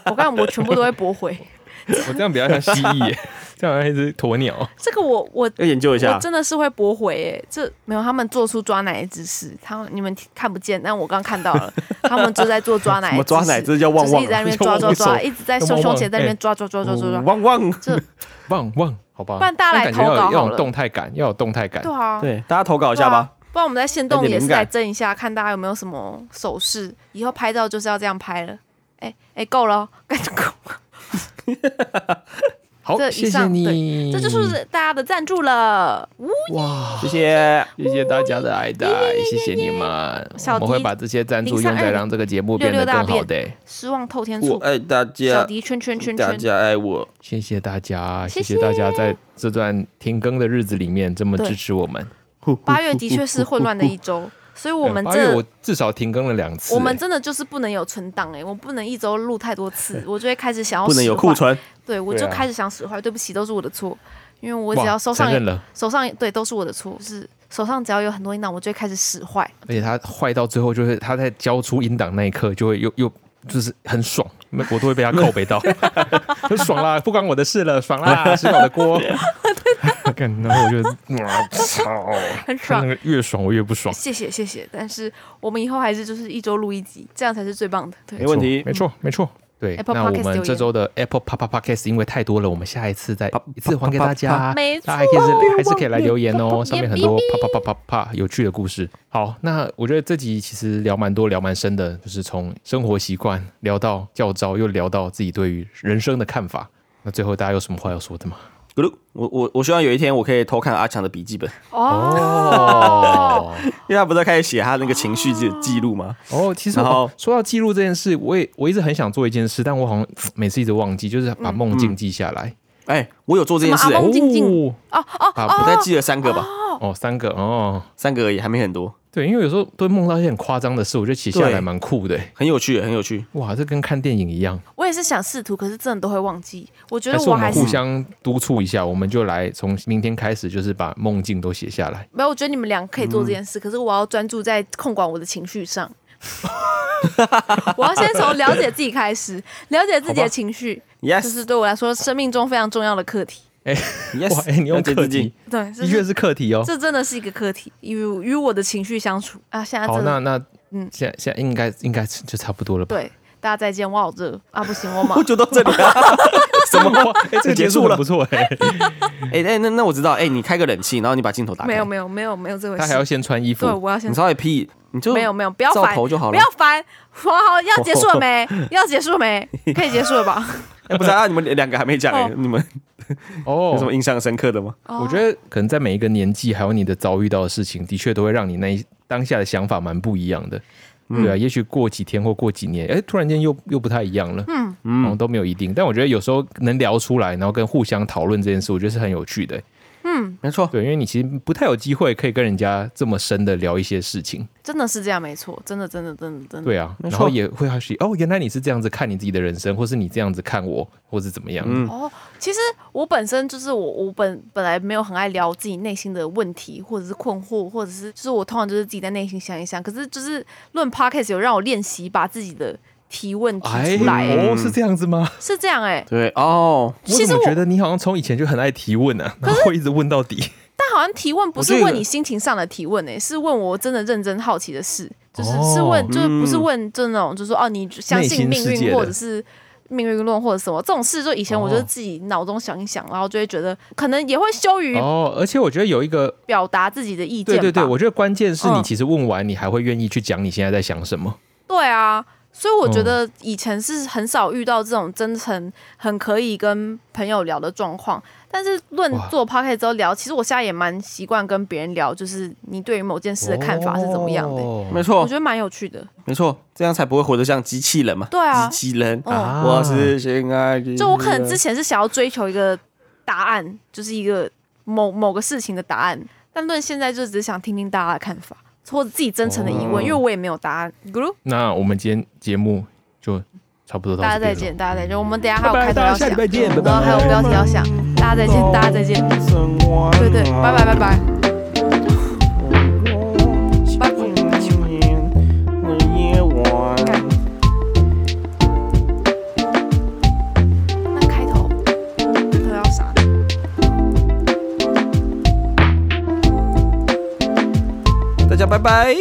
Speaker 6: 我看我全部都会驳回。
Speaker 3: 我这样比较像蜥蜴 [LAUGHS] 耶，这样好像一只鸵鸟。
Speaker 6: 这个我 [LAUGHS] 我
Speaker 1: 要研究一
Speaker 6: 我
Speaker 1: 下。
Speaker 6: 真的是会驳回、哎，这没有他们做出抓奶的姿势，他们你们看不见，但我刚看
Speaker 1: [LAUGHS]
Speaker 6: 到了，他们就在做抓奶的
Speaker 1: 什么
Speaker 6: 姿势，
Speaker 1: 抓奶这叫旺旺啊
Speaker 6: 就是一直在那边抓抓
Speaker 1: 叫
Speaker 6: 抓，
Speaker 1: 旺
Speaker 6: 一直在
Speaker 3: 叫
Speaker 6: 胸
Speaker 3: 旺
Speaker 6: 胸
Speaker 3: 旺
Speaker 6: 前在那边
Speaker 3: 哎
Speaker 6: 抓抓抓抓抓抓，
Speaker 1: 旺旺，
Speaker 6: 这
Speaker 3: 旺旺，好吧，
Speaker 6: 不然大家来
Speaker 3: 但感觉
Speaker 6: 投
Speaker 3: 要
Speaker 6: 稿
Speaker 3: 有要
Speaker 6: 好
Speaker 3: 有
Speaker 6: 了
Speaker 3: 动态感，要有动态感
Speaker 6: 对。啊，
Speaker 1: 对，大家投稿一
Speaker 6: 对
Speaker 1: 下
Speaker 6: 啊
Speaker 1: 吧。，
Speaker 6: 不然我们在线动
Speaker 1: 有点
Speaker 6: 也是
Speaker 1: 灵感
Speaker 6: 来争一下，看大家有没有什么手势。以后拍照就是要这样拍了。哎哎，够了哦， [LAUGHS] 该够。
Speaker 3: 好
Speaker 6: 这，以
Speaker 3: 谢谢
Speaker 6: 上
Speaker 3: 你，
Speaker 6: 这就是大家的赞助了。
Speaker 3: 哇，
Speaker 1: 谢谢。
Speaker 3: 谢谢大家的爱戴，谢谢你们，
Speaker 6: 小
Speaker 3: 我们会
Speaker 6: 迪
Speaker 3: 把这些赞助
Speaker 6: 零三
Speaker 3: 用在
Speaker 6: 二
Speaker 3: 让这个节
Speaker 6: 六
Speaker 3: 目变
Speaker 6: 六
Speaker 3: 得
Speaker 6: 大
Speaker 3: 更好
Speaker 6: 便
Speaker 3: 的。
Speaker 6: 失望透天醋，
Speaker 1: 爱哎大
Speaker 6: 小，迪圈圈圈圈，
Speaker 1: 爱我。
Speaker 3: 谢谢大家，
Speaker 6: 谢
Speaker 3: 谢
Speaker 6: 谢
Speaker 3: 谢大家在这段停更的日子里面这么
Speaker 6: 对
Speaker 3: 支持我们。
Speaker 6: 八月的确是混乱的一周，所以我们
Speaker 3: 哎八月
Speaker 6: 这
Speaker 3: 我至少停更了两次、
Speaker 6: 我们真的就是不能有存档哎，我不能一周录太多
Speaker 1: [LAUGHS]
Speaker 6: 次，我就会开始想
Speaker 1: [LAUGHS]
Speaker 6: 要
Speaker 1: 不能有
Speaker 6: 使坏
Speaker 1: 库，存，
Speaker 6: 对我
Speaker 3: 对
Speaker 6: 就
Speaker 3: 啊
Speaker 6: 开始想使坏，对不起，都是我的错，因为我
Speaker 3: 我
Speaker 6: 只要手上
Speaker 3: 承认了，
Speaker 6: 手上对都是我的错，就是手上只要有很多音档，我就会开始使坏。
Speaker 3: 而且他坏到最后就是他在交出音档那一刻就会又又就是很爽，我都会被他
Speaker 6: [LAUGHS]
Speaker 3: 扣背到，就爽啦，不关我的事了，爽啦，吃饱的锅。 [LAUGHS] 干然后我就哇操，
Speaker 6: 很
Speaker 3: 他
Speaker 6: 爽
Speaker 3: 那。个越爽我越不爽，
Speaker 6: 谢谢谢谢，但是我们以后还是就是一周录一集，这样才是最棒的。对
Speaker 3: 哎
Speaker 1: 没，问题
Speaker 3: 没。错没错。对，
Speaker 6: Apple
Speaker 3: 那我
Speaker 6: Podcast 留
Speaker 3: 们
Speaker 6: 言
Speaker 3: 这周的 Apple Papa Podcast 因为太多了，我们下一次再一次还给大家。
Speaker 6: 没错
Speaker 3: 大家还可以是还是可以来留言哦，上面很多啪啪啪啪啪有趣的故事。好，那我觉得这集其实聊蛮多，聊蛮深的，就是从生活习惯聊到教招，又聊到自己对于人生的看法。那最后大家有什么话要说的吗？
Speaker 1: 咕噜，我我我希望有一天我可以偷看阿强的笔记本，
Speaker 6: 哦，，
Speaker 1: 因为他不是开始写他那个情绪记记录吗？
Speaker 3: 哦，其实
Speaker 1: 然后
Speaker 3: 哦说到记录这件事，我也我一直很想做一件事，但我好像每次一直忘记，就是把梦境记下来。
Speaker 1: 哎，我有做这件事，
Speaker 6: 什么阿
Speaker 1: 哎
Speaker 6: 嗯梦境记
Speaker 3: 哦
Speaker 6: 哦哦
Speaker 3: 啊
Speaker 1: 我大概
Speaker 6: 哦，
Speaker 1: 记了三个吧，
Speaker 3: 哦，三个哦。
Speaker 1: 三个而已，还没很多，
Speaker 3: 对，因为有时候都会梦到一些很夸张的事，我觉得写下
Speaker 1: 对
Speaker 3: 来蛮酷的欸。
Speaker 1: 很有趣，很有趣。
Speaker 3: 哇，这跟看电影一样，
Speaker 6: 我也是想试图，可是真的都会忘记。我觉
Speaker 3: 还
Speaker 6: 得
Speaker 3: 是我
Speaker 6: 我
Speaker 3: 们
Speaker 6: 还是
Speaker 3: 互相督促一下，我们就来从明天开始，就是把梦境都写
Speaker 6: [LAUGHS]
Speaker 3: 下来。
Speaker 6: 没有，我觉得你们俩可以做
Speaker 3: 嗯
Speaker 6: 这件事，可是我要专注在控管我的情绪上。 [LAUGHS] 我要先从了解自己开始，了解自己的情绪，这
Speaker 1: Yes，
Speaker 6: 是对我来说生命中非常重要的课题。
Speaker 1: Yes，
Speaker 3: 哇，哎、你用
Speaker 1: 了解
Speaker 3: 课
Speaker 1: 自己
Speaker 3: 题，
Speaker 6: 对，这
Speaker 3: 音
Speaker 6: 是
Speaker 3: 乐是课题哦。
Speaker 6: 这真的是一个课题，与与我的情绪相处啊！现在
Speaker 3: 好，
Speaker 6: 真的
Speaker 3: 那那
Speaker 6: 嗯
Speaker 3: 嗯，现在现在应该应该就差不多了吧？
Speaker 6: 对，大家再见，我好热啊，不
Speaker 3: [LAUGHS]
Speaker 6: 行，我忙
Speaker 1: 我。就到这里啊了。
Speaker 3: 什么话？ [LAUGHS] 哎，这个
Speaker 1: 结
Speaker 3: 结
Speaker 1: 束
Speaker 3: 束
Speaker 1: 了
Speaker 3: 了，不错
Speaker 6: [LAUGHS]
Speaker 3: 哎。
Speaker 1: [LAUGHS] 哎哎，那那我知道，哎，你开个冷气，然后你把镜头打开，
Speaker 6: 没有没有没有没有这回
Speaker 3: 他还要
Speaker 6: 事，
Speaker 3: 先穿衣服
Speaker 6: 对，，我要先
Speaker 1: 你稍微 P，你就
Speaker 6: 没有没有，不要
Speaker 1: 照
Speaker 6: 烦，
Speaker 1: 头就好了哦
Speaker 6: 不要烦。好好，要结束了没？ [LAUGHS] 要结束
Speaker 1: [LAUGHS]
Speaker 6: 了没？可以结束了吧？
Speaker 1: 哎，不知道、啊、你们两个还没讲、哎
Speaker 6: 哦
Speaker 1: 你们有什么
Speaker 3: 哦。
Speaker 1: 印象深刻的吗？
Speaker 3: 我觉得可能在每一个年纪，还有你的遭遇到的事情，的确都会让你那一当下的想法蛮不一样的。
Speaker 1: 嗯
Speaker 3: 对啊，也许过几天或过几年，哎，突然间又又不太一样了。嗯嗯，都没有一定。但我觉得有时候能聊出来，然后跟互相讨论这件事，我觉得是很有趣的。欸
Speaker 1: 没错，
Speaker 3: 对，因为你其实不太有机会可以跟人家这么深的聊一些事情。
Speaker 6: 真的是这样，没错，真的真的真的真的。
Speaker 3: 对啊，
Speaker 1: 没
Speaker 3: 然
Speaker 1: 错
Speaker 3: 后也会好奇哦，原来你是这样子看你自己的人生，或是你这样子看我，或是怎么样。
Speaker 1: 嗯
Speaker 6: 哦，其实我本身就是我，我本本来没有很爱聊自己内心的问题，或者是困惑，或者是就是我通常就是自己在内心想一想。可是就是论 podcast 有让我练习把自己的提问提出
Speaker 1: 哎
Speaker 6: 来、欸
Speaker 3: 哦，是这样子吗？
Speaker 6: 是这样哎、
Speaker 1: 对哦，
Speaker 3: 我
Speaker 6: 其实
Speaker 3: 怎
Speaker 6: 我
Speaker 3: 么觉得你好像从以前就很爱提问啊，然后一直问到底。
Speaker 6: 但好像提问不
Speaker 1: 我
Speaker 6: 是
Speaker 1: 觉得
Speaker 6: 问你心情上的提问哎、是问我真的认真好奇的事，就是
Speaker 3: 哦
Speaker 6: 是问，就是不是
Speaker 1: 嗯
Speaker 6: 问就那种，就是说哦，你相信
Speaker 3: 内
Speaker 6: 命
Speaker 3: 心世界
Speaker 6: 运
Speaker 3: 的
Speaker 6: 或者是。命运论或者什么这种事，就以前我
Speaker 3: 哦
Speaker 6: 就是自己脑中想一想，然后就会觉得可能也会羞于
Speaker 3: 哦，而且我觉得有一个，
Speaker 6: 表达自己的意见
Speaker 3: 对
Speaker 6: 吧。
Speaker 3: 对对，我觉得关键是你
Speaker 6: 嗯
Speaker 3: 其实问完，你还会愿意去讲你现在在想什么。
Speaker 6: 对啊，所以我觉得以前是很少遇到这种真诚、很可以跟朋友聊的状况。但是论
Speaker 3: 哇
Speaker 6: 做 p o c a s t 之后聊，其实我现在也蛮习惯跟别人聊，就是你对于某件事的看法是怎么样的、
Speaker 3: 哦
Speaker 1: 没
Speaker 6: 我
Speaker 1: 错
Speaker 6: 觉，得蛮有趣的。
Speaker 1: 没错，这样才不会活得像机器人嘛。
Speaker 6: 对啊
Speaker 1: 机器人，
Speaker 6: 哦，
Speaker 4: 我是心爱的。啊
Speaker 6: 就我可能之前是想要追求一个答案，就是一个某某个事情的答案，但论现在就只想听听大家的看法，或者自己真诚的疑问，
Speaker 1: 哦
Speaker 6: 因为我也没有答案。Guru，
Speaker 3: 那我们今天节目就差不多到
Speaker 6: 大家
Speaker 3: 这边
Speaker 6: 再
Speaker 3: 了。嗯
Speaker 6: 见，大家再见。我们等一下还有
Speaker 3: 拜
Speaker 6: 开
Speaker 3: 拜
Speaker 6: 头
Speaker 3: 大家
Speaker 6: 要
Speaker 3: 下
Speaker 6: 想
Speaker 3: 礼拜见拜，拜
Speaker 6: 然后还有标题要想，大家再见，大家再见。对对，拜拜拜拜。拜拜。
Speaker 4: 夜晚。
Speaker 6: 那开头，开头要啥？
Speaker 1: 大家拜拜。